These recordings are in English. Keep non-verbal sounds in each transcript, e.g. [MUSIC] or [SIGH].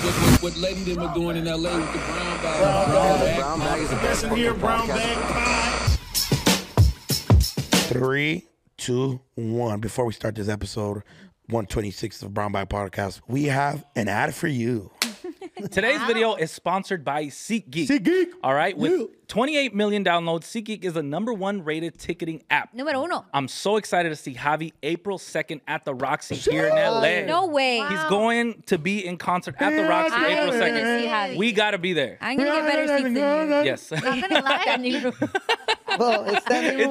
what, what, what Lady them are doing in LA with the brown bag. Brown bag. Brown bag is the best Listen here, fucking brown podcast. bag pie. Three, two, one. Before we start this episode, 126 of Brown Bag Podcast, we have an ad for you. Today's video is sponsored by SeatGeek. SeatGeek. All right, with Yeah. 28 million downloads, SeatGeek is the number one rated ticketing app. Número uno. I'm so excited to see Javi April 2nd at the Roxy here in LA. No way. He's going to be in concert at the Yeah, Roxy I April am gonna 2nd. see Javi. We got to be there. I'm gonna get better seats than you. Yes. I'm [LAUGHS] not gonna lie. That new room. [LAUGHS] Well, it's that new [LAUGHS] It's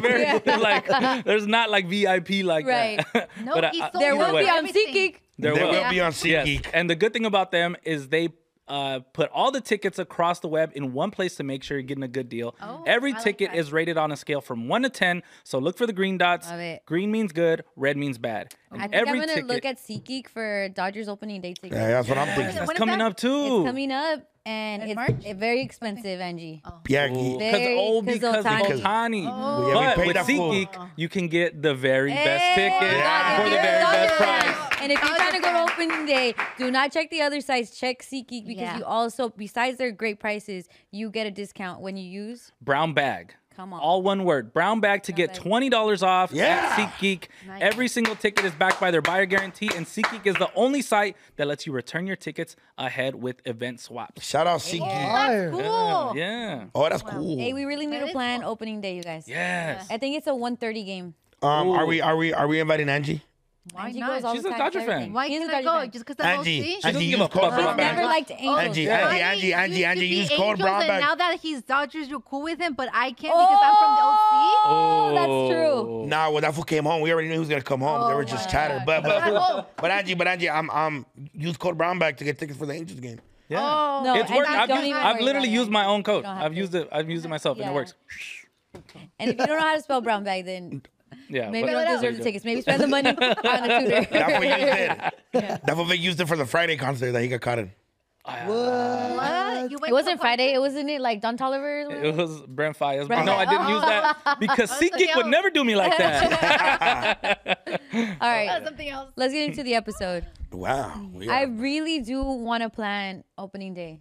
very, very [LAUGHS] like there's not like VIP like Right. [LAUGHS] that. No, But, uh, he's uh, so There either will way. be on Everything. SeatGeek. There they will. will be on SeatGeek. Yes. And the good thing about them is they uh, put all the tickets across the web in one place to make sure you're getting a good deal. Oh, Every I like ticket that. is rated on a scale from one to ten. So look for the green dots. Love it. Green means good, red means bad. And I think every I'm gonna ticket look at SeatGeek for Dodgers opening day tickets. Yeah, that's what I'm thinking. When that's is coming that? up too. It's coming up and In it's March? it- very expensive, Angie. Yeah, because Very- oh, because of because of Otani. Yeah, we but paid with that fool. SeatGeek, you can get the very best Hey, ticket Yeah. for the Dodgers, very best Dodgers. price. And if you're trying to go to opening day, do not check the other sites. Check SeatGeek because Yeah. you also, besides their great prices, you get a discount when you use. Brown bag. Come on. All one word. Brown bag to get bag. $20 off Yeah. at SeatGeek. Nice. Every single ticket is backed by their buyer guarantee, and SeatGeek is the only site that lets you return your tickets ahead with event swaps. Shout out SeatGeek. Fire. Cool. Yeah. Oh, that's cool. Hey, we really need That to is plan cool. opening day, you guys. Yes. I think it's a 1:30 game. Um, are we are we are we inviting Angie? Why Angie not? goes all She's the a time. Dodger to fan. everything. Why He is a can't I Dodger go? fan. Just because I Angie, don't see? Angie, give you a fuck called about Brown that. Bag. Never liked angels. Angie, Yeah. Angie, Angie, Angie, Angie, you just called Brown And now Bag. that he's Dodgers, you're cool with him, but I can't because I'm from the OC. Oh, that's true. Nah, when that fool came home, we already knew he was gonna come home. they Oh were just my chatter. God. But Oh. but, but Angie, but Angie, I'm I'm use code Brown Bag to get tickets for the Angels game. Yeah. Oh, No, It's and worked. I I've, don't used, even I've worry literally about it. used my own code. don't have I've to. used it. I've used it myself, and Yeah. it works. And if you don't know how to spell brown [LAUGHS] bag, then Yeah. maybe but- you there don't deserve you the go. tickets. Maybe spend [LAUGHS] the money on a tutor. That's [LAUGHS] what used it. That's what they used it for the Friday concert that he got caught in. what? You It went to a wasn't party- Friday. It wasn't it like Don Tolliver. or whatever? [LAUGHS] It was Brent Fires. Brent no, I Fayez. didn't use that [LAUGHS] because SeatGeek would else. never do me like that. All right, Something else. let's get into [LAUGHS] the episode. Wow. Yeah. I really do want to plan opening day.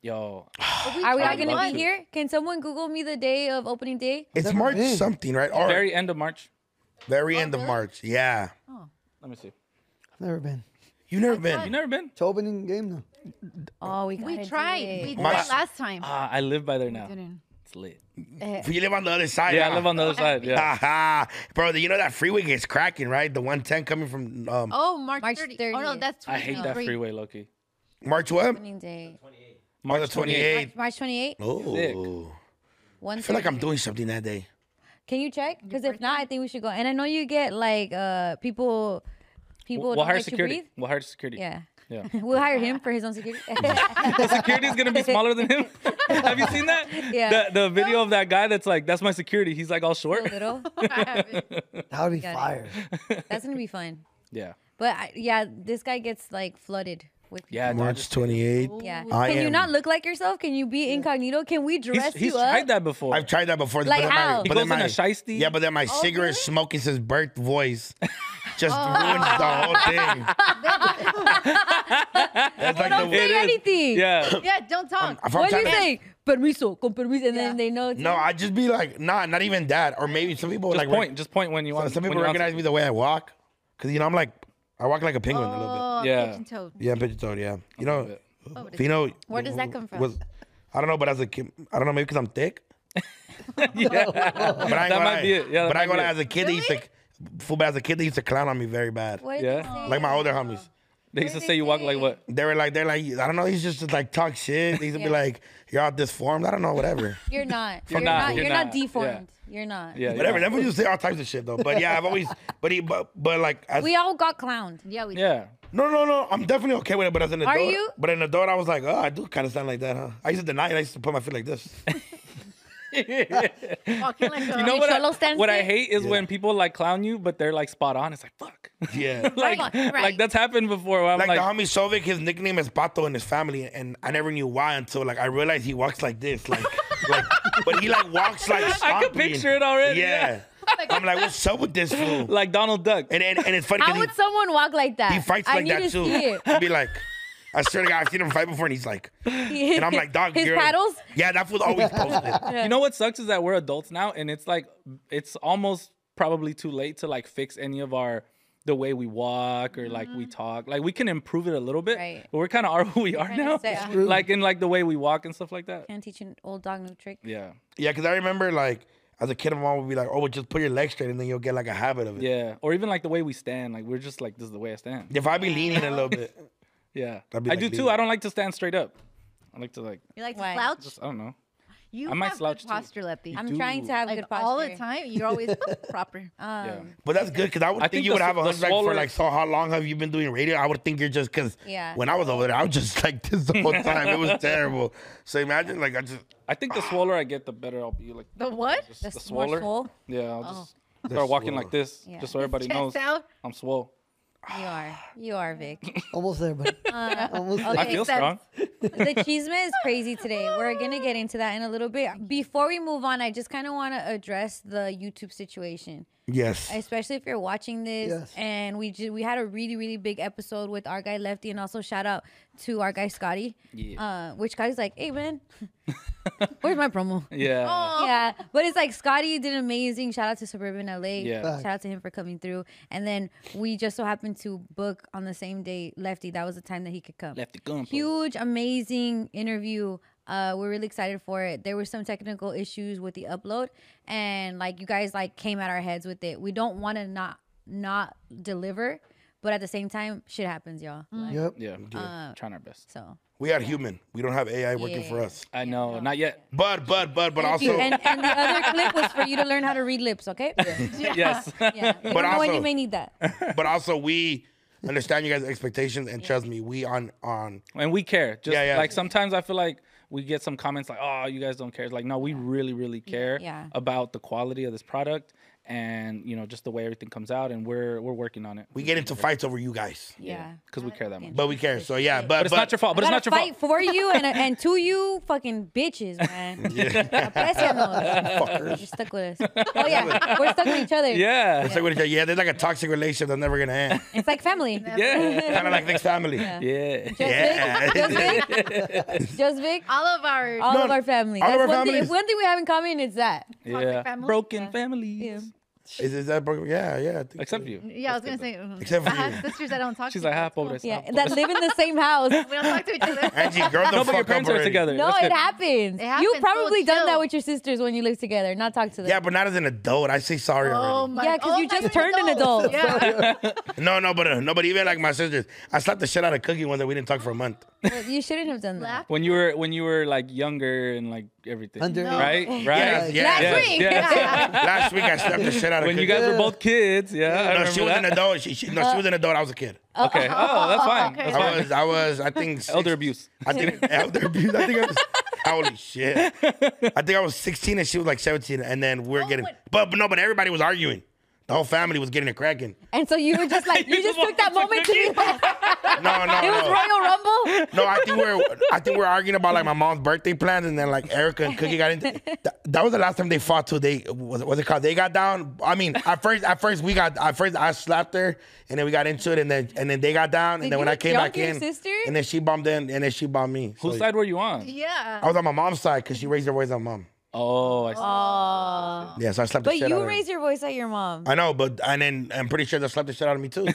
Yo, Are we I not would going to love be to. here? Can someone Google me the day of opening day? it's Never March been. something, right? Or very, very end of March. end of March. Yeah. Let me see. Never been. You never been. You never been? It's opening game now. Oh, we gotta We do tried. it. We My- tried last time. Ah, I live by there now. Didn't. It's lit. You live on the other side. Yeah, huh? I live on the other [LAUGHS] side. Yeah. Aha, bro! You know that freeway gets cracking, right? The 110 coming from um, Oh, March, March 30th. Oh, no, 30th. that's I hate that 23. freeway, Loki. March what? opening day. March the 28th. March 28th. Sick. Oh, One I feel like I'm doing something that day. Can you check? Because if not, I think we should go. And I know you get like uh people, people We'll don't hire let you security. breathe. We'll hire security. Yeah. Yeah. [LAUGHS] we'll hire him for his [LAUGHS] own security. [LAUGHS] Security's gonna be smaller than him. Have you seen that? Yeah. The, the video of that guy that's like, that's my security. He's like all A short. little. That would be Got it. fire. That's gonna be fun. Yeah. But I, yeah, this guy gets like flooded with. Yeah. March 28th. Yeah. I Can you am- not look like yourself? Can you be incognito? Can we He's, dress he's you up? tried that before. I've tried that before. Like but how? Then my, He but then goes in my- a shiesty? Yeah, but then my cigarette smoking his birth voice just ruins the whole thing. That's like the Don't say It is. [COUGHS] anything. yeah. Yeah, don't talk. if I'm What do you trying- say? Permiso, con permiso, and Yeah. then they know. It's No, I just be like, nah, not even that. Or maybe some people Just like point. Just point when you rec- want. some when people you want recognize me the way I walk, cause you know I'm like I walk like a penguin a little Oh, Yeah. pigeon toed. bit. Yeah, I'm pigeon toed. Yeah, you know, bit. you know. Oh, Where does that come from? was- I don't know, but as a kid, I don't know, maybe cause I'm thick. [LAUGHS] Yeah. [LAUGHS] But I ain't That gonna might lie. be it. Yeah, that but I might ain't gonna lie, be it. as a kid, they used to, full bad, as a kid, they used to clown on me very bad. what did Yeah. they say? Like my older homies. They used to say you walk like what? They were like, they're like, I don't know, he's just like talk shit. They used to be like, you're all disformed. I don't know, [LAUGHS] whatever. You're not. You're, not, not. you're You're not, not. Yeah. deformed. You're not. Yeah. whatever. Yeah. That's what you say all types of shit though. But yeah, I've always, but he, but, but like, as, We all got clowned. Yeah, [LAUGHS] we yeah. no, no, no, I'm definitely okay with it. But as an adult, Are you? but an adult, I was like, oh, I do kind of sound like that, huh? I used to deny it. I used to put my feet like [LAUGHS] this. walking like You know what? Cholo I, stance what I it? hate is when people like clown you, but they're like spot on. It's like fuck. Yeah. [LAUGHS] like, Right, right. like that's happened before. Where I'm Like, like, the homie Sovic, his nickname is Pato in his family, and I never knew why until like I realized he walks like this, [LAUGHS] like, like but he like walks like. I can could picture it already. Yeah. Yeah, [LAUGHS] I'm like, what's up with this fool? [LAUGHS] Like Donald Duck. and and, and it's funny How because would someone walk like that? he, he fights I like need [LAUGHS] that to too. See it. He'd be like, I swear to God, I've seen him fight before, and he's like, and I'm like, dog, His you're- paddles? Yeah, that fool's always posted. You know what sucks is that we're adults now, and it's like it's almost probably too late to like fix any of our the way we walk or like we talk. Like we can improve it a little bit, Mm-hmm. Right. but we're kind of are [LAUGHS] who we are Kinda now. set. It's rude. Like in like the way we walk and stuff like that. Can't teach an old dog new trick. Yeah, Yeah, because I remember like as a kid, my mom would be like, "Oh, just put your legs straight, and then you'll get like a habit of it." yeah, or even like the way we stand. Like we're just like this is the way I stand. If I be leaning a little bit, Yeah, That'd be I like do too. me. I don't like to stand straight up. I like to like You like to Why? slouch? just I don't know. you I might have slouch too. good posture, Leppy. I'm trying to have like good posture. all the time. You're always proper. Um, Yeah. but that's good because I would I think, think you would the s- have a the hunchback for smaller- like. So how long have you been doing radio? I would think you're just because. Yeah. When I was over there, I was just [LAUGHS] like this the whole time. it was terrible. So imagine like I just I think the swoller I get, the better I'll be. Like The what? just the, more swoller. swole [SIGHS] Oh. Yeah, I'll just The start walking swoller. like this, Yeah. just so everybody Chest knows out. I'm swole. You are. You are, [LAUGHS] Vic. Uh, Almost there, buddy. [LAUGHS] Almost I there. okay. feel sense. strong. the chisme is crazy today. We're going to get into that in a little bit. Before we move on, I just kind of want to address the YouTube situation. yes. especially if you're watching this Yes. and we ju- we had a really really big episode with our guy lefty and also shout out to our guy scotty uh, which scotty's like hey man where's my promo Yeah. Oh. yeah but it's like scotty did amazing shout out to suburban la Yeah. shout out to him for coming through and then we just so happened to book on the same day lefty that was the time that he could come Left the gun. please. huge amazing interview uh, we're really excited for it there were some technical issues with the upload and like you guys like came at our heads with it we don't want to not not deliver but at the same time shit happens y'all Like, Yep. Yeah. uh, trying our best. so We are human. We don't have AI working for Yeah. us. I know. Not yet. But but but but Thank you. also and, and the other clip was for you to learn how to read lips okay Yes. [LAUGHS] [LAUGHS] yeah but But know when also- you may need that but also we understand you guys' expectations and trust me, we on on and we care. Just Yeah, yeah. like sometimes I feel like we get some comments like, "Oh, you guys don't care." It's like, no, we really, really care Yeah. about the quality of this product and you know just the way everything comes out, and we're we're working on it. we get into fights over you guys. yeah because we care that much. But we care. So yeah, but but But it's [LAUGHS] not your fault. But I it's not gotta your fight fault. for you and, and to you fucking bitches, [LAUGHS] man. Aprecianos. You're stuck with us. Oh yeah, we're stuck with each other. Yeah. It's like what it- yeah, there's like a toxic relationship that's never gonna [LAUGHS] end. it's like family. Yeah. kind of like this family. [LAUGHS] [LAUGHS] Yeah. Yeah. Just Vic, just Vic, All of our all No, of our family. all of That's our one thing. families. One thing we have in common is that. Yeah. family? Broken Yeah. families. Is, is that broken? Yeah, yeah. I think Except so. for you. yeah, I was gonna say. Except for I have you. sisters that don't talk. She's to like, each "Ah, other. pobre Yeah, esta, that pobre live in the [LAUGHS] same house. We don't talk to each other. Angie, grow the No, fuck but your up parents are already. together. No, That's it good. happens. It happens, You so probably done that chill. with your sisters when you live together. Not talk to them. Yeah, but not as an adult. I say sorry Oh already. my! Yeah, 'cause oh you my just turned an adult. Yeah. No, no, but uh, no, but even like my sisters, I slapped the shit out of Cookie one day. We didn't talk for a month. But You shouldn't have done that. Laugh. When you were when you were like younger and like everything. Under- No. [LAUGHS] Right? Right. Yes, yes. Last Yeah, week. yeah. Last week I slapped the shit out of When Cookie. you guys were both kids, yeah. I no, remember she was that. an adult. She, she no, she was an adult. I was a kid. Okay. Oh, that's fine. That's I fine. was, I was, I think six- Elder abuse. I [LAUGHS] think elder abuse. I [LAUGHS] think I was. Holy shit! I think I was 16 and she was like 17, and then we are getting. But, but no, but everybody was arguing. The whole family was getting it cracking. And so you were [LAUGHS] just like, you just took that moment to be like, No, [LAUGHS] no, [LAUGHS] it was no. Royal Rumble. No, I think we're I think we're arguing about like my mom's birthday plans, and then like Erica and Cookie [LAUGHS] got into. That, that was the last time they fought. Too. They was was it called? They got down. I mean, at first, at first we got at first I slapped her, and then we got into it, and then and then they got down, and Did then when you I came back jump your in, sister? and then she bumped in, and then she bumped me. So, Whose side were you on? yeah. I was on my mom's side because she raised her voice on mom. Oh, I see. Yeah, so I slapped the But shit out you of her. raised your voice at your mom. I know, but and then I'm pretty sure they slapped the shit out of me [LAUGHS] too.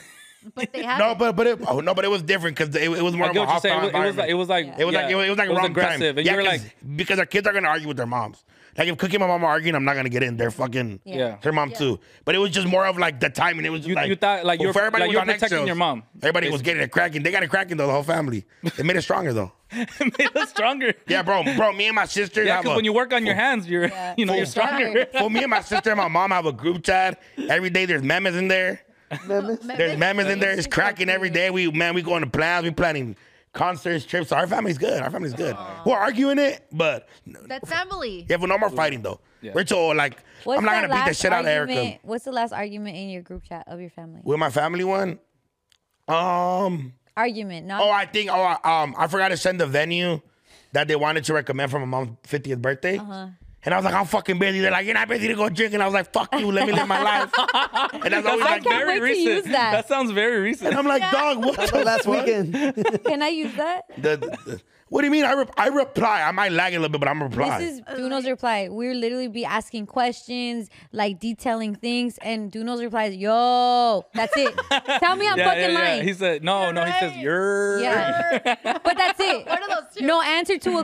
But they have. no, but but it, oh, no, but it was different because it, it was more I of get a what you're hostile saying. It was- It was like environment. It it was like was like yeah, it was, it was like wrong aggressive, time. and you were 'cause- like [LAUGHS] because our kids are gonna argue with their moms. Like if Cookie and my mom are arguing, I'm not gonna get in. They're fucking Yeah. yeah. her mom too. But it was just more of like the timing. It was just You- like you thought, like, well, you're- for everybody like, was you're on protecting eggshells. your mom, Everybody was basically. getting it cracking. They got it cracking though. The whole family. It made it stronger [LAUGHS] though. It made us stronger. [LAUGHS] Yeah, bro, bro. Me and my sister. Yeah, because when you work on your hands, you're you know you're stronger. For me and my sister and my mom have a group chat every day. There's memes in there. Remember? There's memes in there. It's cracking every day. We man, we going to plans. We planning concerts, trips. Our family's good. Our family's good. We're arguing it, but That's family. yeah, but no more fighting though. We're told like What's I'm not the gonna beat the last shit out of Erica. argument- What's the last argument in your group chat of your family? With my family one, um, Argument, not oh I think oh Uh-huh. I- um I forgot to send the venue that they wanted to recommend for my mom's 50th birthday. And I was like, I'm fucking busy. They're like, you're not busy to go drink. And I was like, fuck you, let me [LAUGHS] live my life. And that's always I like, [LAUGHS] can't wait to use that. That sounds very and recent. I'm like, dog, what That's the the last fuck? weekend. Can I [LAUGHS] use that? The- the- what do you mean? I, re- I reply. I might lag a little bit, but I'm reply. This is Duno's reply. We literally be asking questions, like detailing things, and Duno's replies, "Yo, that's [LAUGHS] it. Tell me I'm yeah, fucking yeah, yeah. lying." He said, no, no. He says, right. you're. Yeah. but [LAUGHS] that's it. One of those two. No answer to a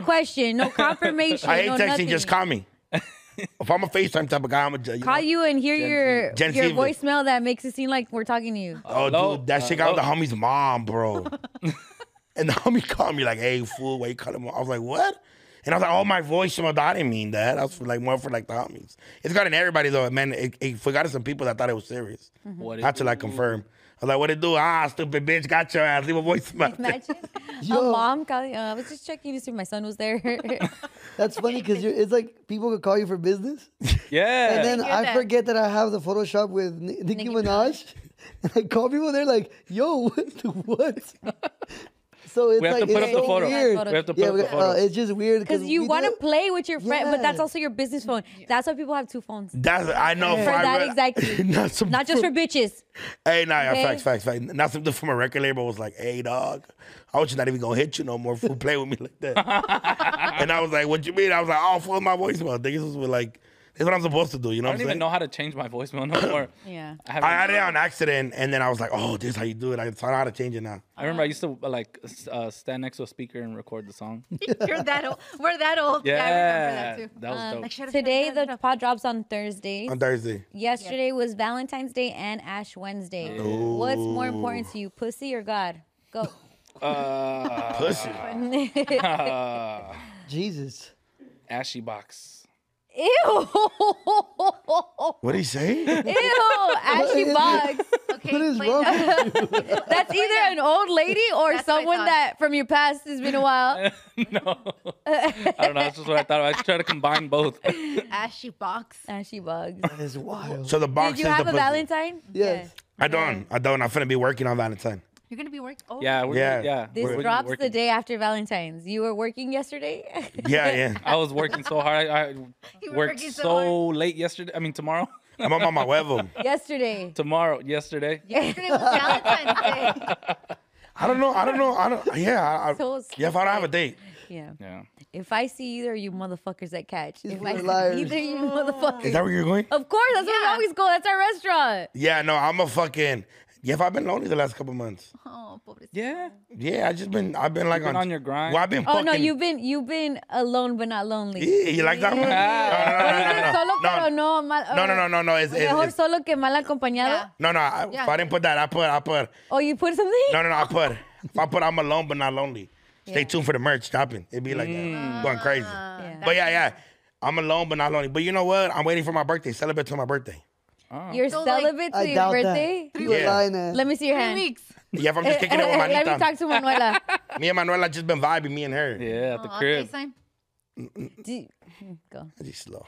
[LAUGHS] question, no confirmation. I hate no texting. Nothing. Just call me. [LAUGHS] if I'm a FaceTime type of guy, I'm a you Call know. you and hear your Gen your Z. voicemail that makes it seem like we're talking to you. Uh, Oh, Hello? dude, that shit got with the homie's mom, bro. and the homie called me like, "Hey, fool, why you calling?" my-" I was like, "What?" And I was like, "Oh, my voice, my I didn't mean that. I was like more for like the homies. It's gotten everybody though, man. It, it forgot some people that thought it was serious. Mm-hmm. What Not till I confirm. I was like, "What it do? Ah, stupid bitch, got your ass. Leave a voicemail." [LAUGHS] Imagine a Yo. mom calling. Uh, I was just checking to see if my son was [LAUGHS] there. That's funny because it's like people could call you for business, Yeah. and then hear I that. forget that I have the Photoshop with Ni- Nicki Nicki Minaj. [LAUGHS] And I call people, they're like, "Yo, [LAUGHS] what?" the- what?" so it's we have like to put it's up so the photo. weird. We have to put Yeah, up we- the photo. uh, it's just weird Because you we want to do- play with your friend, but that's Yeah. also your business phone. That's why people have two phones. [LAUGHS] That's I know For if I that read- exactly. [LAUGHS] not, some, Not [LAUGHS] just for bitches. Hey, nah, yeah, Okay. facts, facts, facts. Not something from a record label was like, hey, dog, I was just not even gonna hit you no more. [LAUGHS] Fool, play with me like that. and I was like, what you mean? I was like, oh, fuck my voicemail. Niggas was with like, that's what I'm supposed to do. You know what I don't I'm even saying? know how to change my voicemail no more. Yeah. I, haven't- I had it on accident, and then I was like, oh, this is how you do it. I so I know how to change it now. I remember I used to uh, like s- uh, stand next to a speaker and record the song. You're that old. We're that old. Yeah, Yeah, I remember that too. that was dope. Like, shut up, shut up, Today shut up, shut the up. pod drops on Thursdays. Um, On Thursday. Yesterday was Valentine's Day and Ash Wednesday. What's more important Oh. to you, pussy or [LAUGHS] God? [LAUGHS] Go. uh, Pussy. [LAUGHS] Jesus. ashy box. Ew. Ew. What did he say? [LAUGHS] Ashy Bugs. Okay, What is play wrong? that. with uh, you? That's either an old [LAUGHS] lady or That's what I someone thought. that from your past has been [LAUGHS] a while. [LAUGHS] no, I don't know. That's just what I thought. I tried to combine both. Ashy box. Ashy Ah, Bugs. [LAUGHS] That is wild. So the box Did you is have the a pussy. Valentine? Yes. I don't. I don't. I'm finna be working on Valentine. You're gonna be working. Oh, Yeah, we're Yeah. yeah. yeah This we're gonna be drops the working. day after Valentine's. You were working yesterday? [LAUGHS] [LAUGHS] Yeah, yeah. I was working so hard. I, I were worked working so, so hard. late yesterday. I mean tomorrow. [LAUGHS] I'm on my huevo. [LAUGHS] yesterday. [LAUGHS] tomorrow, yesterday. Yesterday was [LAUGHS] [LAUGHS] Valentine's Day. I don't know. I don't know. I don't. Yeah. I, I, [LAUGHS] So yeah. If I don't have a date. Yeah. Yeah. If I see either of you motherfuckers that catch, if were I see liars. either you motherfuckers. Is that where you're going? Of course, that's where we Yeah. always go. That's our restaurant. Yeah, no, I'm a fucking. Yeah, if I've been lonely the last couple months. Oh, pobrecito. Yeah. Yeah, I just been. I've been like been on your grind? Well, I've been. Oh fucking, no, you've been you've been alone but not lonely. Yeah, you like that one? [LAUGHS] Solo No, pero no mal. no, no, no, no, no, no, Eh, no, no, no. It's, it's, Mejor it's solo que mal acompañado. Yeah. no, no. I, If I didn't put that, I put, I put. Oh, you put something? No, no, no. I put. If I put, I'm alone but not lonely. Stay tuned for the merch dropping. It'd be like Mm. that, going crazy. Ah, But yeah, yeah. I'm alone but not lonely. But you know what? I'm waiting for my birthday. Celebrate till my birthday. You're So, like, celibate Oh. I to your doubt birthday. that. You're Yeah. lying ass. Let me see your Three hand. weeks. Yeah, if I'm just kicking it with [LAUGHS] Let me Manita. talk to [LAUGHS] Manuela. Me and Manuela just been vibing. Me and her. Yeah, at the Oh, okay, crib. sign. Do- Go. He's slow.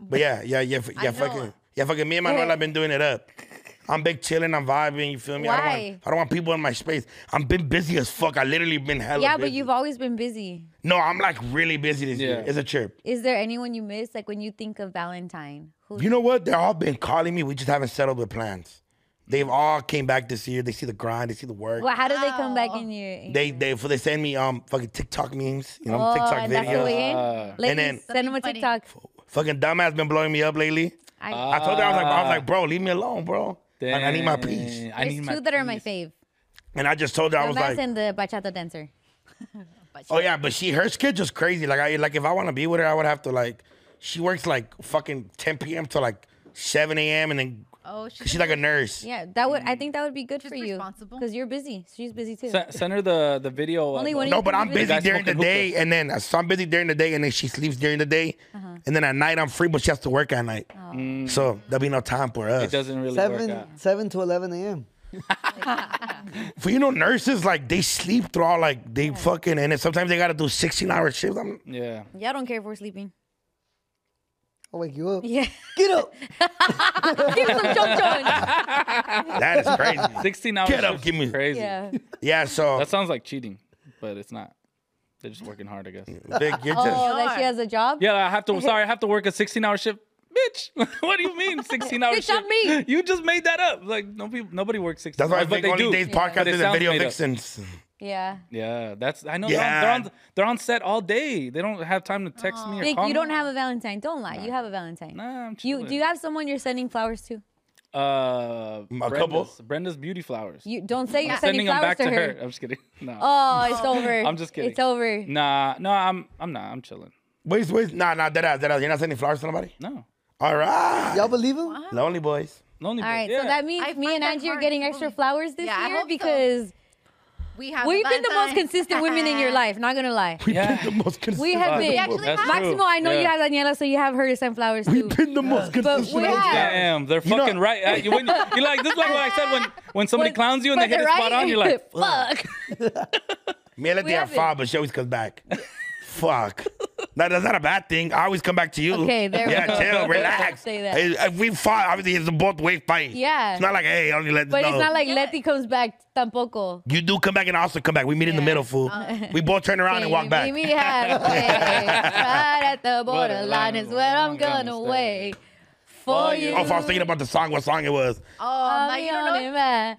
But yeah, yeah, yeah, f- yeah, know. fucking, yeah, fucking. Me and Manuel have been doing it up. I'm big chilling. I'm vibing. You feel me? I don't, Why? want, I don't want people in my space. I'm been busy as fuck. I literally been hella. Yeah, but busy. you've always been busy. No, I'm like really busy this year. Yeah. It's a trip. Is there anyone you miss? Like when you think of Valentine, who? You know what? They're all been calling me. We just haven't settled with plans. They've all came back this year. They see the grind. They see the work. well, how do they come back in your? in They your- they for they send me um fucking TikTok memes. You know oh, TikTok and that's the videos. Uh, way in. Ladies, then- send them a Something TikTok. Fucking dumbass been blowing me up lately. I, Uh, I told her I was like I was like bro, leave me alone, bro. Like, I need my peace. Dang, I there's need two my that are my peace. fave. And I just told her I The was Mass like, and the bachata dancer. Oh yeah, but she her schedule's crazy. Like I like if I want to be with her, I would have to like she works like fucking 10 p.m. to like 7 a.m. and then Oh, 'cause she's like a nurse. Yeah, that would. I Mm. think that would be good She's for you responsible. because you're busy. She's busy too. Se- Send her the the video. of- Only when No, but I'm You guys busy during the smoking day, hookah. and then so I'm busy during the day, and then she sleeps during the day, Uh-huh. and then at night I'm free, but she has to work at night, Oh. so there'll be no time for us. Mm. It doesn't really work out. Seven, seven to eleven a.m. For you know, nurses like they sleep through all like they fucking, and then sometimes they gotta do 16 hour shifts. I'm, Yeah. yeah, I don't care if we're sleeping. I'll wake you up. Yeah, [LAUGHS] Get up. give me some chon chon. [LAUGHS] that is [LAUGHS] crazy. 16 hours. Get up, is give me- Crazy. Yeah, yeah, so That sounds like cheating, but it's not. They're just working hard, I guess. Vic, you're Oh, just. that she Sure. has a job. Yeah, I have [LAUGHS] to. Sorry, I have to work a 16-hour shift. Bitch, [LAUGHS] what do you mean 16 hours? Bitch, not me. You just made that up. Like no people, nobody works 16. That's why hours, but Vic they only do. days podcast But it is the sounds video made up. vixens. Yeah. Yeah, that's I know. Yeah. They're, on, they're on they're on set all day. They don't have time to text me or Vic, call me. you don't have a Valentine. Don't lie. You have a Valentine. Nah, I'm you do you have someone you're sending flowers to? uh My Brenda's, couple? Brenda's beauty flowers. You don't say you're sending sending, them flowers back to, her. I'm just kidding. [LAUGHS] No. Oh, it's over. [LAUGHS] I'm just kidding. It's over. Nah, no, I'm I'm not. I'm chilling. Wait, wait, nah, nah, that ass, that ass. You're not sending flowers to nobody. No, All right. Y'all believe him? Lonely boys. lonely. All right, yeah. so that means I me find and that Angie are hard getting to extra believe. flowers this Yeah, I year hope so. because We have. we've a been the most Valentine. consistent women in [LAUGHS] your life. Not gonna lie, [LAUGHS] We've Yeah. been the most consistent. we have Fuck. been. We actually That's have. Maximo, true. I know you Yeah. have Daniela, so you have her to send flowers too. We've been the most But consistent. we have. Damn, they're fucking know- right. Uh, You, when you, you're like this is like what I said when when [LAUGHS] somebody clowns you and they But hit it they're spot on. You're like, [LAUGHS] fuck. Me and Letty We have have five, but she always comes back. [LAUGHS] Fuck. That, that's not a bad thing. I always come back to you. Okay, there we Yeah, go. chill, relax. Say that. Hey, If we fight, obviously it's a both way fight. Yeah. It's not like, hey, only let But know. it's not like Letty comes back tampoco. you do come back and I also come back. We meet in the Yeah. Uh, middle, fool. we both turn around and walk Baby, back. meet [LAUGHS] me halfway. right at the borderline is where I'm gonna gonna wait for For you. you. Oh, if I was thinking about the song, what song it was. Oh, I'll my, be you don't on know. it, man.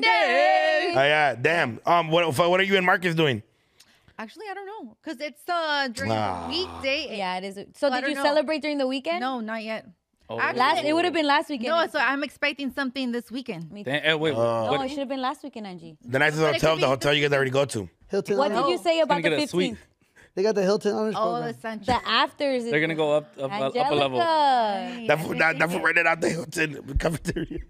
Day. Oh, yeah, damn. Um, what, what are you and Marcus doing? Actually, I don't know because it's uh during Ah. the weekday. Yeah, it is. So I did you don't know. celebrate during the weekend? No, not yet. oh, [LAUGHS] Last it would have been last weekend. No, so I'm expecting something this weekend. Damn, eh, Oh. wait, No, what, Oh, it should have been last weekend, Angie. The nicest But it hotel, could the be- hotel you guys already go to. Hilton. What Honors. did you say about gonna the get a suite. 15th? They got the Hilton Honors Oh, program. The essential. afters. they're gonna go up up, up a level. [LAUGHS] Angelica. That fool, that, that fool rented out the Hilton cafeteria.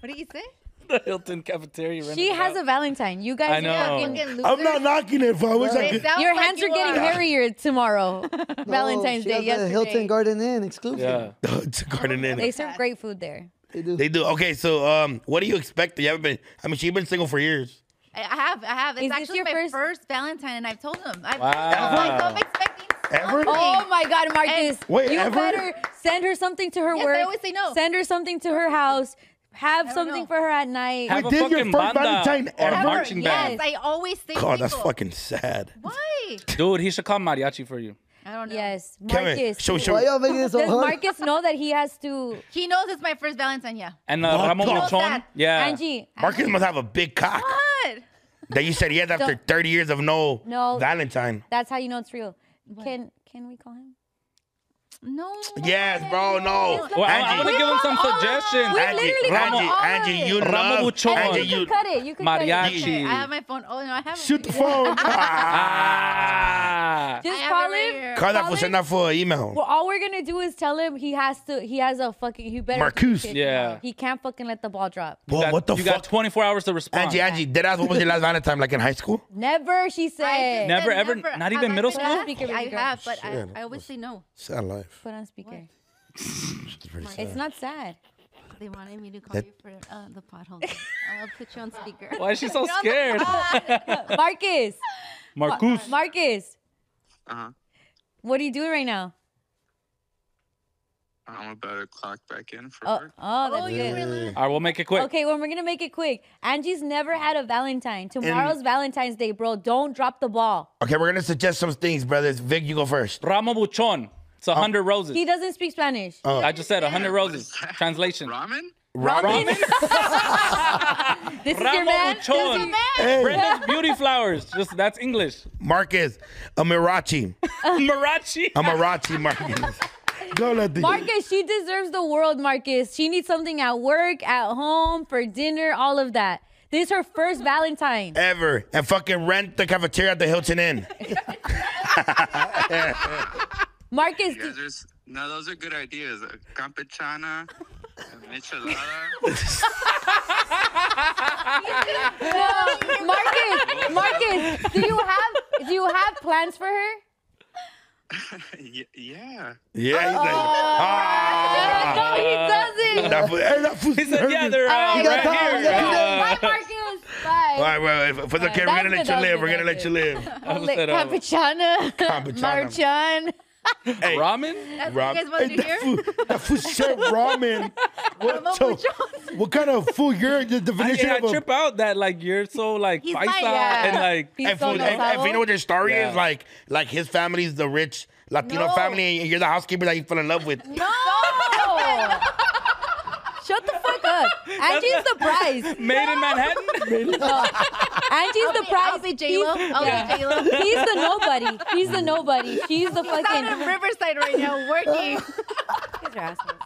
What did you say? The Hilton cafeteria. rented She it has out. a Valentine. You guys I know. are Fucking fucking. I'm not knocking it, fool. I wish I It could. sounds Your like hands you are [LAUGHS] getting are. hairier tomorrow. Valentine's Day. Oh, she got the Yesterday. Hilton Garden Inn exclusive. Yeah. [LAUGHS] to Garden Inn. They serve great food there. They do. They do. Okay, so um, what do you expect? You haven't been. I mean, she's been single for years. I I have, I have. It's Is this actually your my first- first... Valentine, and I've told him. I've, Wow. I'm like, I'm expecting Ever? something. Oh my God, Marcus! Wait, you ever? better send her something to her Yes, I work. always say no. Send her something to her house. Have Never something know. for her at night. Have Wait, a this is your fucking first banda Valentine or a ever? marching Yes, band. I always say. God, that's people. fucking sad. Why? Dude, he should call mariachi for you. I don't know. yes, Marcus. Kevin, show, show. Why y'all making [LAUGHS] this so Does hard? Marcus know that he has to? [LAUGHS] He knows it's my first Valentine. Yeah. And uh, What Ramon the- Lechon. What's that? Yeah. Angie, Marcus must have a big cock What? that you said he has after Don't- 30 years of no, No. Valentine. that's how you know it's real. Can can we call him? No. Yes, bro, no. Just Well, I, I Angie, want to give him some suggestions. We Angie, literally got Angie, all of Angie, it. you Ramon love. Buchon. Hey, Angie, you, you could cut it. You could cut it. Mariachi. Okay, I have my phone. Oh no, I have. shoot the [LAUGHS] phone. Ah. Ah. Just I have call it right him. here. Call that Call for it. send that for an email. Well, all we're gonna do is tell him he has to. He has a fucking. He better. do Marcus. shit Yeah. tomorrow. He can't fucking let the ball drop. Whoa, Got- what the you fuck? got 24 hours to respond. Angie, Angie, dead ass. What was your last Valentine like in high school? Never, she said. I Never, said ever- not even Have I middle been school? asked? Speaker, I speaker. have, but I, Shit. I always say no. Sad life. Put on speaker. It's pretty sad. It's not [LAUGHS] sad. They wanted me to call That- you for uh, the pothole. [LAUGHS] I'll put you on speaker. Why is she so [LAUGHS] scared? Marcus, Marcus. [LAUGHS] Marcus, Uh-huh. what are you doing right now? I'm about to clock back in for Oh, work. oh, that's Oh, you good. really? All right, we'll make it quick. Okay, well, we're gonna make it quick. Angie's never had a Valentine. Tomorrow's Valentine's Day, bro. Don't drop the ball. Okay, we're gonna suggest some things, brothers. Vic, you go first. Ramo Buchon. It's 100 roses. He doesn't speak Spanish. I just said 100 roses. What is that? Translation. Ramen? Ramen. this is your Ramo man. This is Buchon. your man. Brenda's beauty flowers. Just that's English. Marcus, a Mirachi. Marachi. A Mirachi, [LAUGHS] Marcus. go, Lati. Marcus, she deserves the world, Marcus. She needs something at work, at home, for dinner, all of that. This is her first Valentine. Ever. And fucking rent the cafeteria at the Hilton Inn. Marcus, You guys are, s- no, those are good ideas. Uh, Campechana, uh, michelada. no, Marcus, Marcus, do you have do you have plans for her? Y- yeah. Yeah, he's like, ah. no, he doesn't. That fool, hey, that fool's He said, yeah, nervous. they're uh, All right, right got time, we got here. Bye, time. Marcus. Bye. All right, well, if, if it's okay, we're that's gonna let good, you that's live. good, We're gonna um, um, let that's you live. Ole- said, uh, Capuchana, Capuchana. Marchan. Hey, Ramen? That's Rob- what you guys want Hey, to that hear? food, that food said ramen. What, so, what kind of food? You're the I, definition and I of a trip out that like you're so like He's paisa like, yeah. and like Piso and food. de And, and pavo. you know what their story Yeah. is like, like his family's the rich Latino No. family, and you're the housekeeper that you fell in love with. No! Shut the fuck up. Angie's the prize. made in Manhattan. Angie's the prize. I'll be J Lo. I'll Yeah. be J Lo. He's the nobody. He's the nobody. She's the Fucking out in fucking. Riverside right [LAUGHS] now working. Kiss your ass, man.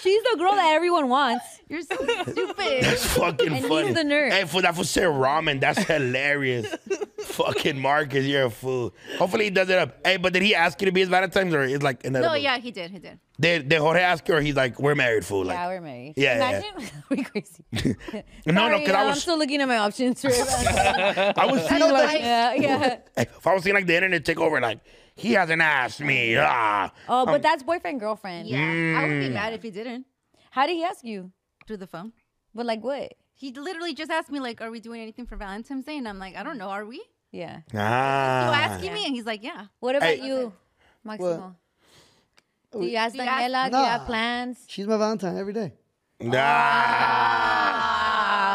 She's the girl that everyone wants. You're so stupid. That's fucking And he's funny. the nerd. Hey, fool, that fool said ramen. That's hilarious. fucking Marcus, you're a fool. Hopefully he does it up. Hey, but did he ask you to be his Valentine's or is like another? No, yeah, he did. He did. Did, did Jorge ask you or he's like, we're married, fool? Like, yeah, we're married. Yeah, yeah, Imagine [LAUGHS] we crazy. [LAUGHS] no, no, Sorry, because I I'm was, still looking at my [LAUGHS] [LAUGHS] options. I was seeing That's like, why- yeah, yeah. if I was seeing like the internet take over, like, he hasn't asked me. Ah. Oh, but that's boyfriend girlfriend. Yeah, I would be mad if he didn't. How did he ask you? Through the phone. But like what? He literally just asked me, like, are we doing anything for Valentine's Day? And I'm like, I don't know, are we? You Yeah. Ah. asking me? And he's like, yeah. What about Hey. you, Maximo? Do you ask Do you ask- Daniela? Do you have Nah. plans? She's my Valentine every day. Nah.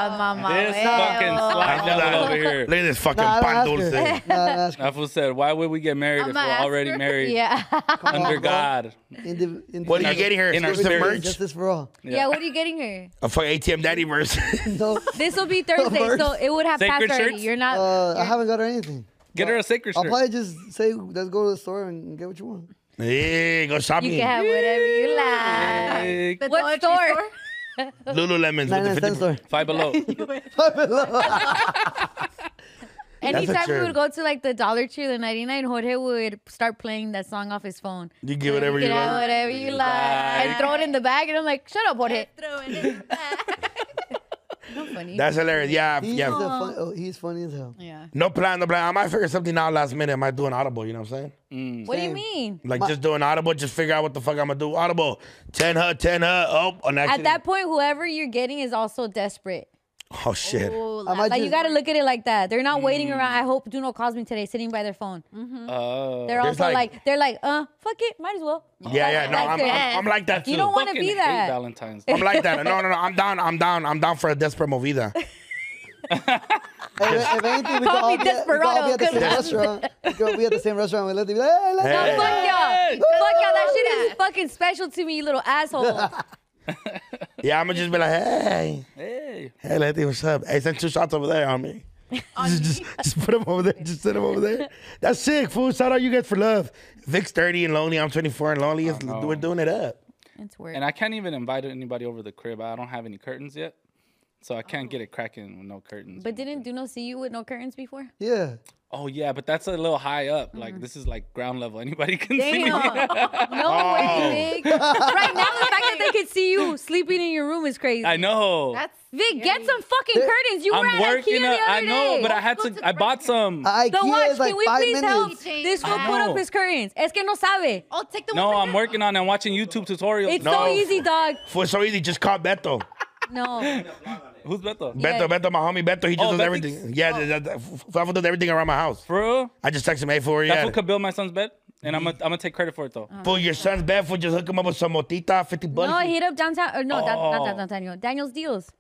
Ah, mama. this eh. fucking slide devil over here. Look at this fucking Nah, I pan don't ask her. dulce. Nah, I don't [LAUGHS] ask her. That fool said, "Why would we get married I'm if we're gonna ask already her. married Yeah. Come on, under bro. God?" Indiv- indiv- What are you getting [LAUGHS] here? In our Exclusive spirits. merch? Justice for all. yeah. What are you getting her? A fucking ATM Daddy verse. [LAUGHS] No, This will be Thursday, First. so it would have Sacred passed already. shirts? You're not. uh, I haven't got her anything. Get her a sacred I'll shirt. probably just say, let's go to the store and get what you want. hey, go you shopping. can have whatever you like. Hey, The What toiletry store? [LAUGHS] Lululemon's with 99 the cent 50 [LAUGHS] store. Five below. Anytime we trip. would go to like the Dollar Tree, the 99, Jorge would start playing that song off his phone. You get whatever You you can have like. whatever you like. And throw it in the bag, and I'm like, shut up, Jorge. Throwing it back. Funny. That's hilarious. Yeah, He's, yeah. a fun- oh, he's funny as hell. yeah. No plan, no plan. I might figure something out last minute. I might do an audible. You know what I'm saying? What do you Same. mean? Like just do an audible. Just figure out what the fuck I'm gonna do. Audible. Ten her, ten her. Oh, an At accident. that point, whoever you're getting is also desperate. oh shit. I might Like you just- gotta look at it like that. They're not waiting around. I hope Duno calls me today, sitting by their phone. Oh. They're There's also like- like, they're like, uh, fuck it, might as well. Yeah, yeah. No, Like I'm, that. I'm, I'm like that too. You don't want to Fucking be hate that. Valentine's. I'm like that. No, no, no. I'm down. I'm down. I'm down for a desperate movida. If, if anything, we could Call all me be at, we could all be at the [LAUGHS] same restaurant. We could all be at the same restaurant. We let them be like, hey, [LAUGHS] let's No, Hey. fuck y'all. Fuck y'all. That shit is fucking special to me, you little asshole. Yeah, I'm gonna just be like, hey, Hey. hey, Letty, what's up? Hey, send two shots over there on [LAUGHS] me. Just, [LAUGHS] just, just put them over there. Just send them over there. That's sick, fool. Shout out you guys for love. Vic's 30 and lonely. I'm 24 and lonely. It's- We're doing it up. it's weird. And I can't even invite anybody over the crib. I don't have any curtains yet. So I can't get it cracking with no curtains. Oh. but didn't Duno see you with no curtains before? Yeah. oh yeah, but that's a little high up. Like this is like ground level. Anybody [LAUGHS] can see me. Mm-hmm. Damn. no way, Vic. Right now, the fact that they could see you sleeping in your room is [LAUGHS] crazy. I know. That's Vic, get some fucking curtains. You were I'm at IKEA working the up. other I know, day. but I had Let's to. go to I bought some. I So watch, is like can we five please minutes. help? Change. This will I put up know. his curtains. Es que no sabe. I'll take the No, one. I'm working on. it. I'm watching YouTube tutorials. It's no. so No. easy, dog. Fool, it's so easy. Just call Beto. No. [LAUGHS] Who's Beto? Yeah. Beto, Beto, my homie Beto. He just Oh, does Beto- everything. Yeah, that, that, Fafo does everything around my house. Bro, I just text him, hey, fool, where you that's what at? could build my son's bed, and Mm. I'm gonna I'm gonna take credit for it though. Oh. Fool, your son's bad. Fool, just hook him up with some motita, 50 bucks. No, hit up downtown. Or no, down, not Oh. downtown Daniel. Daniel's deals.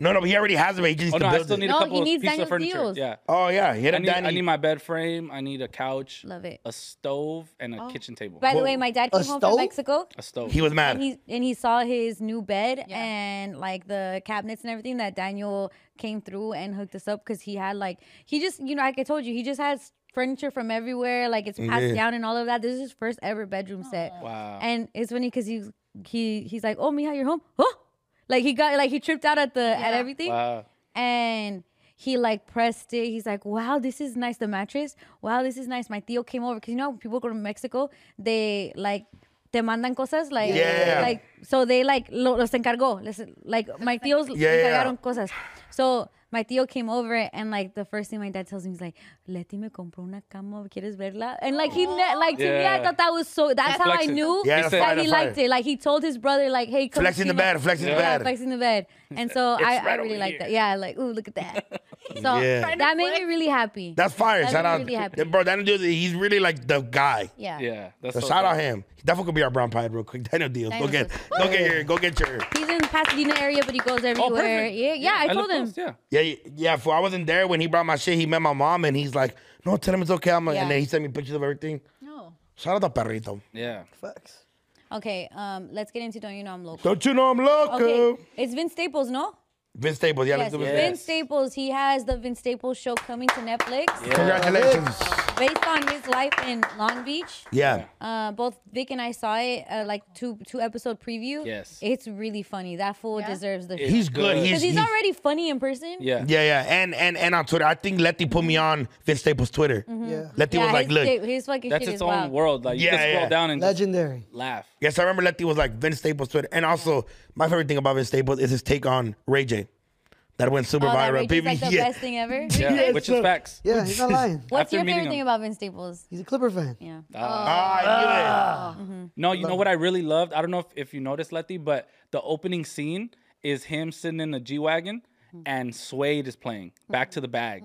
No, no, but he already has it. but He just needs Oh to no, I build still it. need No, a he couple of pieces needs of Daniel's furniture. deals. Yeah. Oh yeah, hit I up need, I Danny. need my bed frame. I need a couch. Love it. A stove and Oh. a kitchen table. By the way, my dad A came home stove? from Mexico. a stove. he was And mad. he and he saw his new bed Yeah. and like the cabinets and everything that Daniel came through and hooked us up because he had like he just you know like I told you he just has furniture from everywhere like it's passed Yeah. down and all of that. This is his first ever bedroom set. Wow. And it's funny because he he he's like oh Mija you're home huh like he got like he tripped out at the at Yeah. everything wow. and he like pressed it. He's like, "Wow, this is nice." The mattress. Wow, this is nice. My tío came over because you know when people go to Mexico, they like te mandan cosas like Yeah. like so they like lo, los encargó. Les, like my tíos Yeah, yeah. encargaron cosas. So my tío came over and like the first thing my dad tells me is like, "Leti me compró una cama. ¿Quieres verla?" And like he ne- like to me, I Yeah. thought that was so. That's how I Flexing. knew Yeah, that's that fire, he that's liked fire. it. Like he told his brother like, "Hey, come Flexing see the my-" bed, flexing the yeah, bed. flexing the bed." And so I, right I really over like here. that. Yeah, like ooh, look at that. So Yeah. that made me really happy. That's fire. That shout made me out, really happy. bro. That dude, he's really like the guy. yeah. Yeah, that's So so shout dope. out him. He definitely could be our brown pie real quick. [LAUGHS] Daniel Deals. Go Daniel get, Deals. go get your, go get your. He's in the Pasadena area, but he goes everywhere. Oh, perfect. yeah, yeah, I live told him. close, yeah. Yeah, y- yeah. For I wasn't there when he brought my shit. He met my mom and he's like, "No, tell him it's okay." I'm like, Yeah. and then he sent me pictures of everything. No. Shout out to [LAUGHS] Perrito. Yeah. Facts. Okay, um, let's get into Don't You Know I'm Local. Don't you know I'm loco? Okay, it's Vince Staples, no? Vince Staples. Yeah, let's Yes, do Vince. Vince Staples. He has the Vince Staples show coming to Netflix Congratulations. based on his life in Long Beach. Yeah. Uh, both Vic and I saw it, uh, like two two episode preview. Yes. it's really funny. That fool deserves the It's shit. He's good. good. He's, because he's, he's- already funny in person. Yeah. Yeah, yeah. And and and on Twitter, I think Letty put me on Vince Staples Twitter. Yeah. Letty Mm-hmm. Yeah, was like, his, "Look." shit- his fucking That's shit its is own wild. world. Like you Yeah, can scroll yeah. down and just Legendary. laugh. Yes, I remember Letty was like Vince Staples Twitter. And also, my favorite thing about Vince Staples is his take on Ray J. That went super Oh, that viral. Rage is like the yeah. best thing ever. [LAUGHS] Yeah, Yes, which sir. is facts. Yeah, [LAUGHS] he's not lying. What's After your meeting favorite thing him. about Vince Staples? He's a Clipper fan. Yeah. Ah, yeah. No, you know what I really loved? I don't know if, if you noticed, Letty, but the opening scene is him sitting in a G Wagon and Suede is playing Back to the Bag.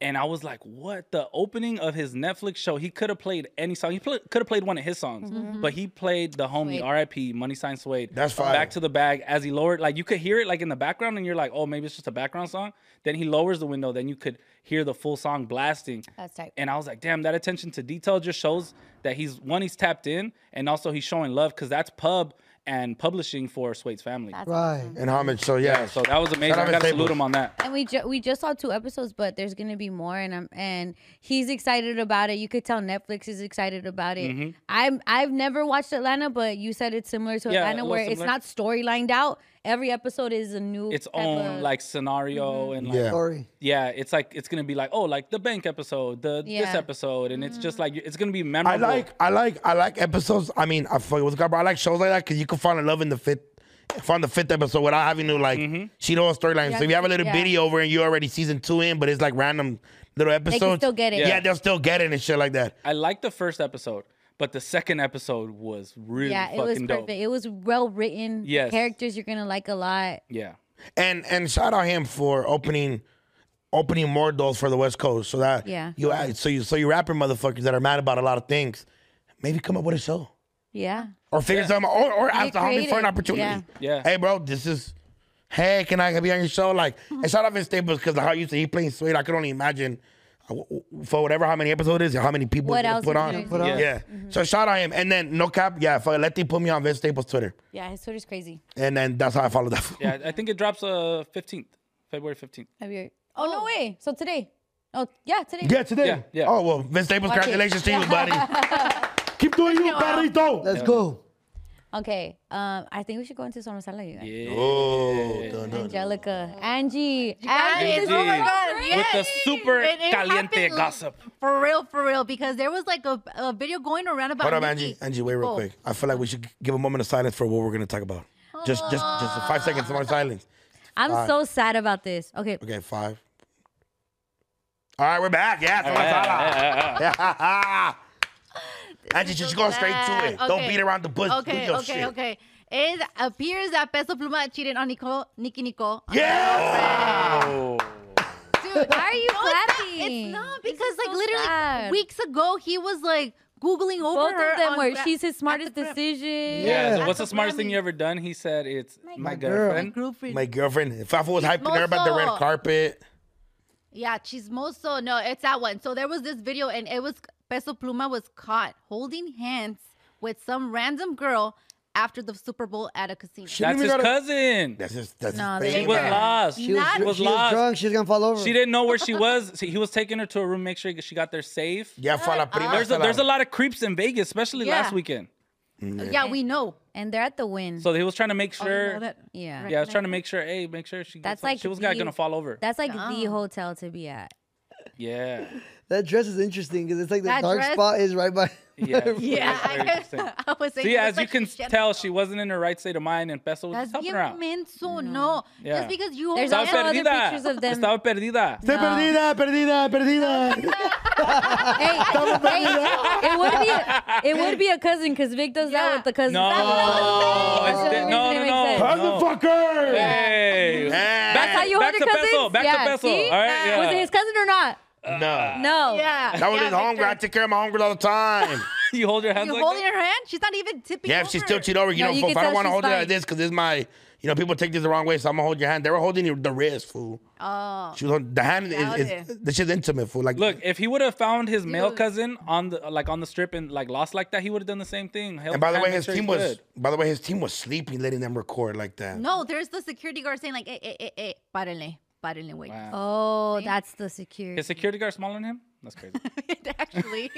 And I was like, what? The opening of his Netflix show, he could have played any song. He could have played one of his songs, but he played the homie RIP, Money Sign Suede. That's fire. Back to the Bag as he lowered, like you could hear it like in the background and you're like, oh, maybe it's just a background song. Then he lowers the window, then you could hear the full song blasting. That's tight. And I was like, damn, that attention to detail just shows that he's one, he's tapped in, and also he's showing love because that's pub and publishing for Swade's family. Right. And homage. So, yeah. so that was amazing. Shout out I to gotta salute Staples. him on that. And we ju- we just saw two episodes, but there's gonna be more, and I'm and he's excited about it. You could tell Netflix is excited about it. Mm-hmm. I'm I've never watched Atlanta, but you said it's similar to Yeah, a Atlanta, little where it's similar. not storylined out. Every episode is a new Its type own of- like scenario Mm-hmm. and like Yeah. Sorry. yeah, it's like it's gonna be like oh like the bank episode, the Yeah. this episode, and it's just Mm-hmm. like it's gonna be I memorable. like, I like, I like episodes. I mean, I fuck what's good, bro. I like shows like that because you can find a love in the fifth, find the fifth episode without having to like she know a storyline. Yeah, So if you have a little yeah. bitty over and you already season two in, but it's like random little episodes, still get it. Yeah. Yeah. they'll still get it and shit like that. I like the first episode, but the second episode was really yeah, it fucking was perfect. dope. It was well written. Yes. characters you're gonna like a lot. Yeah, And and shout out him for opening. Opening more doors for the West Coast, so that Yeah. you act- so you so you rapping motherfuckers that are mad about a lot of things, maybe come up with a show. Yeah, or figure something or, or ask the homie for creative. an opportunity. Yeah. Yeah. Hey, bro, this is. Hey, can I be on your show? [LAUGHS] Like, and shout out Vince Staples because how you say he playing sweet. I could only imagine uh, w- w- for whatever how many episodes it is, how many people he's What gonna else put is Mm-hmm. on. gonna Put on. Yeah. exist? So shout out him, and then no cap, yeah. For let they put me on Vince Staples Twitter, yeah, his Twitter's crazy. and then that's how I followed that. yeah. I think it drops uh fifteenth, February fifteenth. Have you? Oh, no way! So today? Oh yeah, today. yeah, today. Yeah, yeah. Oh well, Vince Staples, Watch it. congratulations to you, buddy. Keep doing you, perrito. Let's go. Okay, um, I think we should go into Somos Sala, you guys. Oh, dun, dun. Angelica, Angie, Angie. Angie. Oh my God, With the yes. super It- it caliente happened gossip. For real, for real, because there was like a, a video going around about. Hold up, Nicki. Angie. Angie, wait real Oh. quick. I feel like we should give a moment of silence for what we're gonna talk about. Just, just, just five seconds of silence. I'm so sad about this. Okay, Okay, five. All right, we're back. Yeah, so that's all. [LAUGHS] Angie, just go straight to it. Don't Okay. beat around the bush. Do Okay, your okay, shit. okay. It appears that Peso Pluma cheated on Nicole, Nicki Nicole. Yeah. Dude, why are you No, it's not- clapping? It's not This is because like so literally sad. weeks ago he was like googling over both her of them on were. Gra- She's his at smartest the gram- Yeah. decision. Yeah. so what's the That's a smartest thing Grammy. you ever done? He said it's my, girl. girlfriend. Girlfriend. My girlfriend, Fafa was hyping her about the red Mozo. carpet. yeah, chismoso. No, it's that one. So there was this video, and it was Peso Pluma was caught holding hands with some random girl after the Super Bowl at a casino. She didn't That's his even gotta- cousin. That's his. That's No, his they She baby. was Yeah. lost. She was, Not- dr- was she was lost. drunk. She's gonna fall over. She didn't know where she was. See, he was taking her to a room, make sure she got there safe. Yeah, for Ah, la prima. There's a, hasta there's a la- lot of creeps in Vegas, especially Yeah. last weekend. Yeah, we know. And they're at the win. So he was trying to make Oh, you know sure. that- yeah. yeah, I was trying to make sure. Hey, make sure she. That's gets on- like she was not the- gonna fall over. [LAUGHS] That's like the hotel to be at. yeah, That dress is interesting because it's like the That dark dress- spot is right by. [LAUGHS] Yeah, it's Yeah, very I, [LAUGHS] interesting. I was saying. See, it was as you like can shit. tell, she wasn't in her right state of mind, and Peso was just That's helping bien her out. menso, no. Yeah. Just because you There's Estaba also other perdida. pictures of them. Estaba perdida. Está perdida, perdida, perdida. Hey, hey, it would be a, it would be a cousin because Vic does Yeah. that with the cousins. No, That's the it's only di- no, reason no, it makes no. sense. Cousin fucker. Hey. [LAUGHS] That's how you Back hold to your cousins. Peso, back to yeah, Peso, see? all right, yeah. Was it his cousin or not? No. No. Yeah. That was yeah, his homegirl. Victor. I take care of my homegirl all the [LAUGHS] time. you hold your hands You're like holding that? her hand? She's not even tipping yeah, over. if she still cheat over, you No, know, you folks, can I don't tell want to she's hold it fine. like this because this is my, you know, people take this the wrong way, so I'm gonna hold your hand. They were holding your, the wrist, fool. Oh. She was on, the hand Doubt is, is the shit's intimate, fool. Like, Look, if he would have found his male Dude. cousin on the like on the strip and like lost like that, he would have done the same thing. Held and by the hand, way, made his sure he's team was, good. by the way, his team was sleeping, letting them record like that. No, there's the security guard saying, like, eh, eh, eh, eh, párenle, párenle, wait. [LAUGHS] Wow. Oh, that's the security. His security guard smaller than him? That's crazy. [LAUGHS] Actually.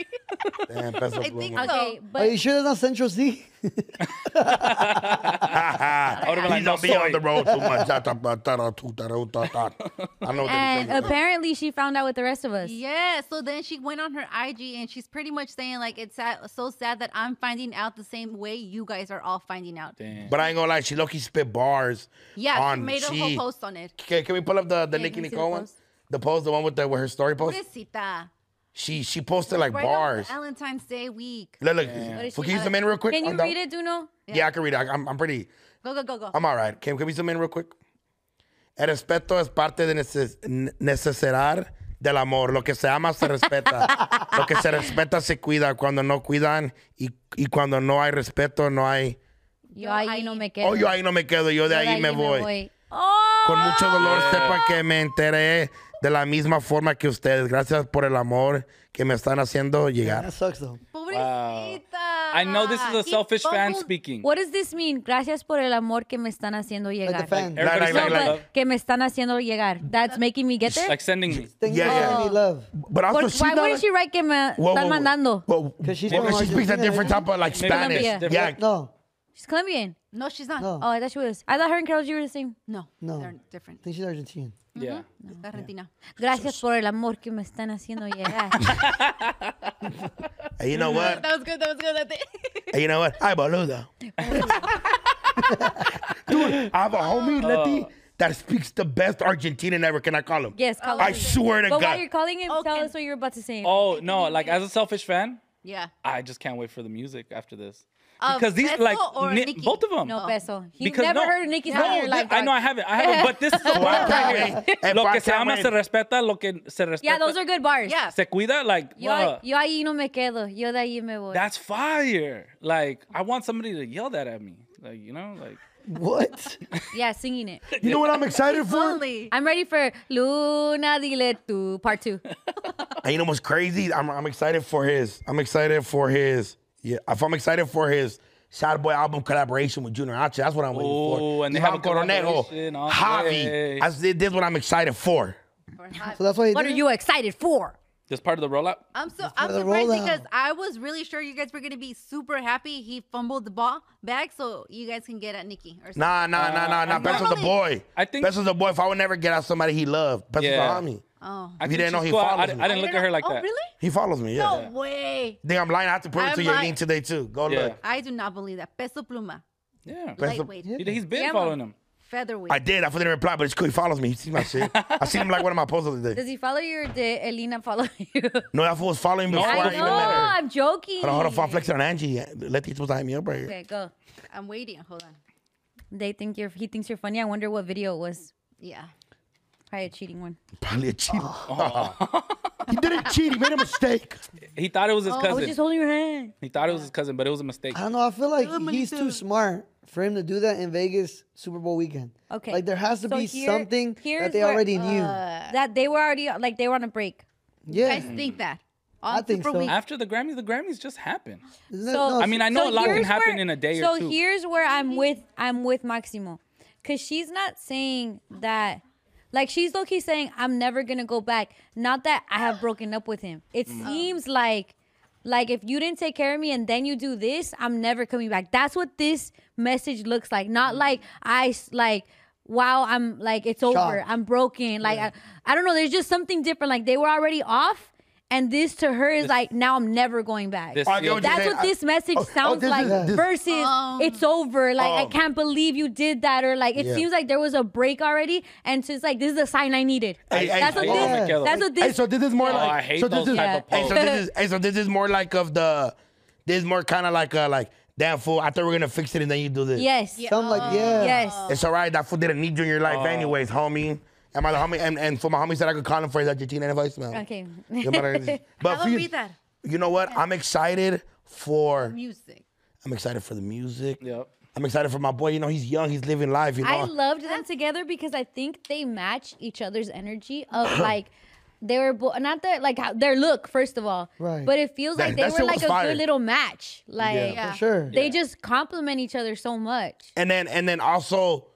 Damn, [LAUGHS] Peso I blew think my- so. Okay, but Oh, Are you sure that's not Central C? [LAUGHS] [LAUGHS] I would have been like, Please no, don't be on soy. the road too [LAUGHS] much. I don't know what they're and saying. apparently she found out with the rest of us. Yeah, so then she went on her IG and she's pretty much saying like it's sad, so sad that I'm finding out the same way you guys are all finding out. Damn. But I ain't gonna lie, she low key spit bars. Yeah, on she made a she- whole post on it. Can, can we pull up the, the Yeah, Nicki can we see the Nicole one? post? The post, the one with the with her story post. Pobrecita. She she posted like Right bars. on Valentine's Day week. Look, look. did Well, she- can you zoom in real quick? Can you on that read it, Duno? Yeah. I can read it. I- I'm, I'm pretty. Go go go go. I'm all right. Can, can we zoom in real quick? El respeto es parte de neces necesidad del amor. Lo que se ama se respeta. Lo que se respeta se cuida. Cuando no cuidan y, y cuando no hay respeto, no hay. Yo ahí no me quedo. Oh, yo ahí no me quedo. Yo de Yo ahí me voy. Oh, Con mucho dolor sepa que me enteré de la misma forma que ustedes. Gracias por el amor que me están haciendo llegar. That sucks though. Oh, Pobrecita. I know this is a Ah, He selfish fan fumbled- speaking. what does this mean? Gracias por el amor que me están haciendo llegar. Like the fan. Like, Everybody's like, No, like, like, but que me están haciendo llegar. That's making me get there. like sending me. Thing Yeah, yeah, yeah. yeah. love. But also, Por- Ah, she why not wouldn't like- she write que me Whoa, están whoa, whoa. mandando? Whoa, 'Cause she's well, from 'cause she speaks a Argentina, different isn't type of like Maybe that Spanish. makes Yeah, different- No, She's Colombian. No, she's not. No. Oh, I thought she was. I thought her and Carol G were the same. No, No. they're different. I think she's Argentinian. [LAUGHS] Yeah. Argentina. Gracias por el amor que me están [LAUGHS] haciendo llegar. Oh And you know what? That was good. That was good. I think. [LAUGHS] And you know what? I boludo. Dude, I have a homie, Leti, that speaks the best Argentinian ever. Can I call him? yes, call I him. swear to But while you're God. calling him, tell Okay. us what you're about to say. Oh no, like as a selfish fan, yeah. I just can't wait for the music after this. Of Because these Peso like or ni- Nicki? both of them. no peso. You've Oh. Because never no- heard of Nicki's no, song in your life. I know I dog. haven't. I haven't. But this is the Why one right here. can't we- and Lo why que se can't ama we- se respeta, lo que se respeta. Yeah, those are good bars. Yeah. Se cuida, like Yo, bruh, yo ahí no me quedo. Yo de ahí me voy. that's fire. Like I want somebody to yell that at me. Like you know, like What? yeah, singing it. You know what I'm excited for? Only. I'm ready for Luna Dile Tu Part 2. And you know what's crazy? I'm, I'm excited for his. I'm excited for his. Yeah, if I'm excited for his Sad Boy album collaboration with Junior H. That's what I'm waiting Ooh, for. and they Ivan have a collaboration on Javi. way. I said, this is what I'm excited for. Or not. So that's why he What are did it? you excited for? this part of the rollout. I'm so I'm the surprised rollout. because I was really sure you guys were gonna be super happy. He fumbled the ball back, so you guys can get at Nikki or something. Nah, nah, nah, nah, nah. I'm Best was the normally- boy. Uh, I think- Best was the boy. If I would never get out somebody he loved, Best Yeah. was the homie. Oh. I If you think didn't know, she's he cool. I- follows I, me. I didn't look at her like oh, that. Really? He follows me. Yeah. No way. Think I'm lying. I have to prove it I'm to your lying. name today too. Go Yeah. look. I do not believe that. Peso pluma. Yeah. Best of- Lightweight. He- He's been Yeah, man. following him. Featherweight. I did. I didn't reply, but it's cool. He follows me. He sees my shit. I seen him like one of my posts the other day. [LAUGHS] Does he follow you or did Elena follow [LAUGHS] you? No, that fool was following me No, before I, I I even know, met her. I'm joking. Hold on, hold on. I'm flexing on Angie. Let these people hit me up right here. Okay, go. I'm waiting. Hold on. They think you're. He thinks you're funny. I wonder what video it was. Yeah. Probably a cheating one. Probably a cheat. Oh. [LAUGHS] he didn't cheat. He made a mistake. He thought it was his I was cousin. just holding your hand. He thought it was his cousin, but it was a mistake. I don't know. I feel like Somebody he's do it. too smart for him to do that in Vegas Super Bowl weekend. Okay. Like there has to So be here- something here's that they where- uh, already knew. That they were already like they were on a break. yeah. You guys think that? On I think Super so. Week. After the Grammys, the Grammys just happened. Isn't that- So no, I mean, I know so a lot can here's happen where- in a day or so two. here's where I'm with I'm with Maximo, because she's not saying that. Like she's low key saying I'm never gonna go back. Not that I have broken up with him. It seems like, like if you didn't take care of me and then you do this, I'm never coming back. That's what this message looks like. Not Mm. like I s- like. Wow, I'm like it's over. Shocked. I'm broken. Like I, I don't know. There's just something different. Like they were already off, And this to her is like, now I'm never going back. This- I get what you're That's saying. what I- this message oh, oh, sounds this like is- this- versus Um, it's over. Like, I Oh. can't believe you did that. Or like, it Yeah. seems like there was a break already. And so it's like, this is a sign I needed. Hey, hey, that's, what oh, this, yeah. that's what Hey, [LAUGHS] this. so this is more Oh, like I hate so those this is, type of Hey, so this is hey, so this is more like of the this is more kind of like uh like damn fool. I thought we were gonna fix it and then you do this. Yes. Something like, Uh, yeah. Yes. It's all right. That fool didn't need you in your life, Oh. anyways, homie. And my homie, and, and for my homie said I could call him for his Argentina advice, man. [LAUGHS] Okay. [LAUGHS] No matter- but I for don't you, read that. you know what? I'm excited for Music. I'm excited for the music. Yep. I'm excited for my boy. You know, he's young. He's living life. You know. I loved them together because I think they match each other's energy [CLEARS THROAT] of like they were bo- not their like how, their look first of all, Right. But it feels That- like they that were shit like was a fire. good little match. Like Yeah. For sure. they just complement each other so much. And then and then also,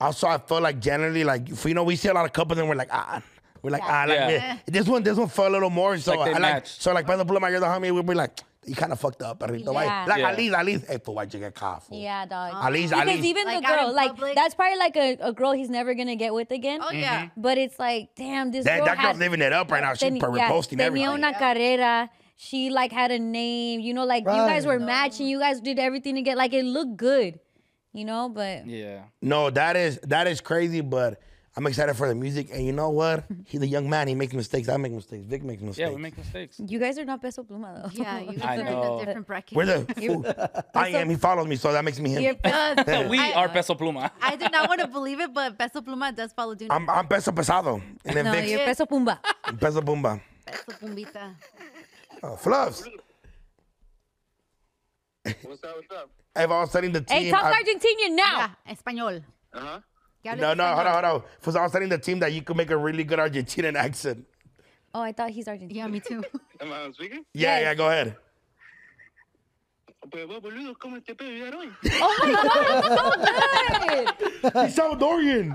also I felt like generally like if- you know we see a lot of couples and we're like ah. We're like, ah, like Yeah. this- Yeah. this one, this one fell a little more. So like they I like, matched. so like, by the blue, my other homie, we'll be like, you kind of fucked up, perrito. Why? Yeah. Like, Yeah. at least, at least, hey, fool, why'd you get caught, fool? Yeah, dog. At least, at because least. even Like, the out in girl, like public? that's probably like a, a girl he's never gonna get with again. Oh yeah. Mm-hmm. But it's like, damn, this that, girl that girl's had- living it up right now. She's Ten- per- yeah, posting everything. Tenía una carrera. She like had a name, you know, like you guys Right. were matching, you guys did everything to get like it looked good, you know. But Yeah. No, that is that is crazy, but I'm excited for the music. And you know what? He's a young man. He makes mistakes. I make mistakes. Vic makes mistakes. Yeah, we make mistakes. you guys are not peso pluma though. [LAUGHS] Yeah, you I guys are in know. a different bracket. Where the fool? I am. He follows me, so that makes me [LAUGHS] him. Because we [LAUGHS] I, are Peso Pluma. I did not want to believe it, but Peso Pluma does follow Duna. I'm, I'm peso pesado, and then no, Vic you're peso [LAUGHS] pluma. peso bumba. Peso Plumita. Oh, Fluffs. What's up? What's up? If I was telling the team, hey, Eh, talk I- Argentinian now. Yeah, español. Uh huh. Que hable no, no, español. hold on, hold on. If I was telling the team that you could make a really good Argentinian accent. Oh, I thought he's Argentinian. Yeah, me too. [LAUGHS] Am I speaking? Yeah, Yes. yeah. Go ahead. Pues vos, boludo, ¿cómo te puedo ayudar hoy? He's Salvadorian. [LAUGHS] do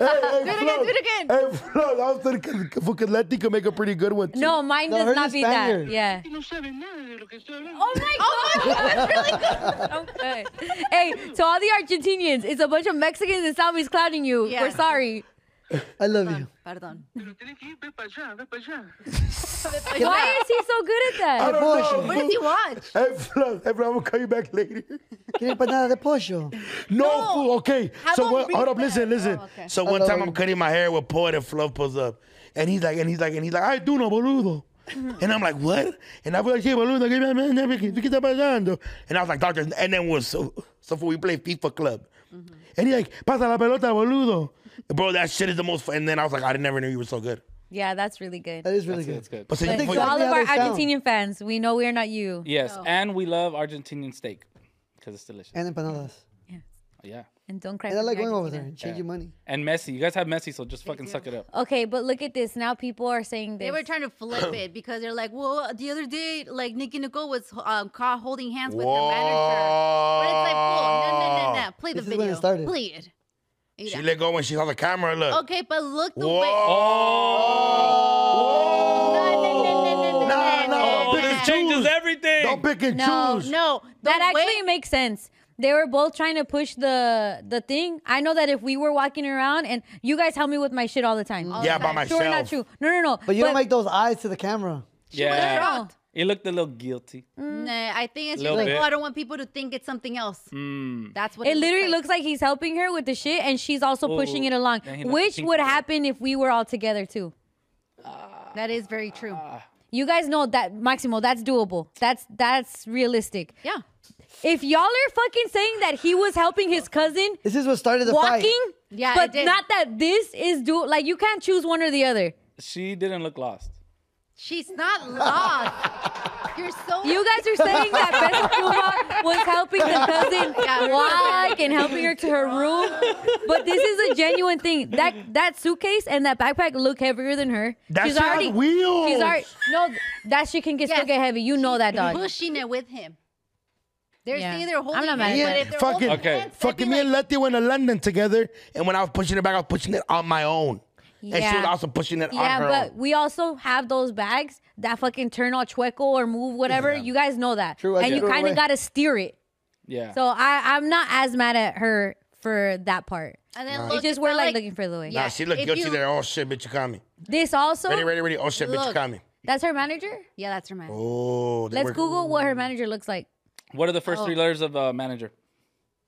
it again, do it again. Hey, Fluffs, I was telling que que Leti could make a pretty good one. too. No, mine No, does hers not is be Spaniard. that. Yeah. [LAUGHS] [LAUGHS] No sabes nada de lo que estoy hablando. Oh my, god, really good. Okay. Hey, to all the Argentinians, it's a bunch of Mexicans and Salvi's clowning you. Yeah. We're sorry. I love you. [LAUGHS] Uh. Perdón. Pero tenés que ir, ve para allá, ve para allá. Why is he so good at I that? don't know. What does he watch? Hey, Fluff, hey, Fluff, I'm gonna call you back later. Quiere empanada de pollo. No, No. fool, okay. Have so him what, bring hold it up, listen, back. listen. Oh, okay. So one Hello. time I'm cutting my hair with Poet and Fluff pulls up. And he's like, and he's like, and he's like, ay, tú no, [LAUGHS] boludo. And I'm like, what? And I was like, sí, boludo, ¿qué, qué, qué está pasando? And I was like, doctor, and then was so, so fool, we play FIFA club. Mm-hmm. And he's like, pasa la pelota, boludo. Bro, that shit is the most fun. And then I was like, I never knew you were so good. Yeah, that's really good. That is [LAUGHS] really That's good. good. But so I you, think To fool- so. all of Yeah, our they sound. Argentinian fans, we know we are not you. Yes, and we love Argentinian steak because it's delicious. And empanadas. yeah. And don't cry. And I for like me, going over there Argentina. and changing money. And Messi. You guys have Messi, so just fucking suck it up. Okay, but look at this. Now people are saying this. [LAUGHS] They were trying to flip it because they're like, well, the other day, like Nicki Nicole was um, caught holding hands with her manager. But it's like, whoa, no, no, no, no. Play the This is when video. it started. Play it. She Yeah. let go when she saw the camera. Look. Okay, but look the Whoa. Oh. way. Whoa. No, no, no, no, no, no, Nah, nah, no, pick no. and Changes choose. everything. Don't pick and No, choose. No, the that actually way- makes sense. They were both trying to push the the thing. I know that if we were walking around and you guys help me with my shit all the time. Oh, Yeah, by myself. True or not true? No, no, no. Mm. But you don't make those eyes to the camera. yeah. No. It looked a little guilty. Nah, I think it's just Little like, bit. oh, I don't want people to think it's something else. That's what It literally looks like he's helping her with the shit, and she's also pushing it along, then he left which the pink would one. happen if we were all together too. like. That is very true. You guys know that Maximo, that's doable. That's that's realistic. Yeah. If y'all are fucking saying that he was helping his cousin This is what started the fight. walking, Yeah, it but did. not that this is do like you can't choose one or the other. She didn't look lost. She's not lost. You're so. You guys are saying [LAUGHS] that Peso Pluma was helping the cousin [LAUGHS] Yeah. walk and helping her to her room, but this is a genuine thing. That that suitcase and that backpack look heavier than her. That she's shit has already wheels. She's already no. That shit can get Yes. still get heavy. You know that dog. pushing it with him. They're Yeah. either holding I'm not mad it, at but that. if they're Fucking, holding Okay. hands, they'd fucking me be like, and Letty went to London together, and when I was pushing it back, I was pushing it on my own, and she was Yeah. also pushing it on Yeah, her but own. we also have those bags that fucking turn all chueco or move whatever. You guys know that, True, I and you threw it kind of away. gotta steer it. Yeah. So I I'm not as mad at her for that part. And then It's look, just it's we're not like, looking for the way. Nah, yeah, she looked if guilty you- there. Oh shit, bitch, you caught me. This also Ready, ready, ready. Oh shit, bitch, you Look. caught me. That's her manager? Yeah, that's her man. Oh, they Let's work- Google what her manager looks like. What are the first three Oh. letters of uh, manager?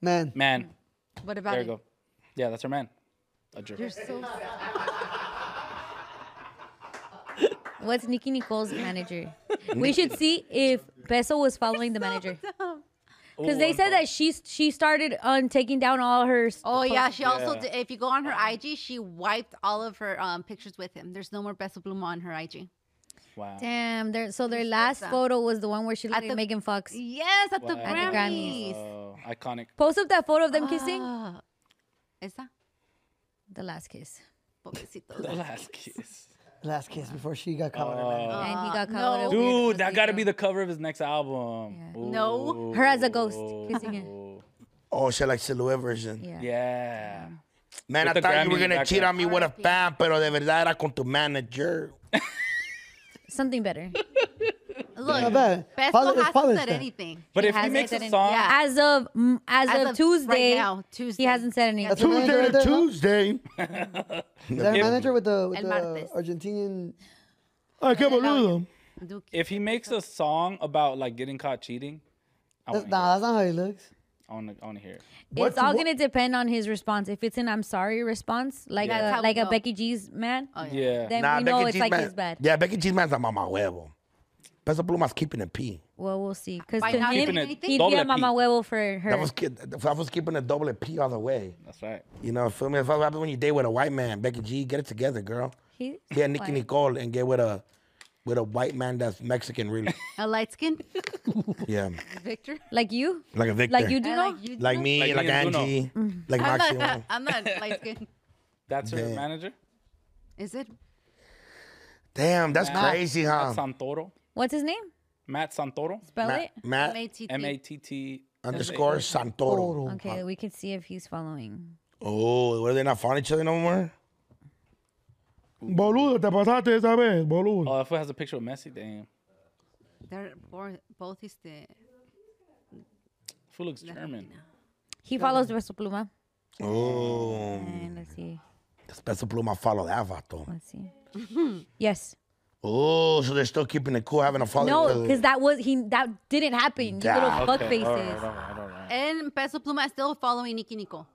Man, Man. What about There it? you go. Yeah, that's her man. A jerk. You're so What's Nikki [LAUGHS] Nicole's manager? we should see if Peso was following the manager. dumb. Because they said that she she started on taking down all her. s- Oh yeah, she also Yeah. did, if you go on her IG, she wiped all of her um, pictures with him. There's no more Beso Bluma on her IG. Wow. Damn. Their, so their She's last awesome. photo was the one where she looked At like the- Megan Fox. Yes, at the Wow. At the Grammys. Grammys. Oh, iconic. Post up that photo of them kissing. Ah. Esa. The last kiss. The [LAUGHS] Pobrecito. last kiss. last kiss before she got caught. Uh, Oh. and he Ah, got caught. no. with a weird Dude, that got to mosquito. be the cover of his next album. Yeah. No. Her as a ghost, Ooh. kissing it. Oh, shit, like silhouette version. Yeah. Yeah. Man, With I the thought you were Grammy gonna cheat background. on me with a fan, pero de verdad era con tu manager. Something better. Not Look, bad. Poli- Beso it's hasn't Polish said then. anything. But if he hasn't makes said a any- song, yeah. As of mm, as, As of, of Tuesday, right now, Tuesday. he hasn't said anything. That's Who- Tuesday manager to right there, huh? Tuesday. Is that her manager with the, with El the martes. Argentinian? I can't believe Duque. if he makes a song about like getting caught cheating, Oh I That's, want nah, that's not how he looks. to hear it. it's all gonna depend on his response. If it's an "I'm sorry" response, like That's a, how we like a know. Becky G's man, Oh, yeah. Yeah. then we know it's like his bad. Yeah, Becky G's man's a mama huevo. Peso Pluma's keeping a P. Well, we'll see. Because By to not him, keeping it he'd be double a P. mama huevo for That her. was, ki- that was keeping a double P all the way. That's right. You know, feel me? That's what happens when you date with a white man. Becky G, get it together, girl. He- Be a Nicki Why? Nicole and get with a with a white man that's Mexican, really. [LAUGHS] A light [LAUGHS] skin, yeah, Victor. like you, like a Victor. like you Mm-hmm. do I know. like you. Like me, Like me like, and Bruno. Angie, like I'm Maximo. not, [LAUGHS] I'm not [LAUGHS] light skin. That's her Damn. manager. Is it? Damn, that's Matt- crazy, huh? Matt Santoro. What's his name? Matt Santoro. Spell Matt, it. Matt M-A-T-T. M A T T. underscore Santoro. Okay, we can see if he's following. Oh, what are they not finding each other no more? Boludo, te pasaste esa vez, boludo. Oh, if it has a picture of Messi, damn. They're both, both is the. Fool looks German. He follows Russell Pluma. Oh, And let's see. Peso Pluma follow that vato. Let's see. Mm-hmm. yes. Oh, so they're still keeping it cool having a follow. No, because that was he. That didn't happen. You little Yeah. fuck Okay, faces. all right, all right, all right. And Peso Pluma is still following Nicky Nico.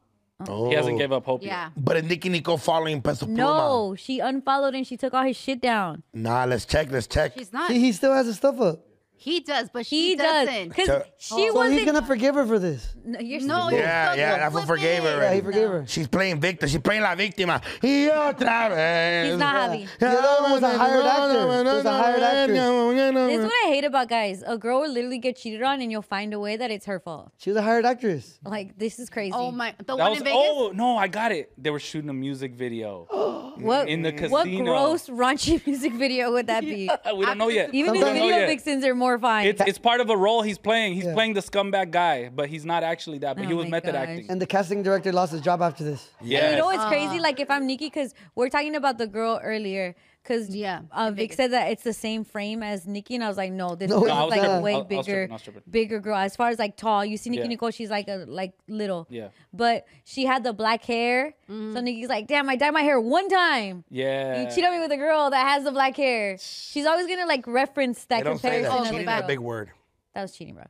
oh. He hasn't gave up hope Yeah. yet. But is Nicki Nicole following Peso Pluma? No, she unfollowed and she took all his shit down. Nah, let's check, let's check. She's not. See, he still has his stuff up. He does, but she He does doesn't. because So- she So wasn't. he's gonna forgive her for this. no, you're No, you're Yeah, so yeah, that fool flippant. forgave her Yeah, he already. forgave her. She's playing Victor. She's playing La Victima. Y otra vez. He's not happy. The other one was a hired actor. It was a hired This is what I hate about guys. A girl will literally get cheated on, and you'll find a way that it's her fault. She was a hired actress. Like this is crazy. Oh my, the That one was in Vegas. oh no, I got it. They were shooting a music [GASPS] video. Uh, What in the what casino. gross raunchy [LAUGHS] music video would that [LAUGHS] be? we don't know yet. Even we his don't know video yet. vixens are more fine. Oh, It's it's part of a role he's playing. He's Yeah. playing the scumbag guy, but he's not actually that. But he Oh was my method gosh. acting. And the casting director lost his job after this. And Yeah. you know it's crazy? Like if I'm Nikki, because we're talking about the girl earlier, because Yeah, uh, in Vic Vegas. said that it's the same frame as Nikki, and I was like, no, this No, girl it's is like not. a I'll- way I'll strip bigger, it, I'll strip it. bigger girl. As far as like tall, you see Nikki Yeah. Nicole, she's like a like little. Yeah. But she had the black hair, Mm-hmm. so Nikki's like, damn, I dyed my hair one time. yeah. You cheat on me with a girl that has the black hair. She's always gonna like reference that They don't say that. comparison. of the Cheating is girl. a big word. That was cheating, bro.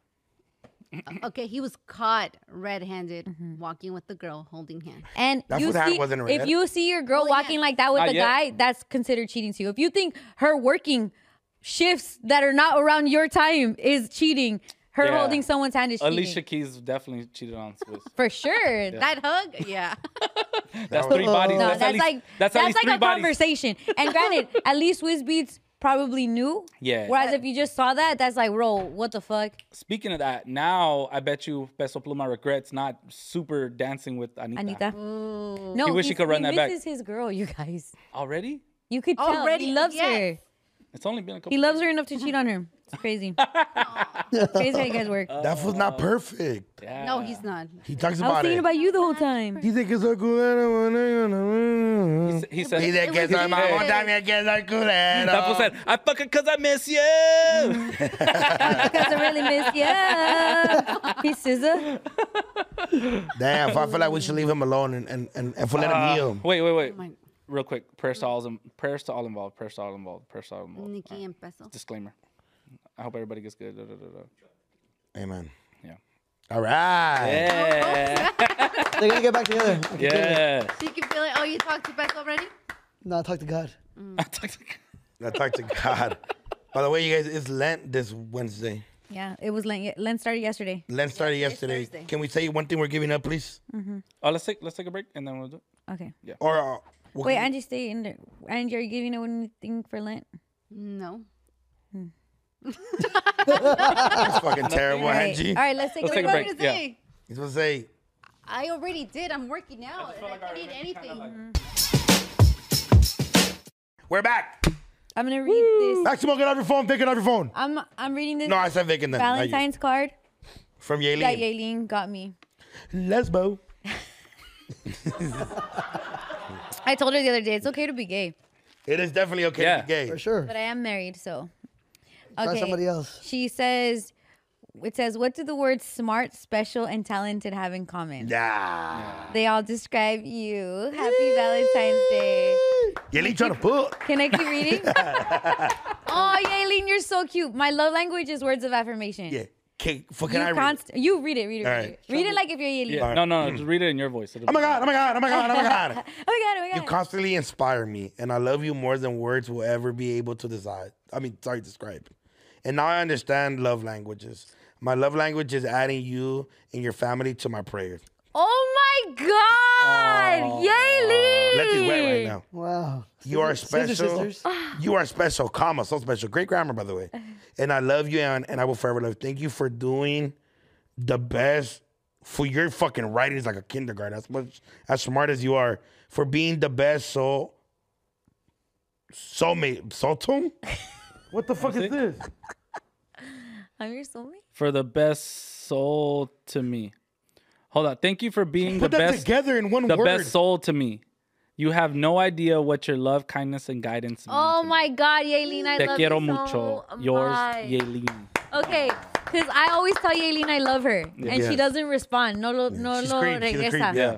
Okay, he was caught red-handed Mm-hmm. walking with the girl holding hand. And That's you what happened see, wasn't it? if you see your girl Oh, yeah. walking like that with Not a yet. guy, that's considered cheating too. If you think her working shifts that are not around your time is cheating, her Yeah. holding someone's hand is cheating. Alicia Keys definitely cheated on [LAUGHS] Swiss. For [LAUGHS] sure. That hug, [LAUGHS] yeah. That's three bodies. No, that's, that's, at least, like that's, that's, at least like three a bodies. conversation. [LAUGHS] And granted, at least Swiss Beats probably knew. Yeah. Whereas if you just saw that, that's like, bro, what the fuck? Speaking of that, now I bet you Peso Pluma regrets not super dancing with Anita. Anita. No, He wish he he's- could run that back. misses his girl, you guys. Already? You could tell Already, he loves yes. her. It's only been a couple. He loves her enough to cheat on her. It's crazy. crazy how you guys work. That fool's not perfect. Yeah. No, he's not. He talks I was about thinking it. about you the [LAUGHS] whole time. Dice que soy culero. He s- He said. Dice It que was soy mamón, good. también que soy that fool culero. said, I fucking cause I miss you. [LAUGHS] Because I really miss you. He's SZA. Damn, I feel like we should leave him alone and, and, and, and for let him Uh, heal. Oh wait, wait, wait. Oh my- real quick, prayers to all them, prayers to all involved, prayers to all involved, prayers to all involved. All Nikki right. and Peso. Disclaimer. I hope everybody gets good. Da, da, da, da. Amen. Yeah. All right. Yeah. They're gonna get [LAUGHS] back together. I can feel it. Yeah. [LAUGHS] Mm-hmm. So you can feel it. Oh, you talked to Peso already? No, talk to God. I talk to [LAUGHS] God. By the way, you guys, it's Lent this Wednesday. Yeah, it was Lent. Lent started yesterday. Lent started yesterday. Thursday. Can we say one thing we're giving up, please? oh, let's take let's take a break and then we'll do. It. Okay. Or uh, we'll- Wait, Angie, stay in there. Angie, are you giving out anything for Lent? No. that's [LAUGHS] fucking terrible, All right. Angie. All right, let's take Let's a take a break. break. What is Yeah. it? He's supposed to say, I already did. I'm working out. I, don't need anything. "We're back. I'm gonna read this. Back smoking off your phone. Thinking off your phone." I'm I'm reading this No, I said Vic and then. not you. Valentine's card from that Yaeli. Yaelin got me. Lesbo. I told her the other day it's okay to be gay, It is definitely okay Yeah. to be gay. For sure. but I am married, so. Try Okay. somebody else. She says, it says, what do the words smart, special, and talented have in common? Nah. They all describe you. Happy Valentine's Day. Yaeli trying to pull. Can I [LAUGHS] keep reading? oh, Yaelin, you're so cute. My love language is words of affirmation. Yeah. Can, for, You, can I read? const- you read it, read it, read All it. Read it like if you're Yaelin. Yeah. No, no, no. Just read it in your voice. It'll Oh my be- god! Oh my god! Oh my god! Oh my [LAUGHS] god! Oh my god, oh my You god. constantly inspire me, and I love you more than words will ever be able to decide. I mean, sorry, describe. And now I understand love languages. My love language is adding you and your family to my prayers. oh my god! Yaelin! Let this wet right now. Wow. You are Sister, special. [LAUGHS] sisters. [SIGHS] You are special, comma, so special. Great grammar, by the way. And I love you, and, and I will forever love. you. Thank you for doing the best for your fucking writing is like a kindergarten. As much as smart as you are, for being the best soul, soulmate, soultune. What the fuck is this? I'm your soulmate. For the best soul to me. Hold on. Thank you for being Put the that best together in one the word. best soul to me. You have no idea what your love, kindness, and guidance mean. Oh to me. my god, Yaelin, I Te love quiero you mucho. so Yours, much. Yaelin. Okay, because I always tell Yaelin I love her, and she Yes. doesn't respond. No, lo, no, She lo screamed, she regresa. was screamed, yeah.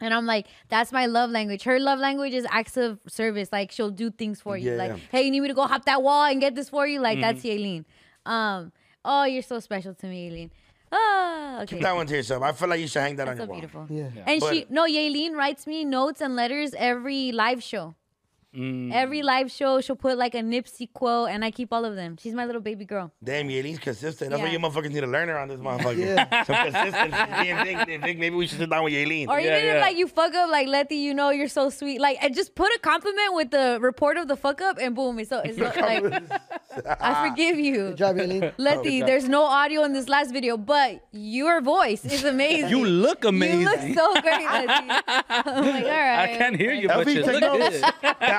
And I'm like, that's my love language. Her love language is acts of service. Like she'll do things for you. Yeah, Mm-hmm. Like, yeah. hey, you need me to go hop that wall and get this for you? Like that's Yaelin. Um, oh, you're so special to me, Yaelin. Ah, okay. That one to yourself. I feel like you should hang that on That's your so wall. beautiful. Yeah. And But- she no, Yaelin writes me notes and letters every live show. Mm. Every live show, she'll put like a Nipsey quote, and I keep all of them. She's my little baby girl. Damn, Yaeli's consistent. That's why Yeah. you motherfuckers need a learner on [LAUGHS] this motherfucker. Yeah. Some consistency. Me and Vic, Vic, maybe we should sit down with [LAUGHS] Yaelin. Or [LAUGHS] Yeah, even yeah. if like you fuck up, like Letty, you know you're so sweet. Like and just put a compliment with the report of the fuck up, and boom, it's, so, [LAUGHS] it's so- like I forgive you. Job, Aileen. Letty, there's no audio in this last video, but your voice is amazing. You look amazing. You look so [LAUGHS] great, Letty. I'm like, all right. I can't hear you, Elfie, but you take look notes. good. [LAUGHS]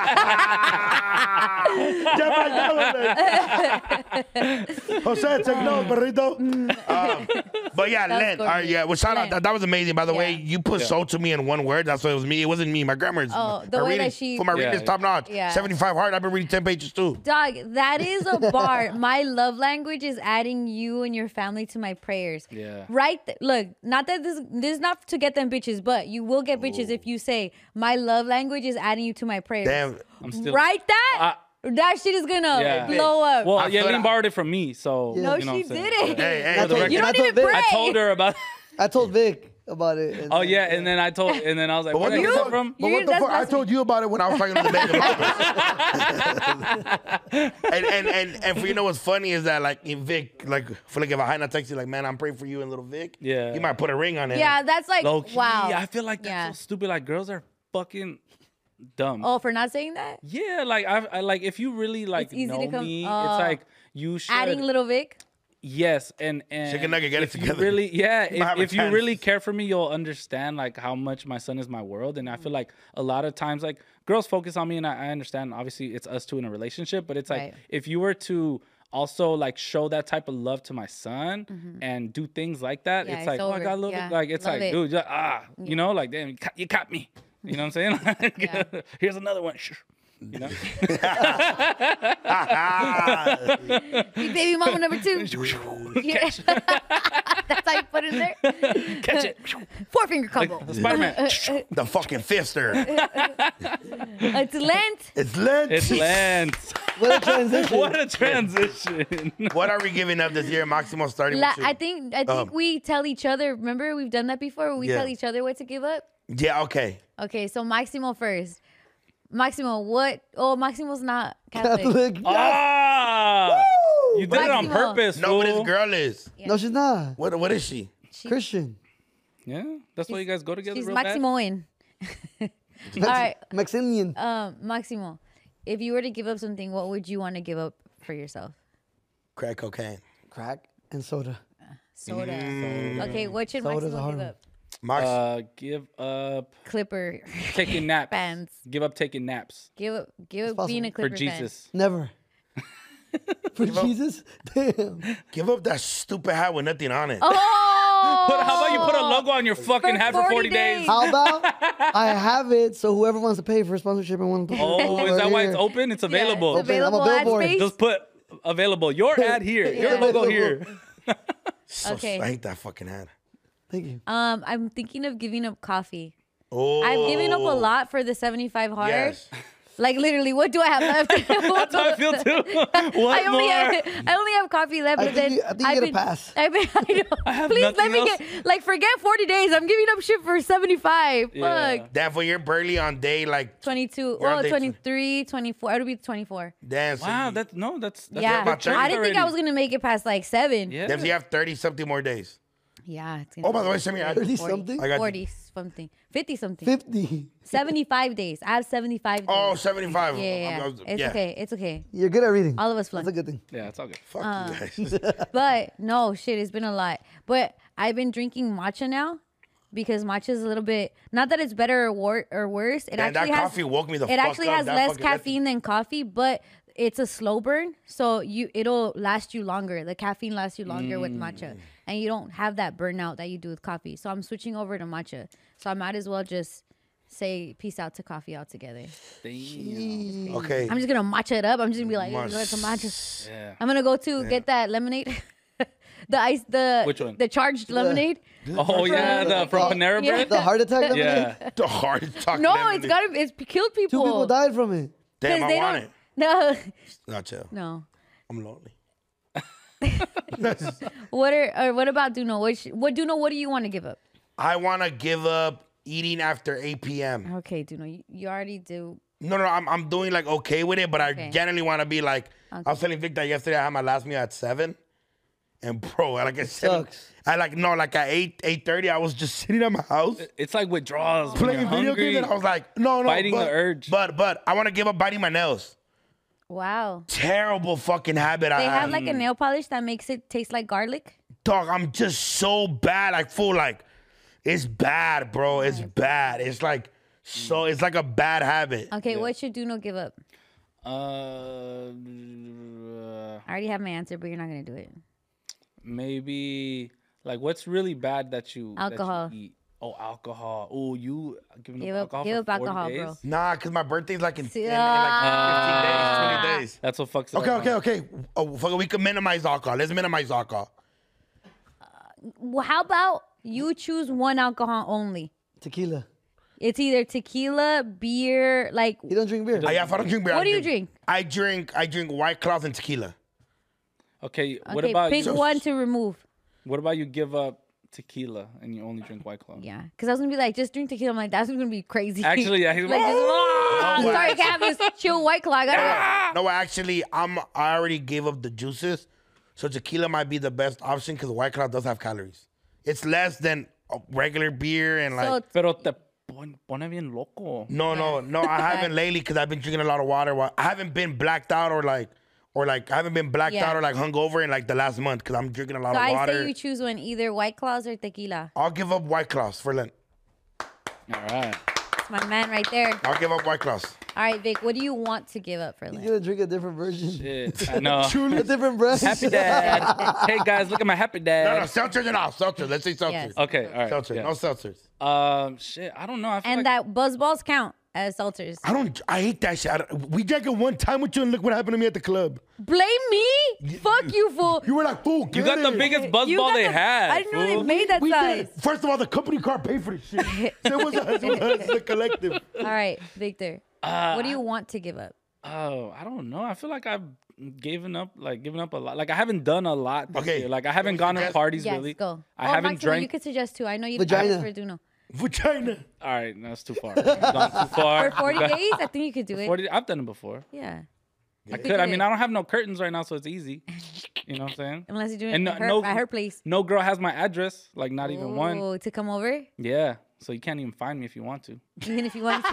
[LAUGHS] Jose, take notes, burrito. Um, but [LAUGHS] yeah, Mm. was Lent. All right, gorgeous. yeah. Well, shout out. Lent. That, that was amazing. By the way, Yeah. you put Yeah. soul to me in one word. That's why it was me. It wasn't me. My grammar is. Oh, the my way that reading- she- For my Yeah, reading is yeah. top notch. Yeah. 75 hard. I've been reading 10 pages too. Dog, that is a [LAUGHS] bar. my love language is adding you and your family to my prayers. Yeah. Right. Th- look, not that this this is not to get them bitches, but you will get bitches if you say my love language is adding you to my prayers. Damn. I'm still- Right. That that shit is gonna Yeah. blow up. Well, I feel Yaelin like- borrowed it from me, so no, you know she what I'm saying? didn't. Hey, hey, For the hey, you record. don't That's even what pray. they- I told her about. [LAUGHS] I told Vic about it. and Oh then- yeah, and then I [LAUGHS] told, and then I was like, But "Where what did the I get fuck? that from?" But what the that's fuck? I last told you about it when I was talking to the bag of [LAUGHS] hoppers. and, and and and for you know what's funny is that like in Vic, like for like if a high not text you like, man, I'm praying for you and little Vic. Yeah. You might put a ring on it. Yeah, that's like Low key, wow. I feel like that's Yeah. so stupid. Like girls are fucking dumb. Oh, for not saying that, Yeah, like I, I like if you really like easy to know come- me, Oh. it's like you should adding little Vic. yes and and Chicken nugget, get it if you together. Really, yeah. [LAUGHS] might have a If, if you really chance. care for me, you'll understand like how much my son is my world, and I feel like a lot of times like girls focus on me, and I, I understand. Obviously, it's us two in a relationship, but it's like Right. if you were to also like show that type of love to my son and do things like that Mm-hmm. Yeah, it's like it's oh i over. got a little Yeah, bit like it's love like it. dude you're- [LAUGHS] ah you know like damn you caught, you caught me you know what i'm saying Like, here's another one You [LAUGHS] know? Big baby mama number [LAUGHS] two. Yeah. [LAUGHS] That's how you put it in there. Catch [LAUGHS] it. Four [LAUGHS] finger combo. Spider [LAUGHS] Man. [LAUGHS] the fucking fister. It's Lent. It's Lent. It's Lance. What a transition. [LAUGHS] What a transition. [LAUGHS] What are we giving up this year, Maximo? Starting La- with you. I think I think Um, we tell each other. Remember, we've done that before. We Yeah. tell each other what to give up. yeah. Okay. Okay, so Maximo first. Maximo, what? Oh, Maximo's not [LAUGHS] Catholic. Catholic. Oh. Ah! You did it on Maximo. purpose. No, but fool. this girl is. No, she's not. What? What is she? Christian. Yeah, that's why you guys go together. She's real bad? [LAUGHS] Maximoan. All Mex- right, Maximian. um, Maximo, if you were to give up something, what would you want to give up for yourself? Crack cocaine. Crack and soda. Soda. Okay, what should Mm. Soda's a Maximo hard give one. up? Max. Uh, give up Clipper taking naps. fans. Give up taking naps Give up, give up possible. being a for Clipper Jesus. [LAUGHS] Never. For Jesus? Damn. give up that stupid hat with nothing on it. fan. [LAUGHS] Oh! Put, how about you put a logo on your fucking hat for 40, 40 days? days. How about I have it so whoever wants to pay for sponsorship and want to put Oh, is that why it's open? It's Yeah, available. it's Open, I'm a available ad billboard. space. Just put available. Your ad here. Your Yeah. logo here. so, okay. I hate that fucking hat. Thank you. Um, I'm thinking of giving up coffee. Oh. I've given up a lot for the 75 hard. Yes. [LAUGHS] Like literally, what do I [LAUGHS] have left? That's How I [LAUGHS] feel too. [LAUGHS] One I only, more. [LAUGHS] have, I only have coffee left, I but think then you- I think you have get a been, [LAUGHS] pass. I've been, I know. have Please let nothing me else. get like forget forty days. I'm giving up shit for seventy five. Yeah. Fuck. That for you're burly on day like 22, We're on well, day tw- 23, 24. It'll be 24. dancing. Wow, that's no, that's, that's yeah. about 30 I didn't think I was going to make it past like seven. Yeah. Then you have thirty something more days. Yeah. It's gonna Oh, by be the way, send me. your 30 address. something? I got 40 something, 50 something, 50. 75 days. I have 75 days. Oh, 75. yeah, yeah. I'm- yeah. I'm- It's okay. It's okay. You're good at reading. All of us flunk. That's a good thing. yeah, it's all good. Fuck Uh, [LAUGHS] you guys. But no, shit, it's been a lot. But I've been drinking matcha now because matcha is a little bit. Not that it's better or, wor- or worse. It Man, that actually has, coffee woke me the It fuck actually up. has That less fucking left me- caffeine than coffee, but it's a slow burn, so you it'll last you longer. The caffeine lasts you longer with Mm. matcha, and you don't have that burnout that you do with coffee. So I'm switching over to matcha. So I might as well just say peace out to coffee altogether. Damn. Okay. I'm just gonna matcha it up. I'm just gonna be like, "Hey, Must- you want some matcha. Yeah. I'm gonna go to get that lemonade, [LAUGHS] the ice, the Which one? the charged lemonade. Oh yeah, the from Panera [LAUGHS] Yeah. Bread. The heart [LAUGHS] attack? Yeah. [LAUGHS] the heart [LAUGHS] attack. No, lemonade. it's gotta it's killed Two people. people died from it. Damn, 'Cause I they want don't- it. No, Not chill. [LAUGHS] no. I'm lonely. What are or what about Duno? What sh- what Duno? What do you want to give up? I want to give up eating after 8 p.m. Okay, Duno, you, you already do. No, no, I'm, I'm doing like okay with it, but I Okay. generally want to be like, I was telling Vic that yesterday I had my last meal at 7. And bro, like I said, sucks. I like, no, like at 8, 8.30, I was just [LAUGHS] sitting at my house. It's like withdrawals. when Playing Uh, video you're games, and I hungry. was like, no, no, Fighting the but- urge. But but I want to give up biting my nails. Wow. Terrible fucking habit I They have. have like a nail polish that makes it taste like garlic. dog, I'm just so bad. I feel like it's bad, bro. It's bad. It's like so. It's like a bad habit. Okay, what should Duno give up? Uh, I already have my answer, but you're not gonna do it. maybe like what's really bad that you that you Alcohol. eat? Oh, alcohol. Oh, you giving Give up up- alcohol give for up alcohol, 40 bro. days? Nah, cause my birthday's like in, in, in Ah. like 15 days, 20 days. That's what fucks. it Okay, up, okay, huh? okay. Oh, fuck, it, we can minimize alcohol. Let's minimize alcohol. Well, how about you choose one alcohol only? Tequila. It's either tequila, beer, like You don't drink beer. I, if I don't drink beer, I What do you drink? I drink. I drink White Claws and tequila. Okay, what okay, about pick you, one to remove. what about you give up tequila and you only drink White Claw? Yeah, because I was gonna be like, just drink tequila. I'm like, that's gonna be crazy. Actually, [LAUGHS] yeah, he's like, just, "Ah, wow. sorry, can't have this chill white claw. I gotta-" No, actually, I'm. I already gave up the juices, so tequila might be the best option because White Claw does have calories. It's less than uh, regular beer and like. So Pero te pon- pone bien loco. No, no, no. I [LAUGHS] haven't lately because I've been drinking a lot of water. While I haven't been blacked out or like, or like I haven't been blacked Yeah. out or like hungover in like the last month because I'm drinking a lot So of I water. say you choose one, either White Claws or tequila. I'll give up White Claws for Lent. All right. It's my man right there. I'll give up White Claws. All right, Vic, what do you want to give up for You Lent? gotta drink a different version. Shit, [LAUGHS] I know. A different brand. Happy [LAUGHS] dad. hey guys, look at my happy No, no, dad. seltzers and all seltzers. Let's say seltzers. Yes. Okay, all right. Seltzer, yeah. no seltzers. Um, shit, I don't know. I feel And like that buzz balls count. as seltzers. I don't. I hate that shit. I don't- we drank it one time with you, and look what happened to me at the club. Blame me? Fuck you, fool. You were like, "Fool, You got the biggest buzz You ball got they the- had. I didn't know fool. they made that We size. did. it. First of all, the company car paid for this shit. So it was us. [LAUGHS] It was us, the collective. All right, Victor. what do you want to give up? Oh, I don't know. I feel like I've given up, like given up a lot. Like I haven't done a lot. This Okay. year. Like I haven't we gone to suggest- parties Yes, really. go. I oh, haven't Maximo, You drank. could suggest two. I know you Vagina. asked for Duno. Vagina. All right, no, that's too far. Gone too far. [LAUGHS] [LAUGHS] For 40 Gone- days, I think you could do it. 40 I've done it before. Yeah. I could. I did mean, it. I don't have no curtains right now, so it's easy. You know what I'm saying? Unless you're doing And no- it at her, no- at her place. No girl has my address. Like not even one. Ooh, to come over, Yeah. So you can't even find me if you want to. even if you [LAUGHS] want to.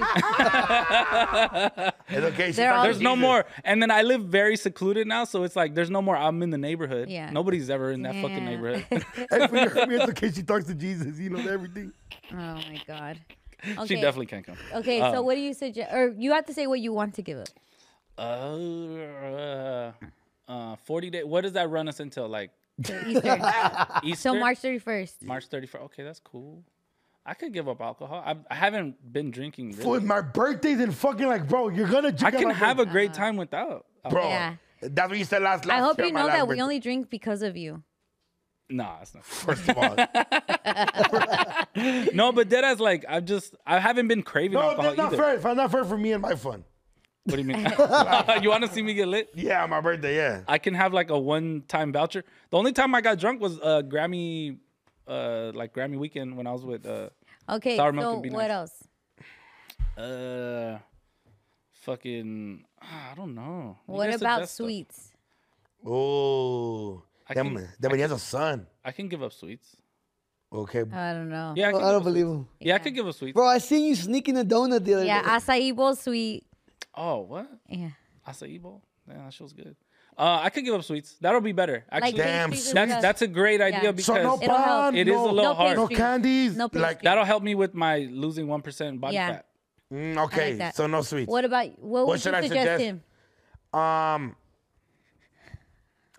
It's okay. She's They're not all- There's no Jesus. more. And then I live very secluded now, so it's like there's no more. I'm in the neighborhood. Yeah. Nobody's ever in that fucking Yeah. [LAUGHS] neighborhood. Hey, for your- it's okay. She talks to Jesus. He knows everything. oh my God. She Okay. definitely can't come. Okay, Um, so what do you suggest? Or you have to say what you want to give up. Uh, uh, 40 day. What does that run us until? Like [LAUGHS] to Easter. Easter? so March 31st. March 31st. Okay, that's cool. I could give up alcohol. I, I haven't been drinking. Really. With my birthdays and fucking like, bro, you're gonna. I drink on can my have birthday. a great time without. alcohol. Bro, Yeah. that's what you said last. last I hope year, you my know last that we birthday. only drink because of you. Nah, it's not. First [LAUGHS] of all, No, but dead as like I've just I haven't been craving no, alcohol that's not either. fair. It's not fair for me and my fun. What do you mean? [LAUGHS] you want to see me get lit? Yeah, my birthday. Yeah. I can have like a one-time voucher. The only time I got drunk was uh, Grammy, uh, like Grammy weekend when I was with uh, Okay, Sour milk so would be what nice. else? uh, fucking. [SIGHS] I don't know. You What guys about suggest stuff. sweets? Oh, them can- them he has a son. I can give up sweets. Okay. I don't know. Yeah, I, Bro, can give I don't up sweets. believe him. Yeah, I could give up sweets. Bro, I seen you sneaking a donut the other Yeah, day. acai bowl sweet. Oh, what? Yeah. Acai bowl? Damn, that show's good. Uh, I could give up sweets. That'll be better. Actually, Damn, pastries sweet. and that's stuff. that's a great idea Yeah. because So no It'll help. pan, It is no, a little No hard. no pastry. candies. No like pastry. That'll help me with my losing one percent body Yeah. fat. mm, okay, that. so no sweets. What about what, would should you I suggest, suggest? him? Um,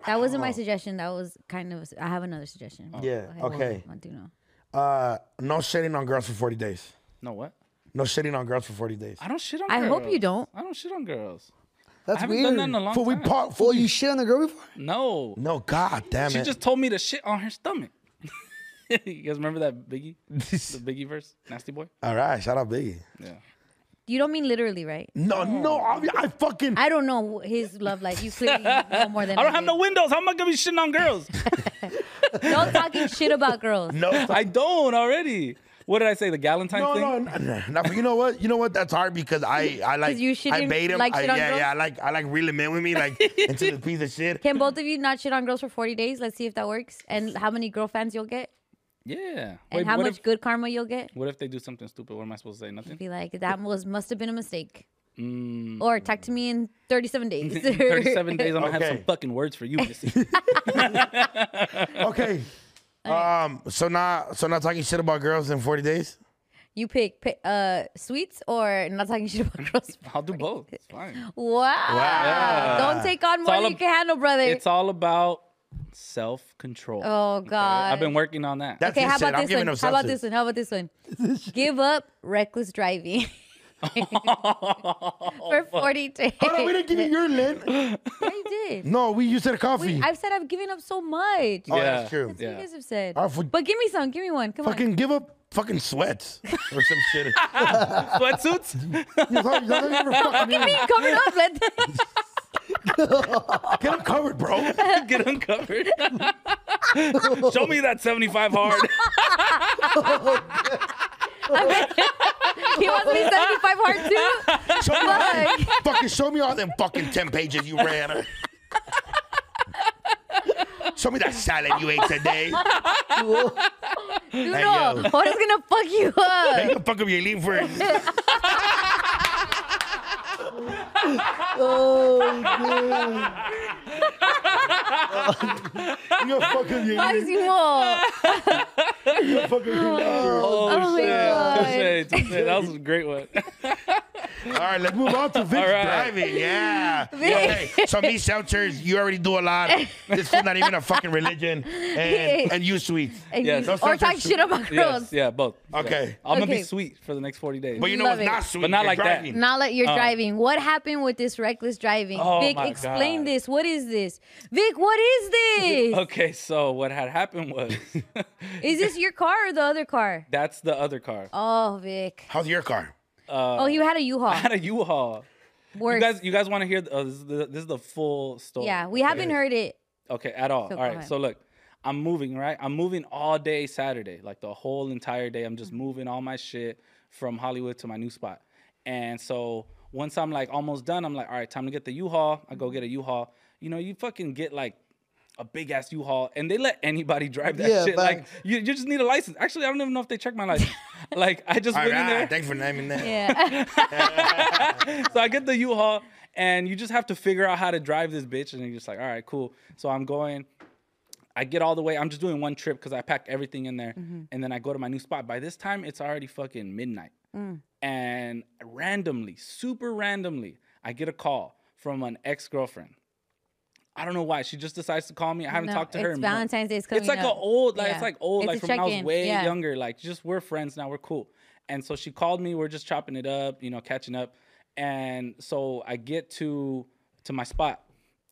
That wasn't my suggestion. That was kind of. I have another Oh. suggestion. Oh. yeah, okay. I do know. Uh, no shitting on girls for forty days. No what? No shitting on girls for forty days. I don't shit on. I girls. hope you don't. I don't shit on girls. I That's haven't weird. done that in a long For we time. part. Oh, For you shit on a [LAUGHS] girl before? no, No, god damn she it. just told me to shit on her stomach. [LAUGHS] you guys remember that Biggie, the Biggie verse, Nasty Boy? [LAUGHS] All right, shout out Biggie. Yeah. You don't mean literally, right? No, no, I, I fucking. I don't know his love life. [LAUGHS] You clearly know more than I don't have no do. windows. How am I gonna be shitting on girls? Don't talking shit about girls. no, [LAUGHS] I don't already. What did I say? The Galentine no, thing. no, no, no, no, but You know what? You know what? That's hard because I, I like. you I shouldn't bait him. like I, shit on yeah, girls? yeah. I like, I like reeling men with me, like into this piece of [LAUGHS] shit. Can both of you not shit on girls for 40 days? Let's see if that works. And how many girl fans you'll get. Yeah. And Wait, how what much if good karma you'll get. what if they do something stupid? What am I supposed to say? [LAUGHS] Nothing. Be like, that was must have been a mistake. Mm, Or talk to me in 37 days. [LAUGHS] Thirty-seven days. I'm gonna have Okay. some fucking words for you. [LAUGHS] Missy. Okay. Um. So not, so not talking shit about girls in forty days. [LAUGHS] You pick pi- uh, sweets or not talking shit about girls. [LAUGHS] I'll do both. It's fine. [LAUGHS] Wow. Wow. Don't take on more all than you ab- can handle, brother. It's all about self control. oh, God. I've been working on that. [LAUGHS] That's Okay, his how shit. about I'm this giving one? him How about substance. this one? How about this one? Give up reckless [LAUGHS] driving [LAUGHS] Oh, for 40 days. Oh, no, we [LAUGHS] didn't give you your lint. I did. No, we you said coffee. I've said I've given up so much. oh, that's true. You Yeah. [LAUGHS] guys have said. Oh, for- But give me some. Give me one. Come Fucking give up fucking sweats or some shit. [LAUGHS] you [LAUGHS] Sweatsuits? don't, you don't ever [LAUGHS] fucking on. Keep [LAUGHS] coming up. Let get them covered, bro. Get uncovered. [LAUGHS] Show me that 75 hard. [LAUGHS] he wants me 75 hard too. Show me all them, Fuck. fucking show me all them fucking ten pages you ran. show me that salad you ate today. You Hey, know, yo. what is gonna fuck you Hey, up? you fuck up your [LAUGHS] livers. [LAUGHS] Oh, God. You fuck up your Fucks you up. You fuck up your livers. [LAUGHS] Oh, my shit. God. Touche, touche. That was a great one. All right, let's move on to Vic's [LAUGHS] All right. driving. Yeah. Okay. So me shelters, you already do a lot. This is not even a fucking religion. [LAUGHS] And, and you sweets. And Yes. you- Those or types are talk su- shit about girls. Yes, yeah, both. Yeah. Okay. I'm gonna Okay. be sweet for the next 40 days. But you know Love it's it. not sweet. But not you're like that. driving. Now that you're driving, what happened with this reckless driving? Oh Vic, my explain God. this. What is this? Vic, what is this? okay, so what had happened [LAUGHS] was Is this your car or the other car? [LAUGHS] that's the other [LAUGHS] car. Oh, Vic. How's your car? oh, he had a U-Haul. I had a U-Haul. You Worse. guys, you guys want to hear? The, oh, this, is the, this is the full story. yeah, we haven't heard it. Okay, at all. So all go right. ahead. So look, I'm moving, right? I'm moving all day Saturday, like the whole entire day. I'm just moving all my shit from Hollywood to my new spot. And so once I'm like almost done, I'm like, all right, time to get the U-Haul. I go get a U-Haul. You know, you fucking get like a big ass U-Haul, and they let anybody [LAUGHS] drive that Yeah, shit. Like facts. you, you just need a license. Actually, I don't even know if they check my license. like I just All went in there. right. ah, Thanks for naming that. [LAUGHS] Yeah. [LAUGHS] so I get the U-Haul, and you just have to figure out how to drive this bitch. And you're just like, all right, cool. So I'm going. I get all the way. I'm just doing one trip because I pack everything in there, Mm-hmm. and then I go to my new spot. By this time, it's already fucking midnight. Mm. And randomly, super randomly, I get a call from an ex-girlfriend. I don't know why. She just decides to call me. I haven't No, talked to her. it's in months. Valentine's Day is It's coming like up. an old, like uh, Yeah. it's like old, It's like a from when I was check-in. way Yeah. younger younger, Like just we're friends now. We're cool. And so she called me. We're just chopping it up, you know, catching up. And so I get to to my spot,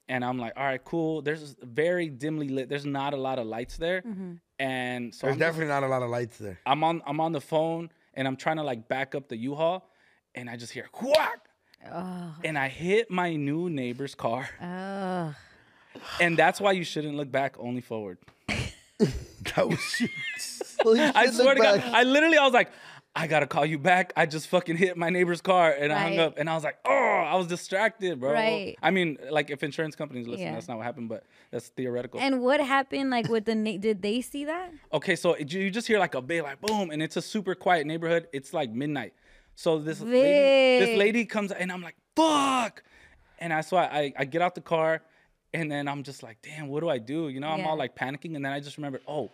and I'm like, all right, cool. There's very dimly lit. There's not a lot of lights there. Mm-hmm. And so There's I'm, definitely not a lot of lights [LAUGHS] there. I'm on I'm on the phone and I'm trying to like back up the U-Haul, and I just hear quack, and I hit my new neighbor's car. Ugh. And that's why you shouldn't look back, only forward. That was shit. Holy shit, I look swear to God, back. I literally I was like, I gotta call you back. I just fucking hit my neighbor's car and I hung Right. up and I was like, oh, I was distracted, bro. Right. I mean, like if insurance companies listen, Yeah. that's not what happened, but that's theoretical. And what happened? Like with the na- did they see that? okay, so it- you you just hear like a big like boom, and it's a super quiet neighborhood. It's like midnight. So this lady, Vic. this lady comes and I'm like, fuck. And I so I, I I get out the car and then I'm just like, damn, what do I do? You know, I'm Yeah. all like panicking, and then I just remember, oh,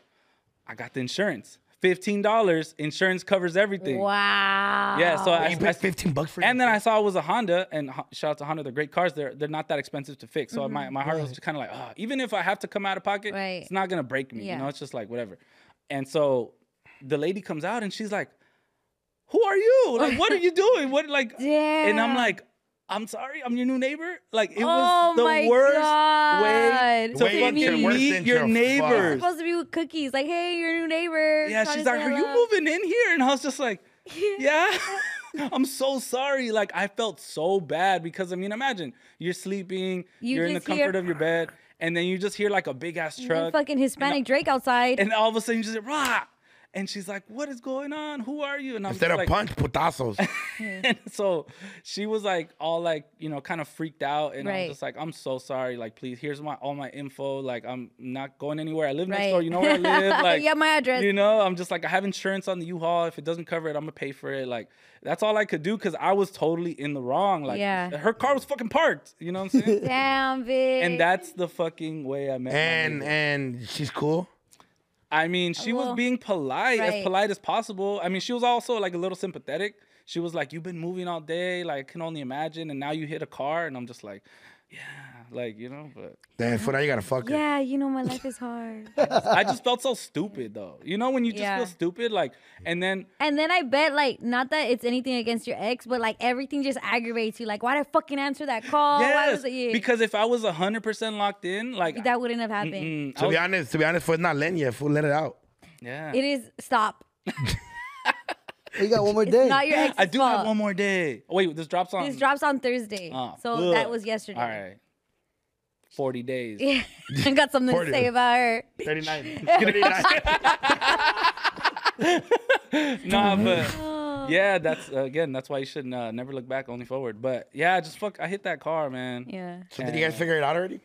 I got the insurance. Fifteen dollars, insurance covers everything. Wow. Yeah, so I, You I- paid 15 bucks for and it? then I saw it was a Honda, and Ho- shout out to Honda, they're great cars. They're they're not that expensive to fix. So my, my heart was just kind of like, oh, even if I have to come out of pocket, Mm-hmm. Right. it's not gonna break me. Yeah. You know, it's just like whatever. And so the lady comes out and she's like, "Who are you? Like, what are you doing? What like?" And I'm Damn. like. I'm sorry, I'm your new neighbor. Like it Oh was the my worst way God. to Way fucking into- worse meet into your fuck. It's neighbors. supposed to be with cookies. Like, hey, your new neighbor. Yeah, trying she's to like, say "Are you hello." moving in here?" And I was just [LAUGHS] like, "Yeah." [LAUGHS] I'm so sorry. Like I felt so bad because I mean, imagine you're sleeping, You you are in the just hear- comfort of your bed, and then you just hear like a big ass And truck, fucking Hispanic Drake outside. and all of a sudden you just hear rah, and she's like, "What is going on? Who are you?" And I'm Instead just of like, punch, putazos. and [LAUGHS] so she was like all like you know kind of freaked out and i Right. was just like i'm so sorry like please here's my all my info like i'm not going anywhere i live next Right. door you know where i [LAUGHS] live like You have my address. you know i'm just like i have insurance on the u-haul if it doesn't cover it i'm gonna pay for it like that's all i could do because i was totally in the wrong like Yeah. her car was fucking parked you know what i'm [LAUGHS] saying Damn, Vic. and that's the fucking way i met my and neighbor. and she's cool. I mean, she Well, was being polite, right. as polite as possible. I mean, she was also like a little sympathetic. She was like, "You've been moving all day, like I can only imagine, and now you hit a car." And I'm just like, "Yeah, like you know." But Then for that you gotta fuck her. yeah, you know my life is hard. I just felt so stupid, though. You know, when you just Yeah. feel stupid, like, and then and then I bet like not that it's anything against your ex, but like everything just aggravates you. Like, why did I fucking answer that call? Why yes, was it you? because if I was hundred percent locked in, like, that wouldn't have happened. mm, I To was- be honest, to be honest, for it's not letting you, fool, let it out. yeah, It is stop. You got one more It's day. not your ex's [LAUGHS] I do fault. have one more day. Oh, wait, this drops on. This drops on Thursday, Oh, so ugh. that was yesterday. All [LAUGHS] right, forty days. I got something to Forty. say about her. [LAUGHS] 39. [LAUGHS] 39. [LAUGHS] nah, [GASPS] but yeah, that's uh, again, that's why you shouldn't uh, never look back, only forward. But yeah, just fuck, I hit that car, man. Yeah, Yeah. so did you guys figure it out already?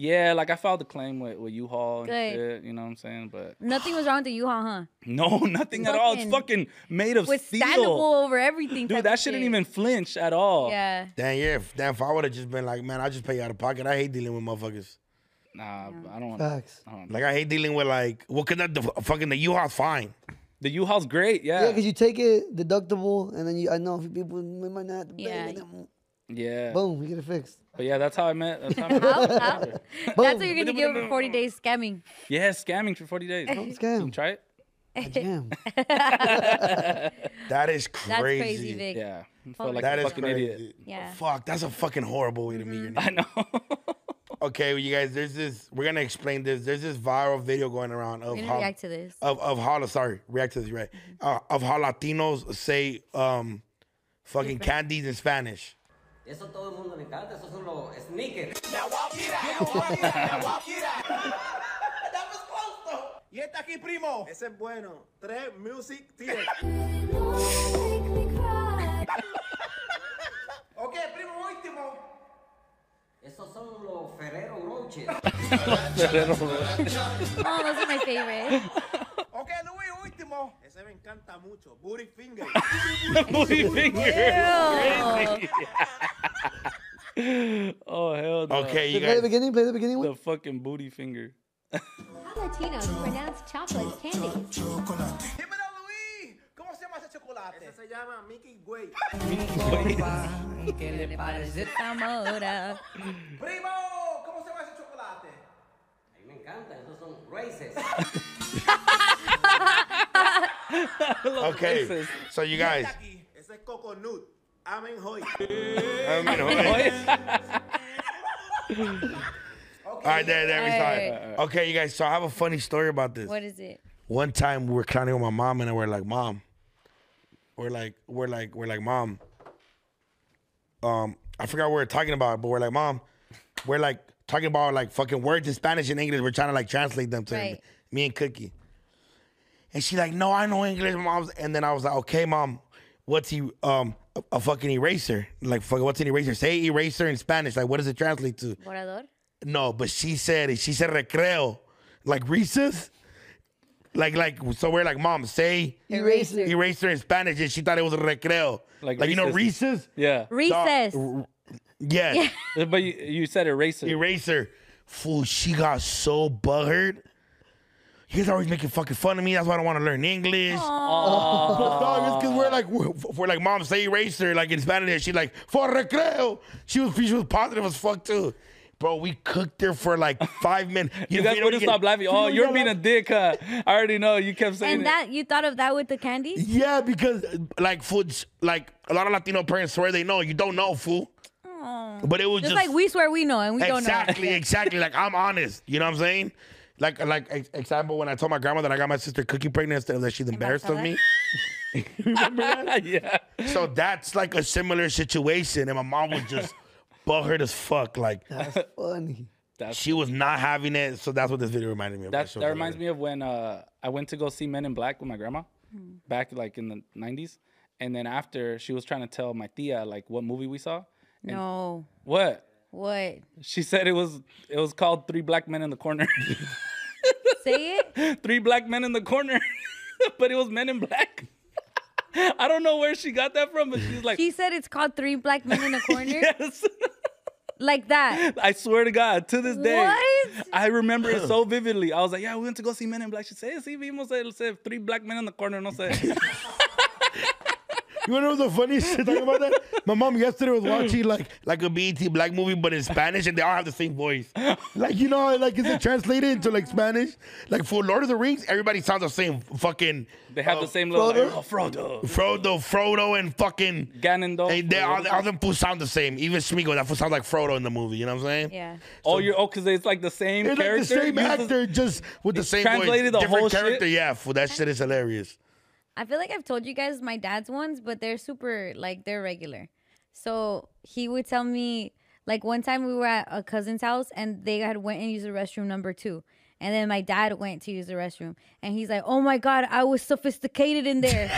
like I filed the claim with, with U-Haul and Good. shit. You know what I'm saying? But Nothing was wrong with the U-Haul, huh? no, [LAUGHS] nothing at all. It's fucking Fucking made of With steel, standable over everything. type dude. of That shouldn't shit. even flinch at all. [LAUGHS] Yeah. Damn, yeah. If, damn, if I would have just been like, man, I just pay you out of pocket. I hate dealing with motherfuckers. Nah, I don't want. Facts. Like, I hate dealing with, like, well, cause that the fucking the U-Haul's fine. The U-Haul's great. Yeah, Yeah. because you take it deductible, and then you, I know a few people we might not. Yeah. Yeah. Boom, we get it fixed. But yeah, [LAUGHS] that's how I met. That's how I met. How- That's what you're gonna [LAUGHS] give for 40 days scamming. [LAUGHS] yeah, scamming for 40 days. Don't You [LAUGHS] scam. try it? [LAUGHS] Damn. That is That's crazy. crazy, Vic. Yeah. Yeah. I felt like That a is fucking crazy. idiot. Yeah. Mm-hmm. Fuck, that's a fucking horrible way to meet your [LAUGHS] I neighbor. know. [LAUGHS] Okay, well, you guys, there's this. We're gonna explain this. There's this viral video going around of We're gonna how react to Mm-hmm. this. of of how sorry react to this right uh, of how Latinos say um fucking candies in Spanish. Eso todo el mundo le encanta, esos son los [LAUGHS] sneakers. [LAUGHS] Y está aquí, primo. Ese es bueno. Tres music tier. [LAUGHS] ok, primo último. Esos son los Ferrero Roches. Oh, those are my favorite. [LAUGHS] Ok, Luis, último. Ese me encanta mucho. Booty [LAUGHS] finger. Booty finger. Ew. Oh hell no. Okay, you Play the guys. beginning. Play the beginning one. The fucking booty finger. Latinos pronounce chocolate candy. [LAUGHS] Dímelo, Luis. ¿Cómo se llama ese chocolate? Ese se llama Mickey Way. Ahora. primo, ¿cómo se llama ese chocolate? A mí me encanta, esos son races. [LAUGHS] Okay, so you guys. Aquí. Ese es coconut. Amen hoy. I mean, all [LAUGHS] right, there, there we All saw it. Okay, you guys. So I have a funny story about this. What is it? one time we were clowning with my mom and we're like, mom, we're like, we're like, we're like, mom. Um, I forgot what we are talking about, but we're like, mom, we're like talking about like fucking words in Spanish and English. We're trying to like translate them to Right. me and Cookie. And she's like, no, I know English, mom's. And then I was like, okay, mom, what's he um a, a fucking eraser? Like, fuck, what's an eraser? Say eraser in Spanish. Like, what does it translate to? Borrador? No, but she said it. She said recreo, like recess. Like, like, so we're like, mom, say Eraser. eraser in Spanish, and she thought it was recreo. Like, Like you know, recess? recess. Yeah. Recess. Yes, But you, you said eraser. [LAUGHS] eraser. Fool, she got so butthurt. You guys always making fucking fun of me. That's why I don't want to learn English. But [LAUGHS] dog, it's because we're like, we're, we're like, mom, say eraser, like in Spanish. And she like, for recreo. She was, she was positive as fuck, too. Bro, we cooked her for like five minutes. [LAUGHS] You know, guys we don't wouldn't get- stop laughing. you know, Oh, we you're don't being a laugh- dick. Huh? I already know. You kept saying And that you thought of that with the candy? Yeah, because like foods, like a lot of Latino parents swear they know. You don't know, fool. But it was Just just like we swear we know and we don't know. [LAUGHS] exactly, exactly. Like I'm honest. You know what I'm saying? Like, like ex- example, when I told my grandma that I got my sister cookie pregnant, instead of that she's embarrassed of me. it. [LAUGHS] yeah. [LAUGHS] So that's like a similar situation, and my mom was [LAUGHS] just butthurt as fuck. Like Funny. she was not having it. So that's what this video reminded me of. That's, that reminds me of when uh, I went to go see Men in Black with my grandma Hmm. back like in the 90s. And then after, she was trying to tell my tia like what movie we saw. No. What? What? She said it was it was called Three Black Men in the Corner. [LAUGHS] Say it? Three Black Men in the Corner. [LAUGHS] but it was Men in Black. [LAUGHS] I don't know where she got that from, but she's like, [LAUGHS] She said it's called Three Black Men in a Corner. yes. [LAUGHS] Like that. I swear to God, to this day, What? I remember it so vividly. I was like, yeah, we went to go see Men in Black. She said, sí, vimos el, se- three black men in the corner. No sé. You wanna know the funniest shit talking about that? My mom yesterday was watching like like a BET black movie, but in Spanish, and they all have the same voice. Like you know, like is it translated into like Spanish? Like for Lord of the Rings, everybody sounds the same. Fucking They have the same little, Frodo? like, oh, Frodo. Frodo, Frodo, and fucking Ganondorf. and they all, all them fools sound the same. Even Smeagol, that fool sounds like Frodo in the movie. You know what I'm saying? Yeah. oh, you're, oh, because it's like the same It's like character. the same uses- actor, just with the same voice, translated the different whole shit? character. Yeah, fool, that shit is hilarious. I feel like I've told you guys my dad's ones, but they're super like they're regular. So he would tell me like one time we were at a cousin's house and they had went and used the restroom number two. And then my dad went to use the restroom and he's like, Oh my god, I was sophisticated in [LAUGHS] there.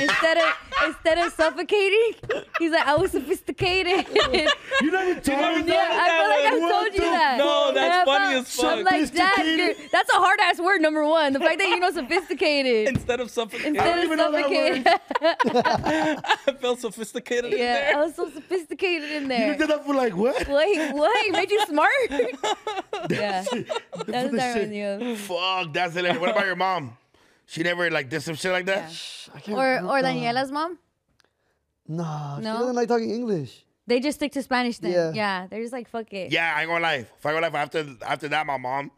instead of instead of suffocating, he's like, I was [LAUGHS] sophisticated. [LAUGHS] You never told me Yeah, I feel like I've What told the you that. No, And that's I funny felt- as fuck. I'm like, Dad, you're- Sophisticated. that's a hard ass word, number one. The fact that you [LAUGHS] know sophisticated. Instead of suffocating, Instead of even know that suffocated. I felt sophisticated. in yeah, there. I was so sophisticated in You there. did that for like what? Wait, what? He made you [LAUGHS] smart? yeah. That's what the that shit. reminds me of. Fuck, that's hilarious. What about your mom? She never like did some shit like that. I can't Or remember. or Daniela's mom? Nah, she No? doesn't like talking English. They just stick to Spanish then. Yeah. Yeah. they're just like fuck it. Yeah, I ain't gonna lie. If I go life after after that, my mom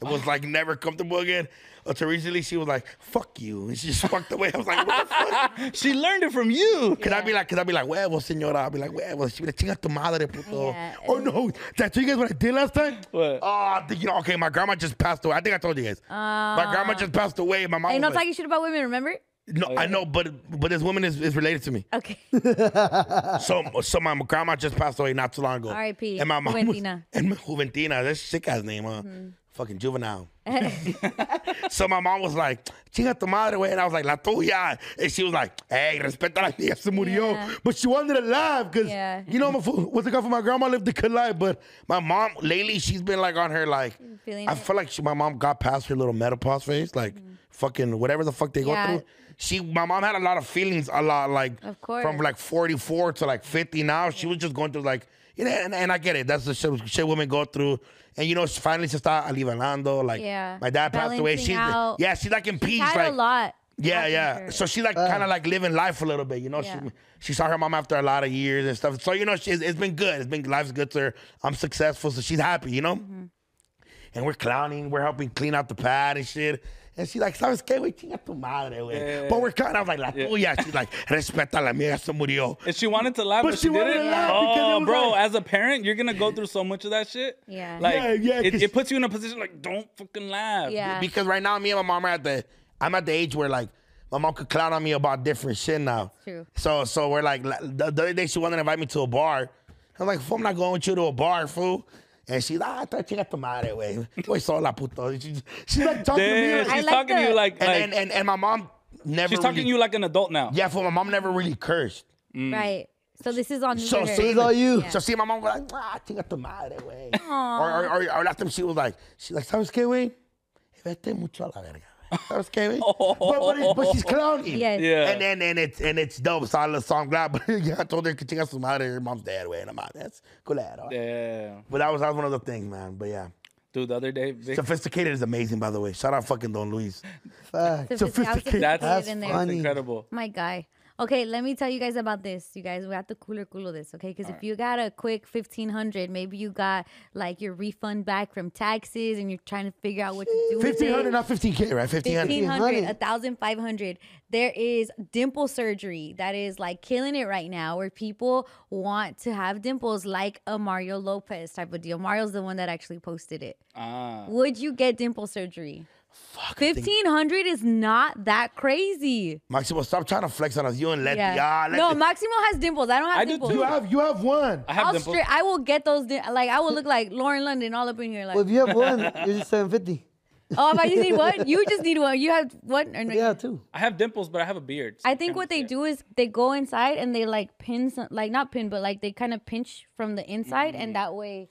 was like never comfortable again. Until recently, she was like, "Fuck you," and she just [LAUGHS] walked away. I was like, [LAUGHS] "What the fuck?" She learned it from you. Cause I'd be like, cause I'd be like, huevo, señora. I'd be like, huevo. She'd be like, chinga tu madre, puto. Yeah. Oh no, that you guys what I did last time? What? Oh, I think, you know, okay, my grandma just passed away. I think I told you guys. my grandma just passed away. My mom. Ain't Ah. no was like, talking shit about women, remember? no, I know, but but this woman is, is related to me. [LAUGHS] Okay. So so my grandma just passed away not too long ago. R.I.P.. And my mom was- Juventina. [LAUGHS] Mm-hmm. and my- Juventina, that's sick ass name, huh? Fucking [LAUGHS] juvenile. [LAUGHS] so my mom was like, chinga tu madre, güey. And I was like, la tuya. And she was like, hey, respeta la mía, se murió. Yeah. But she wanted to laugh because, Yeah. you know, my, fu- what's it called for my grandma lived a good life. But my mom, lately, she's been like on her, like, Feeling I it. Mm. feel like she, my mom got past her little menopause phase, like fucking whatever the fuck they Yeah. go through. She, my mom had a lot of feelings, a lot like Of course. from like 44 to like 50 now. She was just going through like, you know, and, and I get it. That's the shit, shit women go through. And you know, she finally she started alivianando. Like, Yeah. my dad passed away. Balancing She's, out. yeah, she's like in peace. Had Like, a lot. yeah, happen yeah. to her. So she like kind of like living life a little bit, you know. Yeah. She she saw her mom after a lot of years and stuff. So you know, she, it's been good. It's been life's good to her. I'm successful, so she's happy, you know. Mm-hmm. And we're clowning, we're helping clean out the pad and shit. And she like, sabes qué, güey, chinga tu madre, güey. But we're kind of like la tuya. She's like, respeta la mía, se murió. And she wanted to laugh, But but, she she, wanted didn't. to laugh because it oh, was bro, like- as a parent, you're gonna go through so much of that shit. Yeah. Like, Yeah, yeah, it, 'cause- it puts you in a position like, don't fucking laugh. Yeah. Because right now, me and my mom are at the, I'm at the age where like my mom could clown on me about different shit now. true. So so we're like la- the, the other day she wanted to invite me to a bar. I'm like, fool, I'm not going with you to a bar, fool. And she's like, ah, te chingas tu madre, wey. Voy sola, puto. She- She's like talking to me. Damn, like- she's I like talking to the- you like, and, like and, and, and my mom never she's talking really- to you like an adult now. Yeah, fool, my mom never really cursed. Right. So this is on So her. see, all you. So see, my mom was like, ah, chinga tu madre, wey. Or, or, or, or last time she was like, she's like, ¿sabes qué, wey? Vete mucho a la verga. wey. ¿Sabes qué, wey? but, but, it- but she's clowning. Yes. Yeah. And then and it's and it's dope. So I love so I'm glad. [LAUGHS] But yeah, I told her que chingas tu madre, your mom's dad way, and I'm like, that's cool. Yeah. But that was that was one of the things, man. But yeah, Dude, the other day, Vic, sophisticated is amazing, by the way. Shout out fucking Don Luis. Fact. Sophisticated. Sophisticated. that's, That's that's in there. funny. incredible. My guy. Okay, let me tell you guys about this. You guys, we have to cooler cooler this, okay? Because if you got a quick fifteen hundred, maybe you got like your refund back from taxes, and you're trying to figure out what to do. with Fifteen it. hundred, not fifteen k, right? Fifteen hundred. 1500 1500. 1500 there is dimple surgery that is like killing it right now where people want to have dimples like a mario lopez type of deal mario's the one that actually posted it Ah. would you get dimple surgery 1500 is not that crazy Maximo, stop trying to flex on us. You and let yeah. let no the- maximo has dimples i don't have I do dimples too. you have you have one. I have I'll them. straight, I will get those. Dim- like I will look like Lauren London all up in here. Like, Well, if you have one, you're [LAUGHS] just 750. oh, if I just need [LAUGHS] one, you just need one. You have one. Or no, Yeah, too. I have dimples, but I have a beard. so I you think can't what they see it. do is they go inside and they like pin some, like not pin, but like they kind of pinch from the inside, Mm. and that way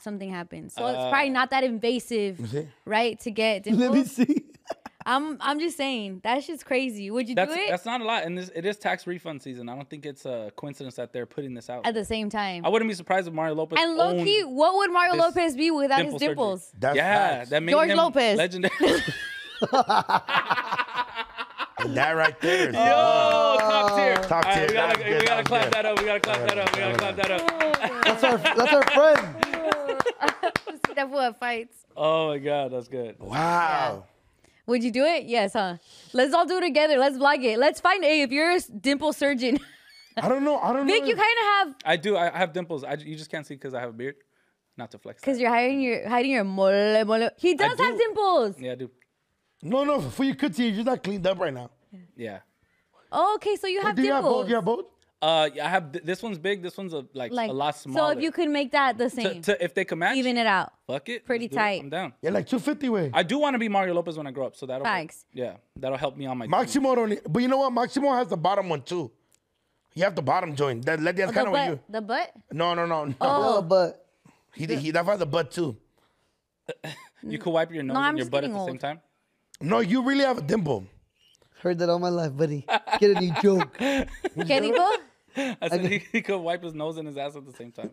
something happens. So Uh, it's probably not that invasive, see. right? To get [LAUGHS] Let me dimples. see. I'm I'm just saying that shit's crazy. Would you That's do it that's not a lot, and this it is tax refund season. I don't think it's a coincidence that they're putting this out. at the same time? I wouldn't be surprised if Mario Lopez and low owned key, what would Mario this Lopez be without dimple his surgery. dimples? That's yeah, facts. that made George him Lopez. legendary. [LAUGHS] [LAUGHS] And that right there. [LAUGHS] is one. Oh, top tier. Top All right, tier. That we gotta, was good, that we gotta was clap good. that up. We gotta clap that up. We gotta clap that up. That's our, that's our friend. that boy fights. Oh my god, that's good. Wow. Would you do it? Yes, huh? Let's all do it together. Let's vlog it. Let's find a if you're a s- dimple surgeon. [LAUGHS] I don't know. I don't Vic, know. you kind of have I do. I I have dimples. I, ju- you just can't see because I have a beard. Not to flex. because that. you're hiding your hiding your mole mole. He does have do. dimples. Yeah, I do. no, no. For you could see, you're not cleaned up right now. Yeah. Oh, okay, so you have Do you have dimples. both? You have both. Uh, yeah, I have th- this one's big. This one's a, like, a lot smaller. So if you could make that the to, same, to- if they can match, even it out. Oh, fuck it. pretty let's do it. tight. I'm down. Yeah, like 250 way. I do want to be Mario Lopez when I grow up, so that'll help. Facts. Yeah, that'll help me on my Maximo don't. e- But you know what? Maximo has the bottom one too. You have the bottom joint. That that- that's Oh, the kind of what butt, Oh. you. the [LAUGHS] butt. No, no, no, no. No, but He he. That's why the butt too. You could wipe your nose I'm and your just butt at getting the same old. time. [LAUGHS] No, you really have a dimple. heard that all my life, buddy. Get [LAUGHS] a new joke. Can it go? I said [LAUGHS] he, he could wipe his nose and his ass at the same time.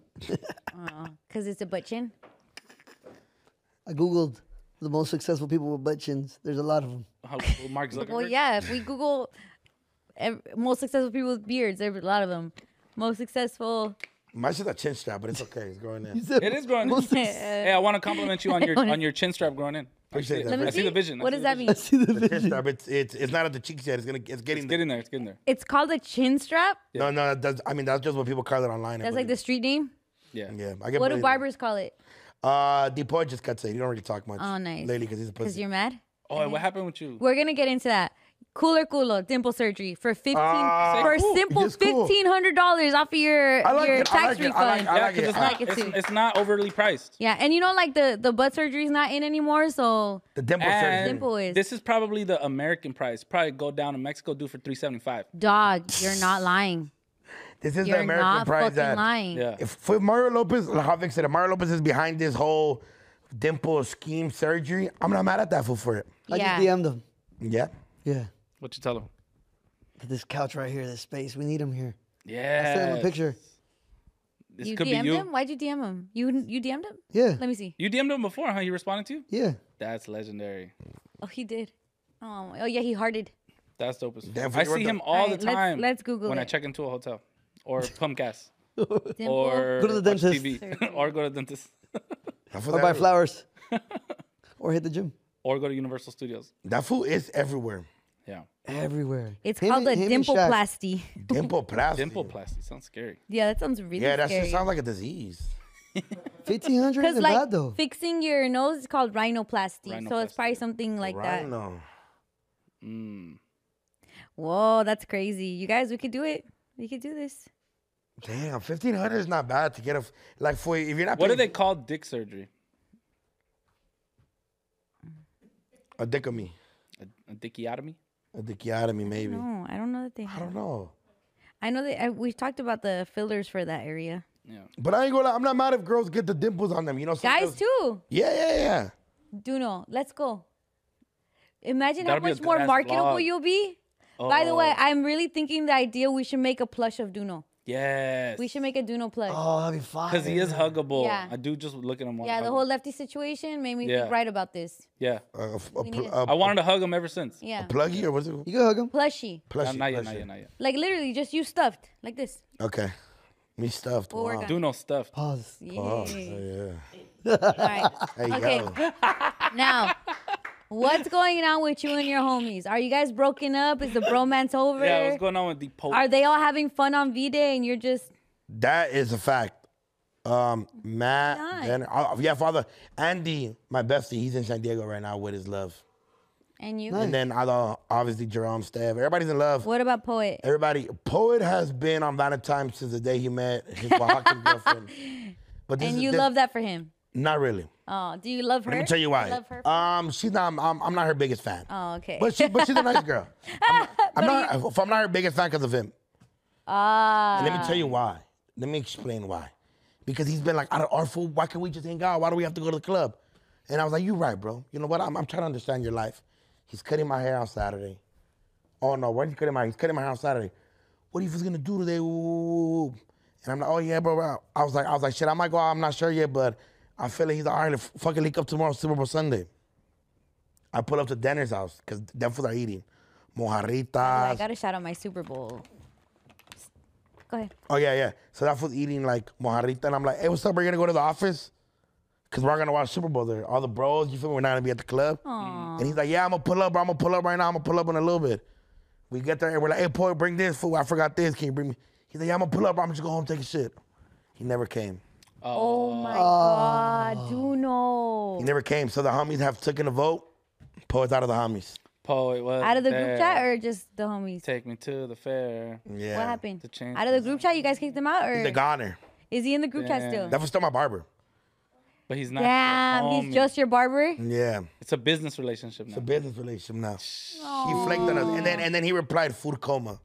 Cause it's a butt chin. I googled the most successful people with butt chins. There's a lot of [LAUGHS] them. How- Mark Zuckerberg. Well, yeah, if we Google [LAUGHS] ev- most successful people with beards, there's a lot of them. [LAUGHS] Most successful. [LAUGHS] Mine's just a chin strap, but it's okay. It's going in. It [LAUGHS] is growing. [LAUGHS] in. hey, I want to compliment you on your on your chin strap growing in. I see, Appreciate it. that, I man. see the vision. I What see does the that vision. mean? The chin strap. It's, it's it's not at the cheeks yet. It's gonna it's getting It's there. getting there. It's getting there. It's called a chin strap. No, no, that's, I mean that's just what people call it online. I That's like the believe. street name. Yeah. Yeah, I get What do bullied. barbers call it? Uh, Depoy just cuts it. He don't really talk much. Oh, nice. Lately, because he's a Because pussy. you're mad. Oh, and what happened with you? We're gonna get into that. Cooler culo dimple surgery for fifteen Ah, for cool. simple It's cool. fifteen hundred dollars off of your I like your it. I tax like it. refund. I like- I yeah, like 'cause it. it's I not like it it's, too. it's not overly priced. yeah, and you know like the the butt surgery's not in anymore, so The dimple And surgery. Simple is- this is probably the American price. Probably go down to Mexico, do for three seventy five. dog, you're [LAUGHS] not lying. This is You're the American not prize fucking that lying. Yeah. if for Mario Lopez, like how Vic said, if Mario Lopez is behind this whole dimple scheme surgery. I'm not mad at that fool for it. I Yeah. just DM'd them. Yeah. Yeah. What you tell him? But this couch right here, this space, we need them here. Yeah. Send them a picture. This you could DM'd be you. him? Why'd you DM him? You you DM'd him? Yeah. Let me see. You DM'd him before, huh? He responded to you? Yeah. That's legendary. Oh, he did. Oh, oh yeah, he hearted. That's dope as fuck. I Definitely see worth him it. all Alright, the let's- time. let's Google when I it. check into a hotel [LAUGHS] or pump gas Dimple. or Go to the watch dentist. TV, [LAUGHS] or go to the dentist That fool Or buy everywhere. [LAUGHS] flowers. or hit the gym. or go to Universal Studios. That fool is everywhere. Yeah, Everywhere. it's Him called and- a him and dimple Shaq. plasty. Dimple plastic. dimpleplasty sounds scary. [LAUGHS] Yeah, that sounds really Yeah, that scary. shit sounds like a disease. 1500 Because is like bad though. fixing your nose is called rhinoplasty, so it's Rhinoplasty. probably something like Right that. now. Whoa, that's crazy! You guys, we could do it. We could do this. Damn, fifteen hundred is not bad to get a f- like for if you're not. What do they paying- call dick surgery? A dichotomy. A, a dickiotomy? A dichotomy, maybe. No, I don't know that they. I Have. don't know. I know that I, we talked about the fillers for that area. But I ain't gonna. lie, I'm not mad if girls get the dimples on them. You know, Guys sometimes- too, Yeah, yeah, yeah. Duno. Let's go. Imagine how That'll be a much more good-ass marketable vlog. you'll be. By the way, Oh. I'm really thinking the idea we should make a plush of Duno. Yes. We should make a Duno plush. Oh, that'd be fire. because he is huggable. Yeah. I do just look at him. wanna yeah, hug the him. whole lefty situation made me Yeah. think right about this. Yeah, A, a, a, need pl- I a- wanted to hug him ever since. Yeah, Pluggy or what's it? You can hug him. plushy. Nah, Plushie. not yet, plushie. not yet, not yet. Like literally, just you stuffed like this. Okay. Me stuffed. We'll work wow. on Do no stuff. Pause. Oh, Yay. yeah. All right. There you Okay. [LAUGHS] go. Now, what's going on with you and your homies? Are you guys broken up? Is the bromance over? Yeah, what's going on with the Pope? Are they all having fun on V Day and you're just That is a fact. Um, Matt, Nice. then, oh, yeah, father, Andy, my bestie, he's in San Diego right now with his love. and you? And then I know, obviously Jerome Steph. Everybody's in love. What about poet? Everybody, Poet has been on Valentine's since the day he met his [LAUGHS] Oaxacan girlfriend. But this And is you this- love that for him? Not really. Oh, do you love her? Let me tell you why. love her. Um, she's not. I'm, I'm not her biggest fan. oh, okay. But she, but she's a nice girl. I'm not, I'm not, if I'm not her biggest fan because of him. [LAUGHS] Ah, And let me tell you why. Let me explain why. Because he's been like, out of our food, why can't we just hang out? Why do we have to go to the club? And I was like, you're right, bro. You know what? I'm, I'm trying to understand your life. He's cutting my hair on Saturday. Oh no, why are you cutting my He's cutting my hair on Saturday. What are you gonna do today? Ooh. And I'm like, oh yeah, bro. bro." I was like, I was like, shit, I might go out. I'm not sure yet, but I feel like he's like, all right, f- fucking leak up tomorrow, Super Bowl Sunday. I pull up to Denner's house, because them fools are eating. Mojarritas. I got to shout out my Super Bowl. Go ahead. Oh yeah, yeah. So that was eating like mojarrita, and I'm like, hey, what's up? We're gonna go to the office, cause we're gonna watch Super Bowl there. All the bros, you feel me? We're not gonna be at the club. And he's like, yeah, I'm gonna pull up. I'm gonna pull up right now. I'm gonna pull up in a little bit. We get there and we're like, hey, boy, bring this food. I forgot this. Can you bring me? He's like, yeah, I'm gonna pull up. I'm just going home take a shit. He never came. Oh my God, Duno. He never came. So the homies have taken a vote. Poets out of the homies. Poet was Out of the group there. chat or just the homies? Take me to the fair. Yeah. What happened? The change Out of the group chat, you guys kicked him out, or He's a goner. is he in the group chat still? That was still my barber. But he's not. your Damn, homie. he's just your barber. Yeah. It's a business relationship now. It's a business relationship now. He flaked on us, and then and then he replied, food coma.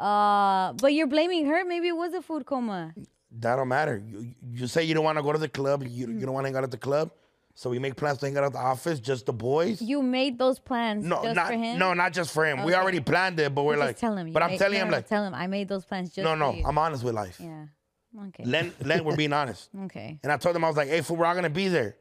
Uh, but you're blaming her. Maybe it was a food coma. That don't matter. You, you say you don't want to go to the club. You, you don't want to hang out at the club. So we make plans to hang out at the office, just the boys. You made those plans no, just not for him. no, not just for him. We Okay. already planned it, but we're Just like. tell him. you but I'm made- telling no, him no, like, tell him I made those plans just. no, for no, you. I'm honest with life. yeah. Okay. Len, Len, we're being honest. [LAUGHS] okay. And I told him I was like, hey, fool, we're all gonna be there.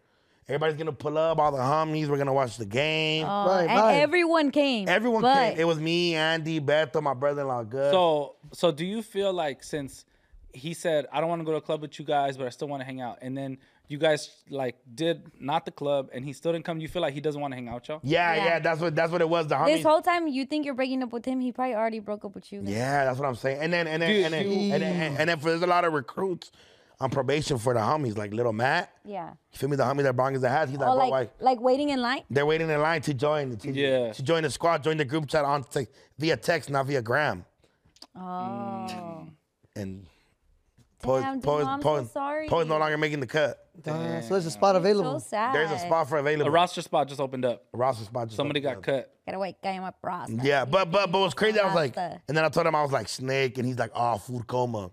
Everybody's gonna pull up, all the homies. We're gonna watch the game. Oh, Right, and right. everyone came. Everyone but came. It was me, Andy, Beto, my brother-in-law, good. So, so do you feel like since he said I don't want to go to a club with you guys, but I still want to hang out, and then you guys like did not the club, and he still didn't come, you feel like he doesn't want to hang out, y'all? yeah, yeah, Yeah. that's what that's what it was. The homies. this whole time you think you're breaking up with him, he probably already broke up with you. yeah, that's what I'm saying. And then and then and then, and then, and then, for, there's a lot of recruits on probation for the homies, like little Matt. Yeah. You feel me? The homie that brought his ass. He's like, Or bro, Oh, like, why? like waiting in line. They're waiting in line to join. To, Yeah. To join the squad, join the group chat on te- via text, not via gram. Mm. Oh. And Damn, dude, I'm so sorry. Poe's no longer making the cut. Damn, so there's a spot available. So sad. There's a spot for available. A roster spot just opened up. a roster spot. just Somebody got opened up. cut. Gotta wait, guy, my bra. Yeah, but but but what's crazy? I was like, Rasta. and then I told him I was like snake, and he's like, oh, food coma.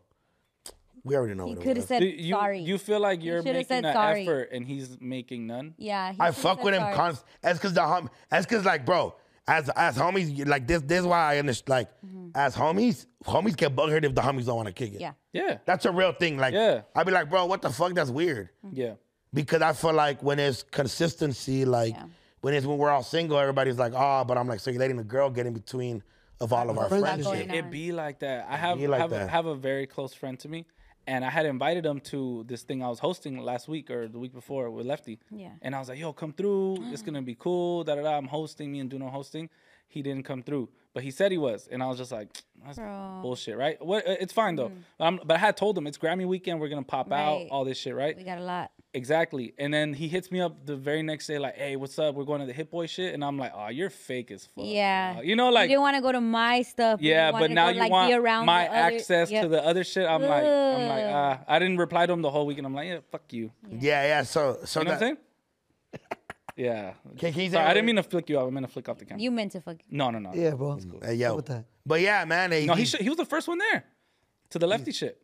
We already know He what could it have was. said Do you sorry. you feel like you're should've making said an sorry. effort and he's making none? yeah. he I should've fuck said with him sorry. const. That's cause the hom. That's cause like bro, as as homies, you- like this this is why I understand. Like as homies, homies get bug hurt if the homies don't want to kick it. Mm-hmm. Yeah. Yeah. That's a real thing. Like, Yeah. I'd be like, bro, what the fuck? That's weird. Mm-hmm. Yeah. Because I feel like when it's consistency, like Yeah. when it's when we're all single, everybody's like, oh, but I'm like, so you're letting a girl get in between of all of our Friends and friendships. shit. going It on. be like that. I have be like have, that. have a very close friend to me, and I had invited him to this thing I was hosting last week or the week before with Lefty. Yeah. And I was like, "Yo, come through. It's gonna be cool." Da da da. I'm hosting. Me and Duno hosting. He didn't come through, but he said he was, and I was just like, "That's Bro. Mm. bullshit, right?" What? uh, It's fine though. Um, but I had told him it's Grammy weekend. We're gonna pop out. Right. All this shit, right? We got a lot. Exactly. And then he hits me up the very next day, like, hey, what's up? We're going to the Hit Boy shit. And I'm like, oh, you're fake as fuck. Yeah. dog." You know, like, you didn't want to go to my stuff. yeah, you wanted but to now go, you like, want be around my the other- access Yep. to the other shit. I'm like, I'm like, Ugh. ah, I didn't reply to him the whole week. And I'm like, yeah, fuck you. You Yeah, yeah. So, so know what that- I'm saying? [LAUGHS] yeah. Can- can you say Sorry, I that didn't word? mean to flick you off. I meant to flick off the camera. You meant to fuck. no, no, no. Yeah, bro. Hey, yo. What's that? But yeah, man. Hey, No, he, he's, should, he was the first one there to the lefty shit.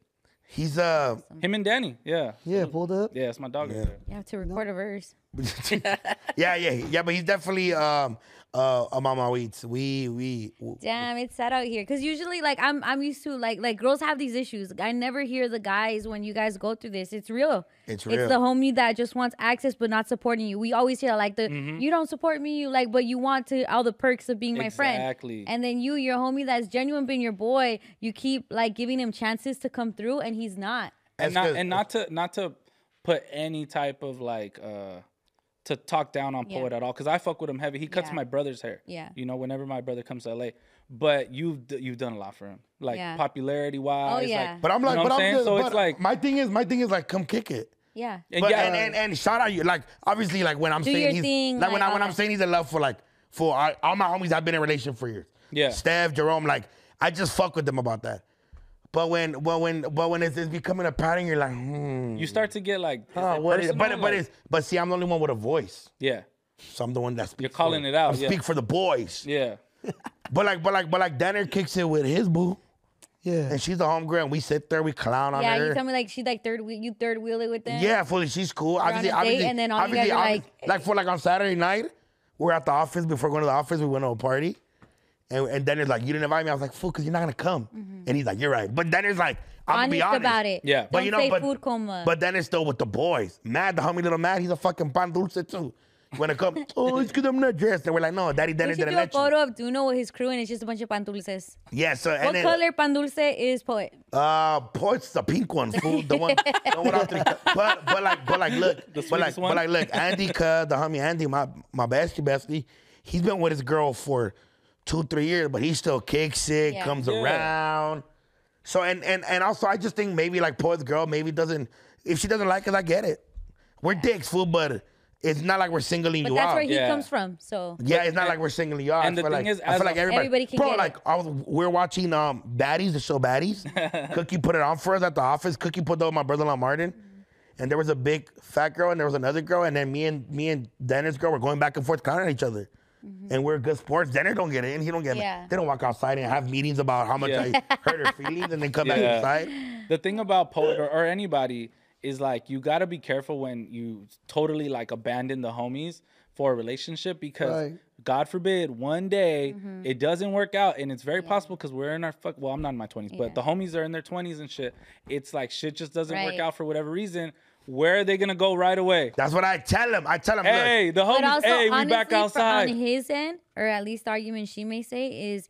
he's uh, Him and Danny. Yeah. Yeah, pulled up. Yeah, it's my dog right there. You have to record a verse. yeah, yeah, yeah. But he's definitely um, uh, a mama weeds. We, we, w- Damn, it's sad out here. Cause usually, like, I'm I'm used to like like girls have these issues. I never hear the guys when you guys go through this. It's real. It's It's real. the homie that just wants access but not supporting you. We always hear like the Mm-hmm. you don't support me, you like, but you want to all the perks of being my friend. Exactly. And then you, your homie that's genuine, being your boy, you keep like giving him chances to come through, and he's not. That's and not 'cause- and not to not to put any type of like uh to talk down on Yeah. poet at all because I fuck with him heavy. He cuts Yeah. my brother's hair. Yeah. you know, whenever my brother comes to LA, but you've d- you've done a lot for him, like Yeah. popularity wise. Oh, like- yeah. But I'm You like, know what but I'm I'm, saying? good, So it's but like- my thing is, my thing is like, come kick it. Yeah. and But, yeah, and, and and shout out you like obviously like when I'm Do your saying he's thing, like when like, I when all I'm that. saying he's in love for like for I, all my homies I've been in a relationship for years. Yeah. Steph, Jerome, like I just fuck with them about that. But when but when but when it's, it's becoming a pattern, you're like, hmm. you start to get like, is huh, it what is- personal? but Like, but it's but see I'm the only one with a voice. yeah, So I'm the one that speaks. for calling them. it out, I yeah. speak for the boys. yeah, But like but like but like Danner kicks it with his boo. Yeah. And she's a homegirl and we sit there, we clown on Yeah, her. you tell me like she like third wheel, you third wheel it with them. Yeah, fully. She's cool. on Obviously, a date, obviously, and then all you obviously, guys are obviously- like- for like on Saturday night, we're at the office. Before going to the office, we went to a party, and and then it's like you didn't invite me. I was like, fool, because you're not gonna come. And he's like, you're right. But then it's like, I'll be Mm-hmm. Honest honest about it. Yeah. but Don't you know, say but, food coma. but then it's still with the boys. Mad, the homie little Mad, he's a fucking pan dulce too. When it [LAUGHS] comes, oh, it's because I'm not dressed. And we're like, no, daddy, We Dennis should didn't do a let you. photo of Duno with his crew, and it's just a bunch of pan dulces. Yeah, so and What then, color pan dulce is poet? Uh, Port's the pink one, fool. The one, the one out three. [LAUGHS] But, but like, but like, look, but like, sweetest one? but like, look. Andy, cuz the homie Andy, my my bestie, bestie, he's been with his girl for two, three years, but he still kicks it, Yeah. comes Yeah. around. So and and and also, I just think maybe like Port's girl maybe doesn't. If she doesn't like us, I get it. We're dicks, fool, but it's not like we're singling But you that's out. where he Yeah. comes from. So Yeah, it's not like we're singling y'all. and I the feel like, thing is, I as feel like a- everybody, Everybody can bro, get like it. I was, we're watching um Baddies, the show [LAUGHS] Baddies. Cookie put it on for us at the office. Cookie put it with my brother-in-law Martin, and there was a big fat girl, and there was another girl, and then me and me and Dennis girl were going back and forth clowning at each other. And we're good sports. Dennis don't get in. He don't get in. Mm-hmm. Yeah. They don't walk outside and have meetings about how much Yeah. I hurt her feelings, and then come Yeah. back inside. the thing about poet or, or anybody is like you got to be careful when you totally like abandon the homies for a relationship because Right. god forbid one day Mm-hmm. it doesn't work out and it's very possible because we're in our fuck well i'm not in my 20s but the homies are in their 20s and shit it's like shit just doesn't work Right. out for whatever reason Where are they gonna go right away? That's what I tell them. I tell them, Hey, the homies. But also, hey, we honestly, back for- outside. on his end, or at least the argument she may say is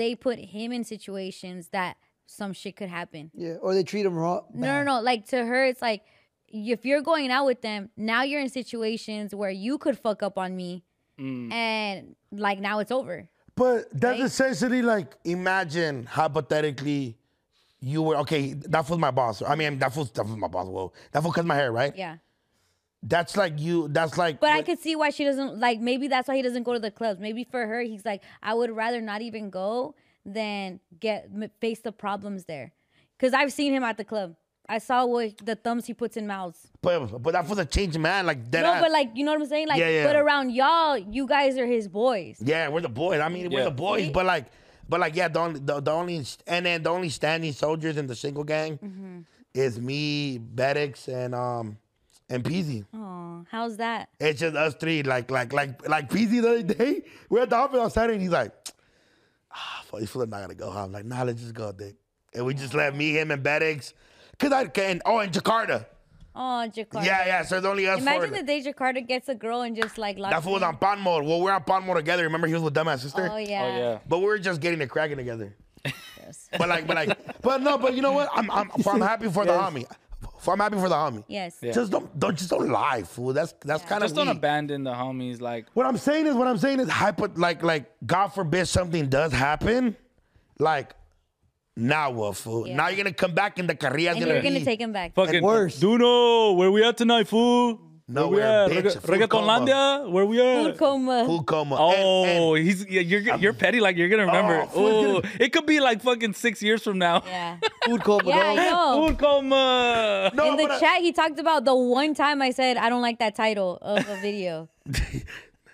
they put him in situations that some shit could happen. Yeah, or they treat them raw. No, no, no. Like to her, it's like if you're going out with them, now you're in situations where you could fuck up on me, Mm. and like now it's over. But that's Right? essentially like imagine hypothetically you were okay, that was my boss. I mean that was that was my boss. Whoa. That was cut my hair, right? Yeah. That's like you that's like But I could see why she doesn't like. Maybe that's why he doesn't go to the clubs. Maybe for her, he's like, I would rather not even go than get m- face the problems there. Cause I've seen him at the club. I saw what the thumbs he puts in mouths. but, but that was a changed man, like that. no, but like you know what I'm saying. Like, Yeah, yeah. but around y'all, you guys are his boys. Yeah, we're the boys. I mean, we're Yeah. the boys, but like, but like, yeah, the only, the, the only, and then the only standing soldiers in the single gang Mm-hmm. is me, Bedix, and um, and Peasy. Oh, how's that? It's just us three. Like, like, like, like Peasy the other day, we're at the office on Saturday, and he's like, ah, fuck, this fool's not gonna go. I'm like, nah, let's just go, dick. And we just let me, him, and Bedix, cause I can. Oh, and Jakarta. Oh, Jakarta. Yeah, yeah. So it's only us Imagine four. the day Jakarta gets a girl and just like locks that fool was in. on Pan Mode. Well, we're on Pan Mode together. Remember, he was with Dumbass Sister. Oh Oh yeah. yeah. But we were just getting it cracking together. Yes. [LAUGHS] But like, but like, but no, but you know what? I'm, I'm, for, I'm happy for the homie. For, I'm happy for the homie. Yes. Just don't, don't, just don't lie, fool. That's, that's kind of. Just don't abandon the homies. Like What I'm saying is, what I'm saying is, hypo, like, like, God forbid something does happen, like, now what, fool? Yeah. Now you're gonna come back in the carrilla's And you're gonna be- take him back. fucking worse. Duno, where we at tonight, fool? No, where we we're at? bitch, Regga- food Reggaetonlandia, where we Food at? coma. Food coma. Oh, And- and- he's yeah, you're you're petty like you're gonna remember. fool's Oh, it could be like fucking six years from now. Yeah. Food coma. [LAUGHS] Yeah, I know. Food coma. no, in the but I- chat, he talked about the one time I said I don't like that title of [LAUGHS] a video.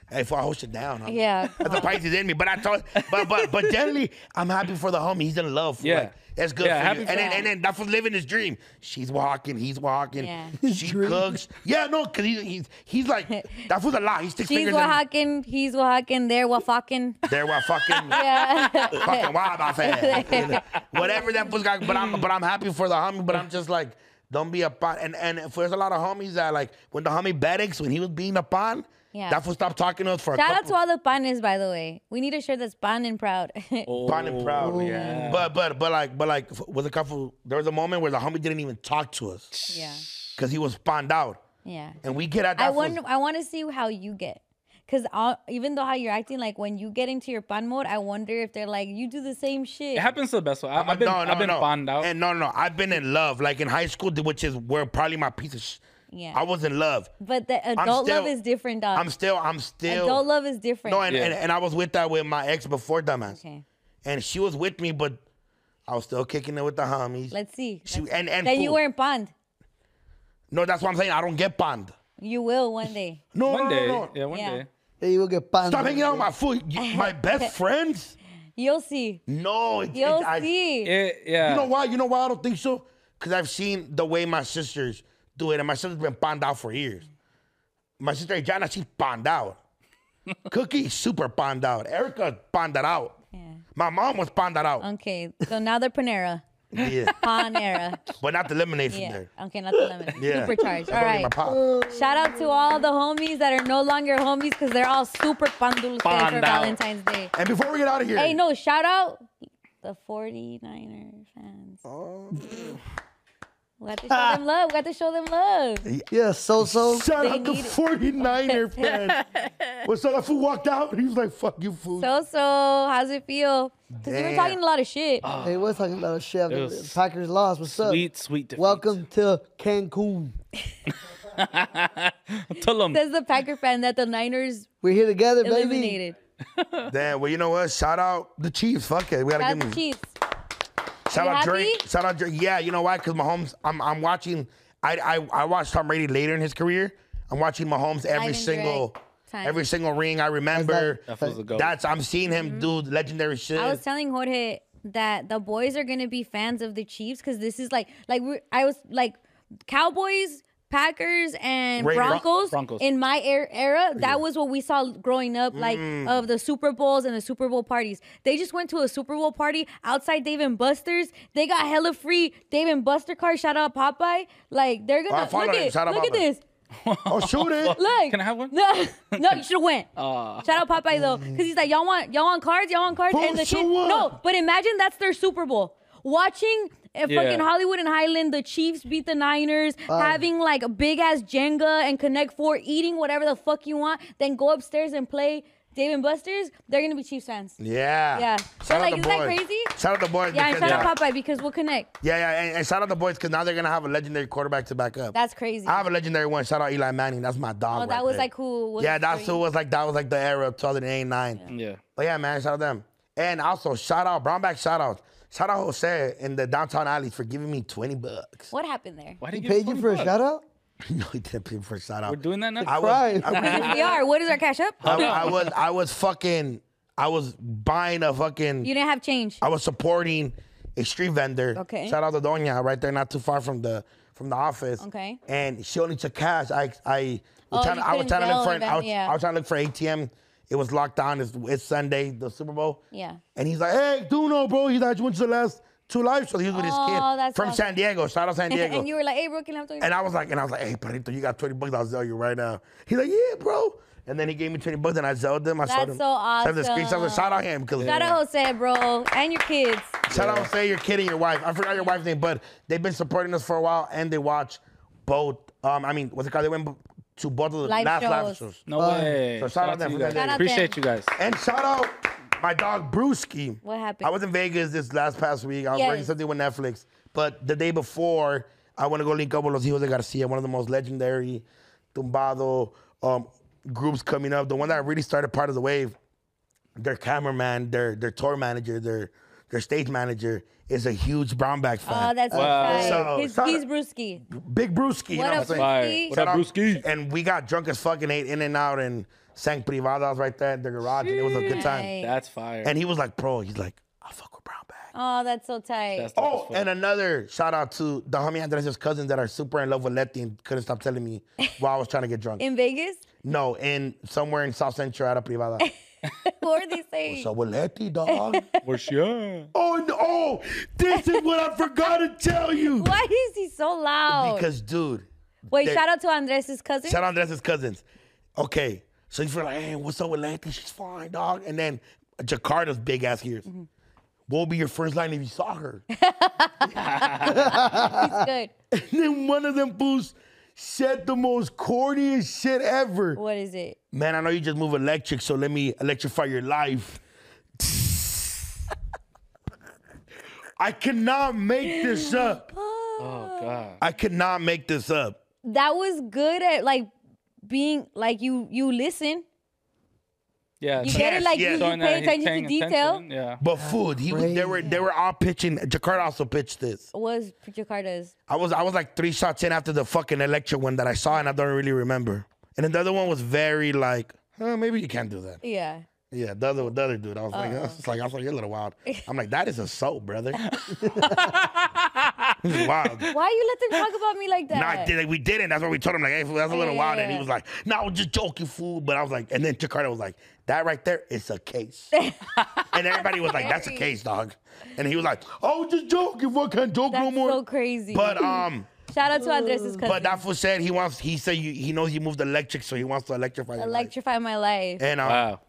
Hey, if I hold shit down, homie. [LAUGHS] Yeah. That's the Pisces in me. But I thought, but but but generally, I'm happy for the homie. He's in love. Yeah. Like, that's good Yeah, for happy you. for and then him. and then that's for living his dream. She's walking, he's walking. Yeah. [LAUGHS] She cooks. Yeah, no, cause he, he's he's [LAUGHS] like that was a lot. He sticks She's fingers Oaxacan, he's Oaxacan, they're [LAUGHS] Oaxacan. in there while fucking Yeah. [LAUGHS] fucking wild out there. Whatever that was got, but I'm but I'm happy for the homie, but I'm just like, don't be a pot. And and if there's a lot of homies that like when the homie Bedix, when he was being a pot, Yeah. that fool stopped talking to us for a Shout out couple to all the panes, by the way. We need a shirt that's pan and proud. [LAUGHS] Bond and proud. Oh, yeah. But but but like but like f- was a couple. There was a moment where the homie didn't even talk to us yeah. because he was spawned out, Yeah. and we get at that. I fool's- wonder. I want to see how you get. Cause I'll, even though how you're acting, like when you get into your pan mode, I wonder if they're like you do the same shit. It happens to the best. one. I, I've been no, no, I've been no. bond out. And no, no, no. I've been in love, like in high school, which is where probably my piece of. Sh- Yeah. I was in love. but the I'm adult love still- is different, dog. I'm still. I'm still. adult love is different. No, and, Yeah. and and I was with that with my ex before dumbass, okay. and she was with me, but I was still kicking it with the homies. Let's see. She- Let's- and- and then you food. weren't bond. no, that's what I'm saying. I don't get bond. You will one day. No, one no, day, no, no. yeah, one Yeah. day. Yeah, you will get pan. Stop hanging out with my fool. You- [LAUGHS] My best friends. You'll see. No, [LAUGHS] it's, You'll it's- I- see. It, yeah. You know why? You know why I don't think so? Because I've seen the way my sisters do it, and my sister's been panned out for years. My sister Jana, she's panned [LAUGHS] out. Cookie, super panned out. Erica panned out. Yeah. My mom was panned out. Okay. So now they're Panera. Yeah, [LAUGHS] Panera. but not the lemonade from Yeah. there. Okay, not the lemon. Yeah. Supercharged. All That's only my right. pop. Shout out to all the homies that are no longer homies because they're all super pandulces for Pandao. Valentine's Day. And before we get out of here, Hey, no, shout out the 49er fans. Oh. We got to show them love. We got to show them love. Yeah, so so. shout they out the need it. [LAUGHS] 49er fan. when so that fool walked out, he was like, "Fuck you, fool." So, so, how's it feel? Because you were Damn. talking a lot of shit. Oh. Hey, we're talking about a chef. It was Packers lost. What's up? Sweet, sweet defeat. Welcome to Cancun. [LAUGHS] Tell 'em. Says the Packer fan that the Niners We're here together, baby. eliminated. Damn. Well, you know what? Shout out the Chiefs. Fuck it, we gotta Shout give out them. the Chiefs. Shout You out happy? Drake. Shout out Drake. Yeah, you know why? Because Mahomes, I'm I'm watching. I I I watched Tom Brady later in his career. I'm watching Mahomes every Ivan single Drake time. every single ring I remember. That was the goat. That's I'm seeing him do legendary shit. Mm-hmm. I was telling Jorge that the boys are gonna be fans of the Chiefs because this is like like we I was like Cowboys Packers and Raiders. Bron- Broncos, Broncos. in my er- era, that was what we saw growing up, like Mm. of the Super Bowls and the Super Bowl parties. They just went to a Super Bowl party outside Dave and Buster's. They got hella free Dave and Buster cards. Shout out Popeye. Like they're I gonna follow look him. at Shout out look at Popeye. this. Oh, shoot it. [LAUGHS] Look. Can I have one? [LAUGHS] No, no, you should have went. Uh, Shout out Popeye though, because he's like, y'all want y'all want cards, y'all want cards, Fool, and the so kid. what? No, but imagine that's their Super Bowl. Watching uh, Yeah. fucking Hollywood and Highland, the Chiefs beat the Niners, Uh. having like a big ass Jenga and Connect Four, eating whatever the fuck you want, then go upstairs and play Dave and Buster's. They're gonna be Chiefs fans. Yeah. Yeah. Shout So, out like, the isn't that boys. crazy? Shout out the boys. Yeah, and because- shout out Popeye because we'll connect. Yeah, yeah, and, and shout out the boys because now they're gonna have a legendary quarterback to back up. That's crazy. I have a legendary one. Shout out Eli Manning. That's my dog. Oh, right that was there. like who? Was yeah, that's for who you. was like that was like the era of 2008, 9. yeah. But yeah, man, shout out them. And also shout out Brownback. Shout out. Shout out Jose in the downtown alley for giving me 20 bucks. [LAUGHS] What happened there? Why He did you paid you for a shout out? no, he didn't pay for a shout out. We're doing that now. I Right. was, I was We are. What is our cash up? I, I was I was fucking I was buying a fucking You didn't have change. I was supporting a street vendor. Okay. Shout out to Doña right there, not too far from the from the office. Okay. And she only took cash. I I was Oh, trying, you I was trying to couldn't sell look for the an, ven- I, was, yeah. I was trying to look for ATM. It was locked down. It's, it's Sunday, the Super Bowl. Yeah. And he's like, hey, do know, bro. He's like, you went to the last two live shows. He was with his kid Oh, that's from awesome. San Diego. Shout out [LAUGHS] San Diego. and you were like, hey, bro, can I have 20? And I was like, and I was like, hey, Perrito, you got 20 bucks, I'll sell you right now. He's like, yeah, bro. And then he gave me 20 bucks and I sold him. I sold That's him. so Sent the screenshots and awesome. shout out him. Cause Shout out Jose, bro, and your kids. Shout out, say your kid and your wife. I forgot your wife's name, but they've been supporting us for a while, and they watch both. Um, I mean, what's it called? They went b- to both of the Live last live shows. shows. No Uh, way. so shout out to them. you We got guys. them. Appreciate Shout you guys. And shout out my dog Brewski. What happened? I was in Vegas this last past week. I was Yes. working something with Netflix, but the day before, I want to go link up with Los Hijos de Garcia, one of the most legendary tumbado um, groups coming up. The one that really started part of the wave. Their cameraman, their their tour manager, their their stage manager is a huge Brownback fan. Oh, that's Wow. right. So, He's, shout he's out- brewski. Big Brewski, you What know what I'm saying? up, Fire. Brewski? What Shout up, out- Brewski? And we got drunk as fucking ate in and out and sang privadas right there in the garage, and it was a good time. Nice. That's fire. And he was like, "Bro, he's like, I fuck with Brownback." Oh, that's so tight. That's dope as Oh, fuck. and another shout out to the homie Andres' cousins that are super in love with Letty and couldn't stop telling me while I was trying to get [LAUGHS] drunk. in Vegas? no, in somewhere in South Central at a privada. what were they saying? so with Letty, dog. Where's she at? oh, no, oh, this is what I forgot to tell you. Why is he so loud? Because, dude. Wait, they- shout out to Andres' cousin. Shout out to Andres' cousins. Okay. So you feel like, hey, what's up with Lanty? She's fine, dog. And then Jakarta's big ass ears. What would be your first line if you saw her? [LAUGHS] He's good. and then one of them fools said the most corniest shit ever. What is it? Man, I know you just move electric, so let me electrify your life. [LAUGHS] I cannot make this up. Oh god. I cannot make this up. That was good at like being like you you listen. Yeah. You so- get it like yes. you, you showing that pay he's attention paying to detail. attention, Yeah. But food, he was, they were they were all pitching. Jakarta also pitched this. Was Jakarta's. I was I was like three shots in after the fucking electric one that I saw and I don't really remember. And then the other one was very like, huh, maybe you can't do that. Yeah. Yeah, the other the other dude, I was like, Uh-huh. [LAUGHS] I was just like, I was like, you're a little wild. I'm like, that is assault, [LAUGHS] brother. This is wild. Why you let them talk about me like that? No, I did, we didn't. That's what we told him. Like, hey, fool, that's a Oh, little yeah, wild. yeah, And he yeah. was like, no, I was just joking, fool. But I was like, and then Jakarta was like, that right there is a [LAUGHS] case. and everybody was like, that's a Scary. case, dog. And he was like, I was just joking. What can't joke That's no more? so crazy. But um, shout out to Andres' cousin. but uh, that fool said he wants. He said you, he knows he moved electric, so he wants to electrify. your life. Electrify my life. And um, Wow.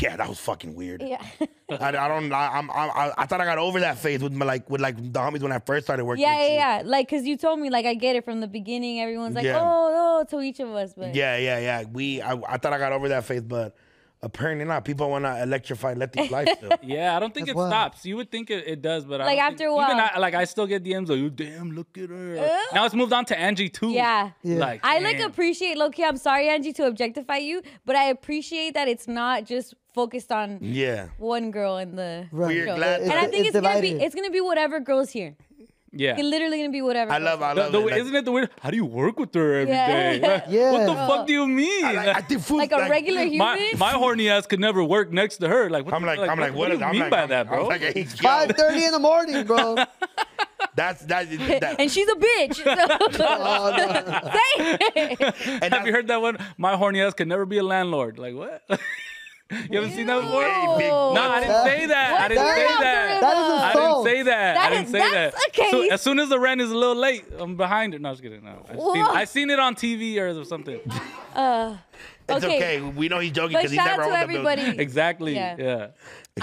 yeah, that was fucking weird. yeah. [LAUGHS] I, I don't. I, I'm, I'm- I, I thought I got over that phase with my, like with like the homies when I first started working. Yeah, with you. yeah, yeah. Like, cause you told me, like, I get it from the beginning. Everyone's like, Yeah. oh, no, to each of us, but Yeah, yeah, yeah. We, I, I thought I got over that phase, but apparently not. People want to electrify [LAUGHS] Letty's life. Still. Yeah, I don't think That's it wild. stops. You would think it, it does, but I Like, don't after a think, even while. I, like I still get DMs like, "Oh, "Damn, look at her." Uh. now it's moved on to Angie too. Yeah. Yeah. Like I like damn. appreciate Loki. I'm sorry, Angie, to objectify you, but I appreciate that it's not just focused on yeah. one girl in the Right. We're show. glad And that- I think it's, It's gonna be divided. it's gonna be whatever girls here. yeah. It's literally gonna be whatever. I love, girls I here. The- love the it. way- Like, isn't it the weird? How do you work with her every Yeah. day? [LAUGHS] Like, What the Yeah. fuck do you mean? I, like, I think food. like a like, regular human. my [LAUGHS] my horny ass could never work next to her. Like [LAUGHS] what I'm the- like, I'm like, what, do is- you I'm mean like, by I'm- that, bro? I'm like, hey, yo. [LAUGHS] Five thirty in the morning, bro. Uh, That's that. that and she's a bitch. so- Say it. Have you heard that one? My horny ass can never be a landlord. Like what? [LAUGHS] you haven't seen that before? Hey, big No, No, I didn't say that. I didn't What's say your that. algorithm? I That is didn't assault. say that. Oh. That I didn't is- say that. that's a So, case. as soon as the rent is a little late, I'm behind it. No, I'm just kidding. No, I've seen, Whoa. I've seen it on TV or [LAUGHS] something. it's okay. okay. We know he's joking But because he's shout never out owned to a building. everybody. Exactly. Yeah. Yeah. I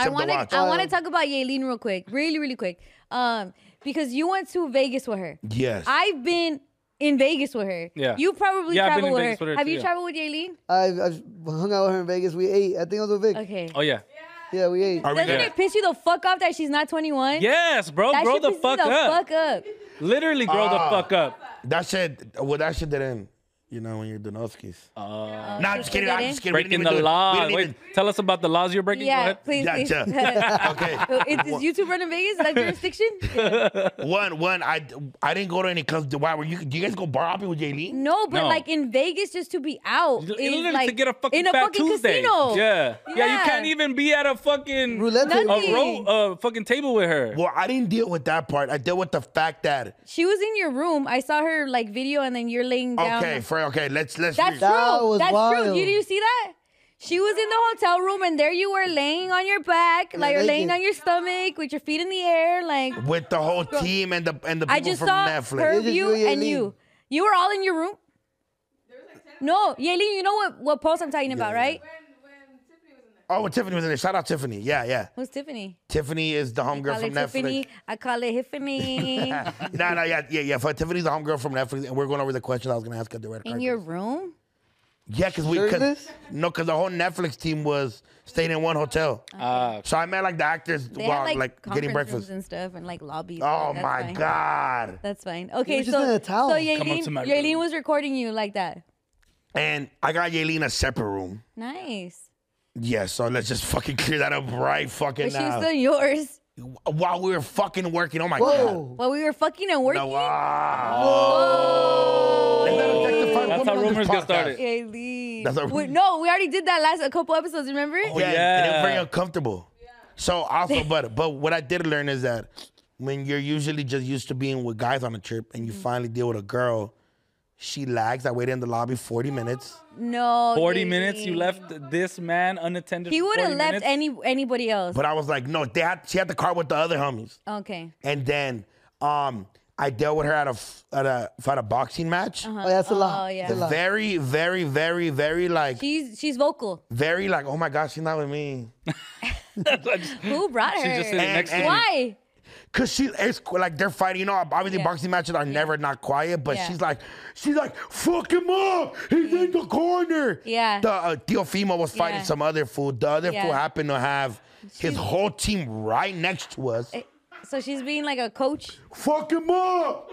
Except want the to. watch. I Um, want to talk about Yaelin real quick, really, really quick. Um, because you went to Vegas with her. Yes. I've been in Vegas with her. Yeah. You probably Yeah, I've been in traveled with her. Vegas with her Have too, you yeah. traveled with Yaelin? I've, I've hung out with her in Vegas. We ate. I think I was with Vic. Okay. Oh yeah. Yeah, we ate. Are we Doesn't gonna- it piss you the fuck off that she's not 21? Yes, bro. That grow shit the pisses fuck me the up. fuck up. Literally, grow Ah. the fuck up. That shit, well, that shit didn't, you know, when you're Donovskis. Uh, nah, I'm just she kidding. I'm didn't? just kidding. We didn't Breaking even the do it. We law. didn't Wait, [LAUGHS] even- tell us about the laws you're breaking. Go Yeah, ahead. please, please. Gotcha. okay. [LAUGHS] Is, [LAUGHS] is YouTube running Vegas? Is that jurisdiction? One, one. I, I didn't go to any clubs. Why were you? Do you guys go bar hopping with Jaylene? No, but No. like in Vegas, just to be out, You is, literally like to get a fucking in a Fat fucking Tuesday. casino. Yeah. yeah. Yeah. you can't even be at a fucking Roulette a table. Oh, ro- uh, fucking table with her. Well, I didn't deal with that part. I dealt with the fact that She was in your room. I saw her like video, and then you're laying down. okay, for okay, let's let's. That's re- That true. was That's true. wild. Did you see that? She was in the hotel room, and there you were laying on your back, like you're laying naked. on your stomach with your feet in the air. Like with the whole team and the and the people I just from saw Netflix. her This is view you, and Yaelin. you. You were all in your room. No, Yaelin, you know what what post I'm talking about, right? Oh, well, Tiffany was in there. Shout out Tiffany. Yeah, yeah. Who's Tiffany? Tiffany is the homegirl Call it from Netflix. Tiffany. I call it Hiffany. [LAUGHS] no, no, yeah, yeah, yeah. For Tiffany's the homegirl from Netflix, and we're going over the question I was gonna ask at the red in carpet. your room? Yeah, cause we, cause, Shirtless? no, cause the whole Netflix team was staying in one hotel. Ah, So I met like the actors Oh. They while had like, like, getting conference rooms breakfast. and stuff and like lobbies. Oh That's my fine. god! That's fine. Okay, just so in a towel. so Come up Yaelin, to my Yaelin room. was recording you like that. And I got Yaelin a separate room. Nice. Yeah, so let's just fucking clear that up right fucking But she was now. still yours. While we were fucking working, oh my Whoa. While we were fucking and god! working. No, uh, wow! Let's not objectify That's women how on this rumors get podcast. started. Yaelin. That's a- Wait, no, we already did that last a couple episodes, remember? Oh, yeah, Yeah. and it's very uncomfortable. So also, but but what I did learn is that when you're usually just used to being with guys on a trip, and you finally deal with a girl, she lags. I waited in the lobby 40 minutes. No. 40 minutes. You Yaelin. left this man unattended. He for would have 40 left minutes? any anybody else. But I was like, no, they had she had the car with the other homies, Okay. and then um I dealt with her at a f- at a at a boxing match. Oh, that's a lot. Oh, yeah. That's a lot. Very, very, very, very like She's she's vocal. very like. Oh my gosh, she's not with me. [LAUGHS] Who brought her? She's just sitting And- next to and- me. Why? Cause she it's qu- like they're fighting. You know, obviously Yeah. boxing matches are never not quiet, but Yeah. she's like, she's like, fuck him up. He's in the corner. Yeah. The uh, Teofimo was fighting Yeah. some other fool. The other Yeah. fool happened to have his whole team right next to us. Eh. So she's being like a coach. fuck him up.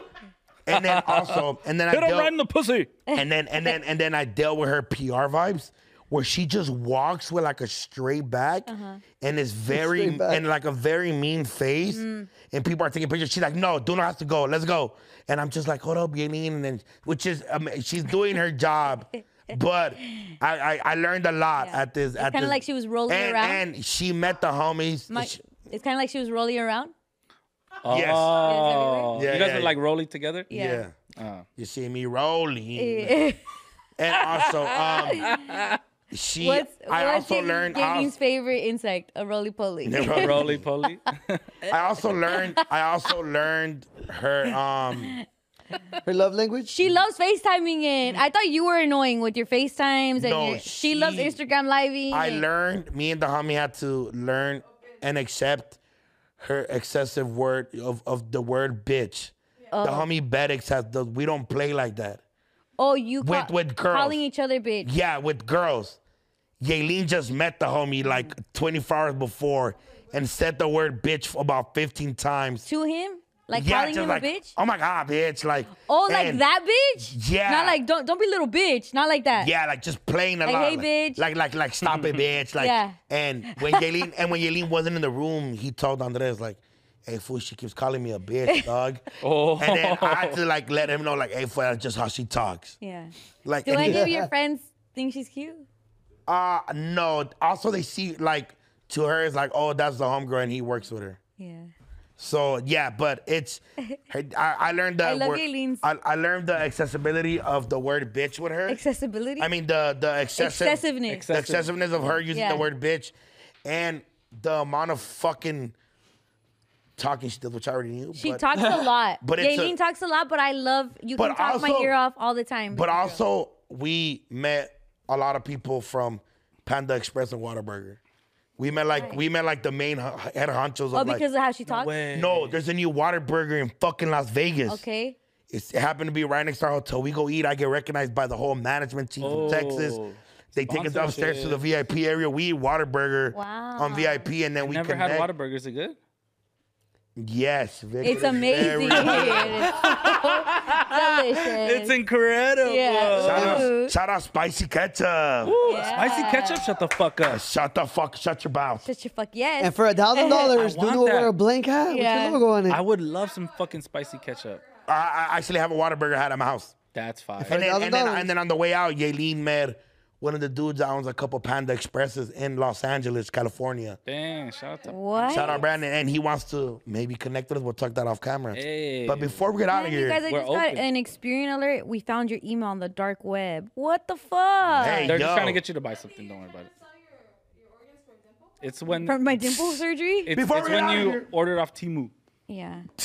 And [LAUGHS] then also, and then I Hit him dealt, right in the pussy. and then and then and then I dealt with her PR vibes, where she just walks with like a straight back, Uh-huh. and is very Straight back. and like a very mean face, Mm. and people are taking pictures. She's like, "No, do not have to go. Let's go." And I'm just like, "Hold up, Yaelin," and then which is um, she's doing her [LAUGHS] job. But I, I, I learned a lot Yeah. at this. It's at kinda this- like she was rolling and, around. And she met the homies. My, She- it's kind of like she was rolling around. Oh. Yes. everywhere? Yeah, you guys yeah, are like rolling [LAUGHS] together? [LAUGHS] Yeah. yeah. You see me rolling. [LAUGHS] And also, um, she. What's, I what's also Yaelin- learned. I Yaelin's also- favorite insect? A roly poly. Roly poly. I also learned. I also learned her. [LAUGHS] Um, Her love language? She loves FaceTiming in. I thought you were annoying with your FaceTimes and No, your- she, loves she- Instagram living. I and- learned. Me and the homie had to learn and accept her excessive word of, of the word bitch. The homie Bedix has the. We don't play like that. Oh, you with- ca- with girls. calling each other bitch. Yeah, with girls. Yaelin just met the homie like 24 hours before and said the word bitch about 15 times. To him? Like calling just him like, a bitch? Oh my god, bitch! Like Oh, like and- that bitch? Yeah. Not like don't don't be little bitch. Not like that. Yeah, like just playing a Like, lot. hey, like, bitch. Mm-hmm. Like like like stop it, bitch. Like Yeah. and when Yaelin and when Yaelin wasn't in the room, he told Andres like, "Hey, fool, she keeps calling me a [LAUGHS] bitch, dog." Oh. And then I had to like let him know like, "Hey, fool, that's just how she talks." Yeah. Like, Do and any he- of your friends think she's cute? uh no. Also, they see like to her it's like, "Oh, that's the homegirl," and he works with her. Yeah. So yeah, but it's [LAUGHS] I, I learned the I love word- Aileen's- I, I learned the accessibility of the word bitch with her. Accessibility? I mean the the excessive Excessiveness. the excessiveness of her using Yeah. the word bitch, and the amount of fucking talking she does, which I already knew. She but- talks a lot. But it's a- Yaelin talks a lot, but I love you But can talk my also- ear off all the time. But also, we met a lot of people from Panda Express and Whataburger. We met like we met like the main hu- head honchos of oh, like because of how she talks? no, there's a new Whataburger in fucking Las Vegas. Okay. It's, it happened to be right next to our hotel. We go eat. I get recognized by the whole management team Oh, from Texas. They take us downstairs to the VIP area. We eat Whataburger on VIP, and then we [LAUGHS] Never connect. had Whataburger. Is it good? Yes, Vic, [LAUGHS] It's it is very amazing. good. [LAUGHS] Delicious. incredible. Yeah. Shout Ooh. out, shout out spicy ketchup. Ooh, Spicy ketchup. Shut the fuck up. Shut the fuck. Shut your mouth. Such a fuck yes. And for [LAUGHS] a thousand dollars, want Dudu will wear that. a blank hat Yeah. with your logo on it. I would love some fucking spicy ketchup. I, I actually have a Whataburger hat at my house. That's fire. And then, and, then, $1,000. and then on the way out, Yaelin met one of the dudes that owns a couple Panda Expresses in Los Angeles, California. Damn. Shout out to. What? Shout out Brandon, and he wants to maybe connect with us. We'll talk that off camera. Hey. But before we get out of Man, You here, [LAUGHS] guys, I We're just got open. an Experian alert. We found your email on the dark web. What the fuck? Hey. They're just yo. trying to get you to buy something. Don't worry about it. It's when From my dimple [LAUGHS] surgery? it's, Before it's we get when out of you here. ordered off Timu. yeah. [LAUGHS]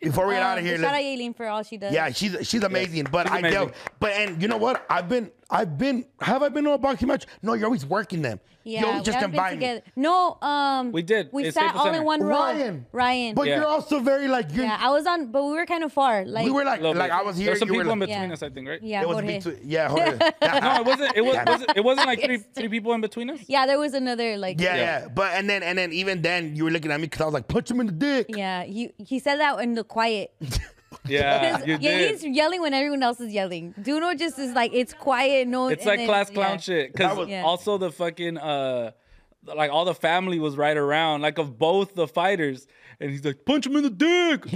before we get Um, out of here, Shout out let's, Yaelin for all she does. yeah, she's she's amazing. But she's I amazing. doubt. But and you know what? I've been I've been have I been on a boxing match? No, you're always working them. Yeah, you we always just haven't been invite me. together. No, um, We did. We It's sat Staples all Center. in one row. Ryan. Ryan. But Yeah. you're also very like you're. yeah, I was on, but we were kind of far. Like we were like Little like bit. I was here. There's some you were people in like- between Yeah. us, I think, right? yeah, It was Jorge. between. [LAUGHS] Yeah, Jorge. No, it wasn't. It [LAUGHS] was. was it, it wasn't like three three people in between us. Yeah, there was another like. Yeah, Yeah. yeah, But and then and then even then you were looking at me because I was like, punch him in the dick. Yeah, he he said that in [LAUGHS] the quiet. [LAUGHS] Yeah, Because Ah, you Yaelin's did. yelling when everyone else is yelling. Duno just is like it's quiet, no. It's and like then- class clown yeah. shit. That Because was- Yeah. also the fucking uh, like all the family was right around, like of both the fighters, and he's like, punch him in the [LAUGHS] dick,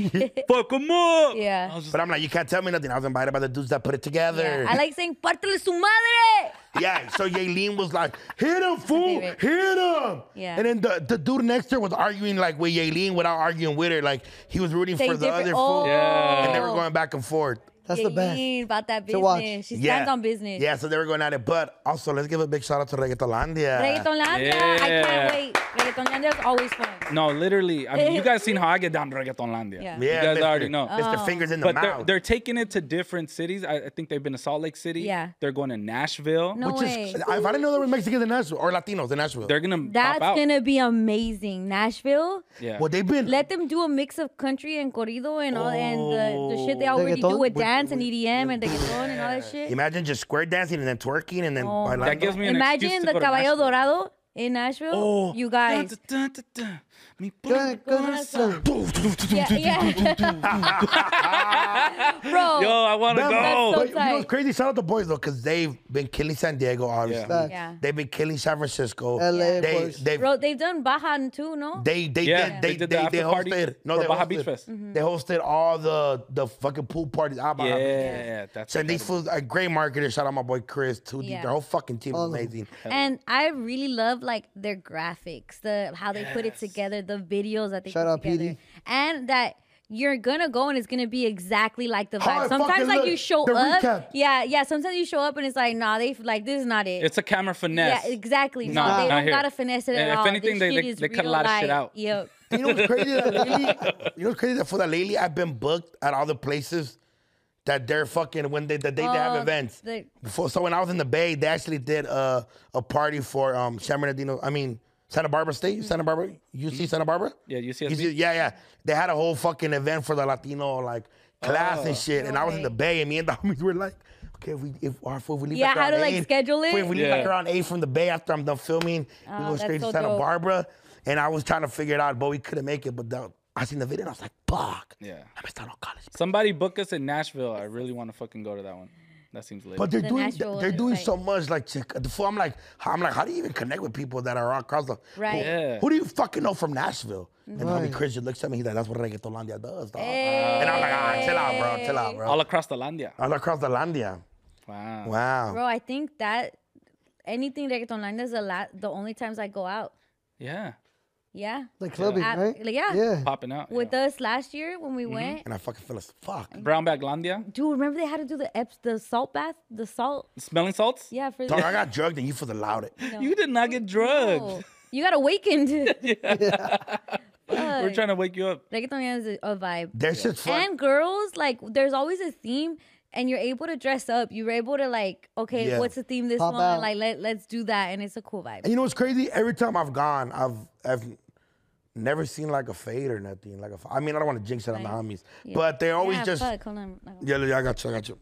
fuck him up. Yeah. I was just But I'm like, you can't tell me nothing. I was invited by the dudes that put it together. Yeah, I like saying "Pártele su madre." Yeah, so Yaelin was like, hit him, fool, favorite. hit him. Yeah. And then the, the dude next to her was arguing like with Yaelin without arguing with her. Like he was rooting Saying for the different- other oh, fool. Yeah. And they were going back and forth. That's the best. Yaelin about that To watch. business. She yeah. stands on business. Yeah, so they were going at it. But also, let's give a big shout out to Reggaetolandia. Reggaetonlandia, I can't Yeah. wait. Reggaetonlandia is always fun. No, literally. I mean, you guys seen how I get down to Reggaetonlandia. Yeah. Oh. Yeah, you guys Mr. already know. Mr. Fingers in the but they're, mouth. they're taking it to different cities. I, I think they've been to Salt Lake City. Yeah. They're going to Nashville. No Which way. is, if I didn't know there were Mexicans in Nashville or Latinos in Nashville. They're gonna pop That's out. gonna be amazing. Nashville. yeah. well, they've been. Let them do a mix of country and corrido and all and the, the shit Oh. they already do Reggaeton? with dance and EDM and reggaeton and all that shit. Imagine just square dancing and then twerking and then Oh. bailando. that gives me an excuse Imagine to the go to Caballo Nashville. Dorado in Nashville. Oh, you guys. Dun, dun, dun, dun. Me Gonna- put- gonna slam. [LAUGHS] Yeah, yeah. [LAUGHS] Bro. Yo, I wanna Them- go. so but you know tight. what's crazy? Shout out the boys though, because they've been killing San Diego, obviously. Facts. Yeah. They've been killing San Francisco. LA They boys. they Bro, they've done Baja too, no? they they did, they Yeah, they they, did the they, after party hosted no for they Baja hosted, Beach Fest. They hosted all the the fucking pool parties. out Baja yeah, Beach. that's So these incredible. fools are great marketers. Shout out my boy Chris too. Yeah. Their whole fucking team is All of them. amazing. and I really love like their graphics, the how they put it together, the videos that they Shout put out, PD. together, and that you're gonna go and it's gonna be exactly like the How vibe. I Sometimes fucking like look, you show the up, recap. yeah, yeah. Sometimes you show up and it's like, nah, they like this is not it. It's a camera finesse. Yeah, exactly. No, Nah, they not don't here. gotta finesse it at And if all. anything, This they- shit they- is they cut a real lot of shit life. out. Yep. You know what's crazy? That lately, [LAUGHS] you know what's crazy? That for that lately, I've been booked at all the places that they're fucking when they the day they have Oh, events. the- Before, so when I was in the Bay, they actually did a a party for um San Bernardino. I mean Santa Barbara State, Santa Barbara, UC Santa Barbara. Mm-hmm. Yeah, UCSB. UC yeah, yeah. They had a whole fucking event for the Latino like class Oh. and shit, and I was in the Bay, and me and [LAUGHS] the homies were like. Okay, if we if, or if we leave Yeah, like how to, around like, eight- schedule If it? Oh, we leave like Yeah. around eight from the bay after I'm done filming, we go that's straight so to Santa dope. Barbara. Barbara, and I was trying to figure it out, but we couldn't make it. But that, I seen the video, and I was like, "Fuck, Yeah. I missed out on college." Somebody book us in Nashville. I really want to fucking go to that one. That seems lit. But they're The doing natural they're is doing like- so much like to, before. I'm like, I'm like, how do you even connect with people that are across the? Right. Who, Yeah. who do you fucking know from Nashville? And the homie Christian looks at me, he's like, "That's what Reggaetolandia does, dog." Eh, Uh, And I'm like, "Ah, chill out, bro, chill out, bro." all across the landia. All across the landia. Wow. Wow. Bro, I think that anything reggaeton line is the la- the only times I go out. Yeah. Yeah. Like clubbing, At- right? like, yeah. Yeah. Popping out. With us last year when we went, And I fucking feel as fuck. Brown bag landia. dude. Remember they had to do the Eps, the salt bath, the salt. Smelling salts? [LAUGHS] Yeah, for Dog, the. I [LAUGHS] got drugged and you for the loud it. You did not get drugged. Oh, you got awakened. yeah. We're trying to wake you up. Reggaeton has a, a vibe. That shit's fun. and girls like there's always a theme and you're able to dress up you're able to like okay Yeah. what's the theme this Pop month And, out. like let, let's do that and it's a cool vibe And you know what's crazy? Every time I've gone, I've I've never seen like a fade or nothing. Like a f- I mean, I don't want to jinx it on the Right. homies, Yeah. but they always yeah, just fuck, hold on. I don't- yeah, yeah, I got you, I got you.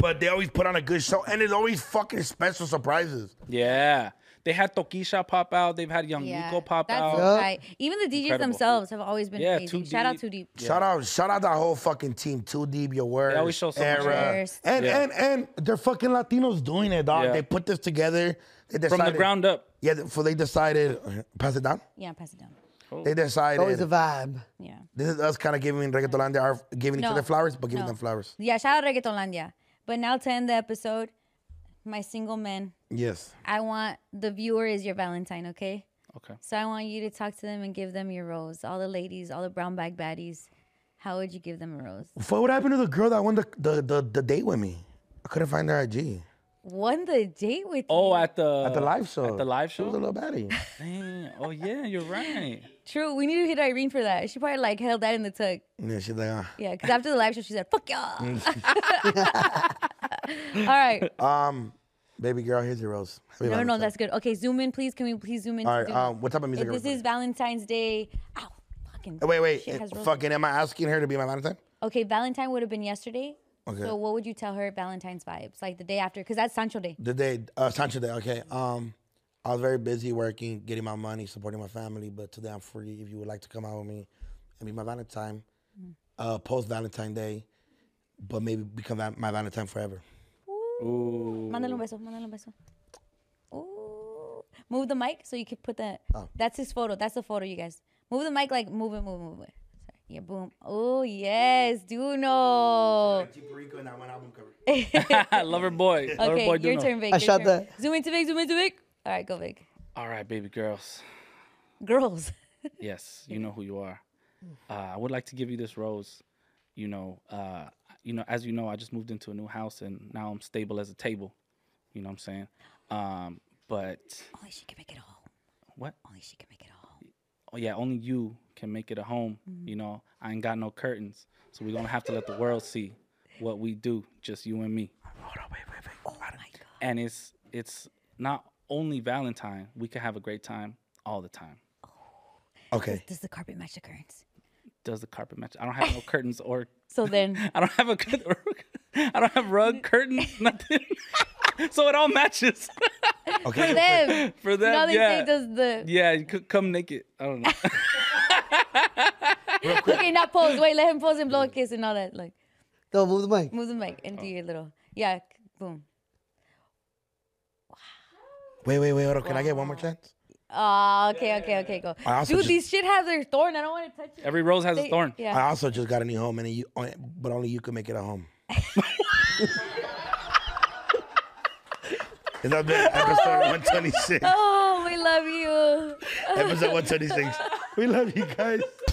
But they always put on a good show, and there's always fucking special surprises. Yeah. They had Tokisha pop out. They've had Young yeah, Nico pop that's out. so Yeah. tight. even the djs Incredible. themselves have always been Yeah, amazing Too shout out Deep. too deep Shout out, shout out that whole fucking team. Too deep, your words. always show so much era. love. And Yeah. and and they're fucking Latinos doing it, dog. Yeah. They put this together. They decided, From the ground up. Yeah, for they decided. Pass it down. yeah pass it down Oh. They decided. Always a vibe. yeah This is us kind of giving Reggaetonlandia our giving each No. other flowers, but giving No. them flowers. yeah shout out reggaetonlandia but now to end the episode my single men Yes. i want the viewer is your valentine okay Okay. so i want you to talk to them and give them your rose all the ladies all the brown bag baddies how would you give them a rose What would happen to the girl that won the the, the, the date with me? I couldn't find her IG. won the date with Oh, you. at the At the live show. At the live She show. was a little [LAUGHS] baddie. Damn. Oh yeah, you're [LAUGHS] right. True, we need to hit Irene for that. She probably like held that in the tuck. yeah, she's like, ah. Yeah, because after the live show, she said, "Fuck y'all." [LAUGHS] All right. baby girl, here's your rose. Happy No, no, Valentine's. that's good. Okay, zoom in, please. Can we please zoom in? All to right, do- um, what type of music if are we this playing? is Valentine's Day. Ow, fucking. Wait, wait. shit has eh, roses. Fucking, am I asking her to be my Valentine? Okay, Valentine would have been yesterday. Okay. So what would you tell her Valentine's vibes like the day after? Because that's Sancho Day. The day, uh, Sancho Day. Okay. Um, I was very busy working, getting my money, supporting my family. But today I'm free. If you would like to come out with me and be my Valentine, Mm. uh, post Valentine Day, but maybe become va- my Valentine forever. Ooh. Mándale un beso. Mándale un beso. Ooh. Move the mic so you can put that. Oh. That's his photo. That's the photo, you guys. Move the mic, like move it, move it, move it. Sorry. Yeah, boom. Oh yes, Duno. [LAUGHS] Lover [LAUGHS] boy. Lover Okay, boy your Duno. turn, Vic. I your shot turn. that. Zoom into Vic. Zoom into Vic. All right, go Vic. All right, baby girls. Girls. [LAUGHS] Yes, you know who you are. Uh, I would like to give you this rose. You know, uh, you know, as you know, I just moved into a new house and now I'm stable as a table. You know what I'm saying? Um, but Only she can make it home. what? Only she can make it home. oh yeah, only you can make it a home. You know, I ain't got no curtains, so we're gonna have to let the world see what we do, just you and me. And it's it's not only Valentine. We can have a great time all the time. Okay. Does the carpet match the curtains? Does the carpet match? I don't have no curtains or [LAUGHS] So then, I don't have a cur- I don't have rug [LAUGHS] [LAUGHS] curtains nothing. [LAUGHS] so it all matches [LAUGHS] Okay. [LAUGHS] them. for them. Now they yeah. say does the yeah, you could come naked. I [LAUGHS] don't know. okay not pose. Wait, let him pose and blow a kiss and all that. Like No, move the mic. move the mic and do your little yeah. c- Boom. Wait, wait, wait. Hold on. Can I get one more chance? Oh, okay, okay, okay, go. I also Dude, just- these shit have their thorn. I don't want to touch it. Every rose has a They- thorn. Yeah. I also just got a new home, and you, but only you can make it a home. [LAUGHS] Is that been episode 126? Oh, we love you. Episode 126. We love you guys.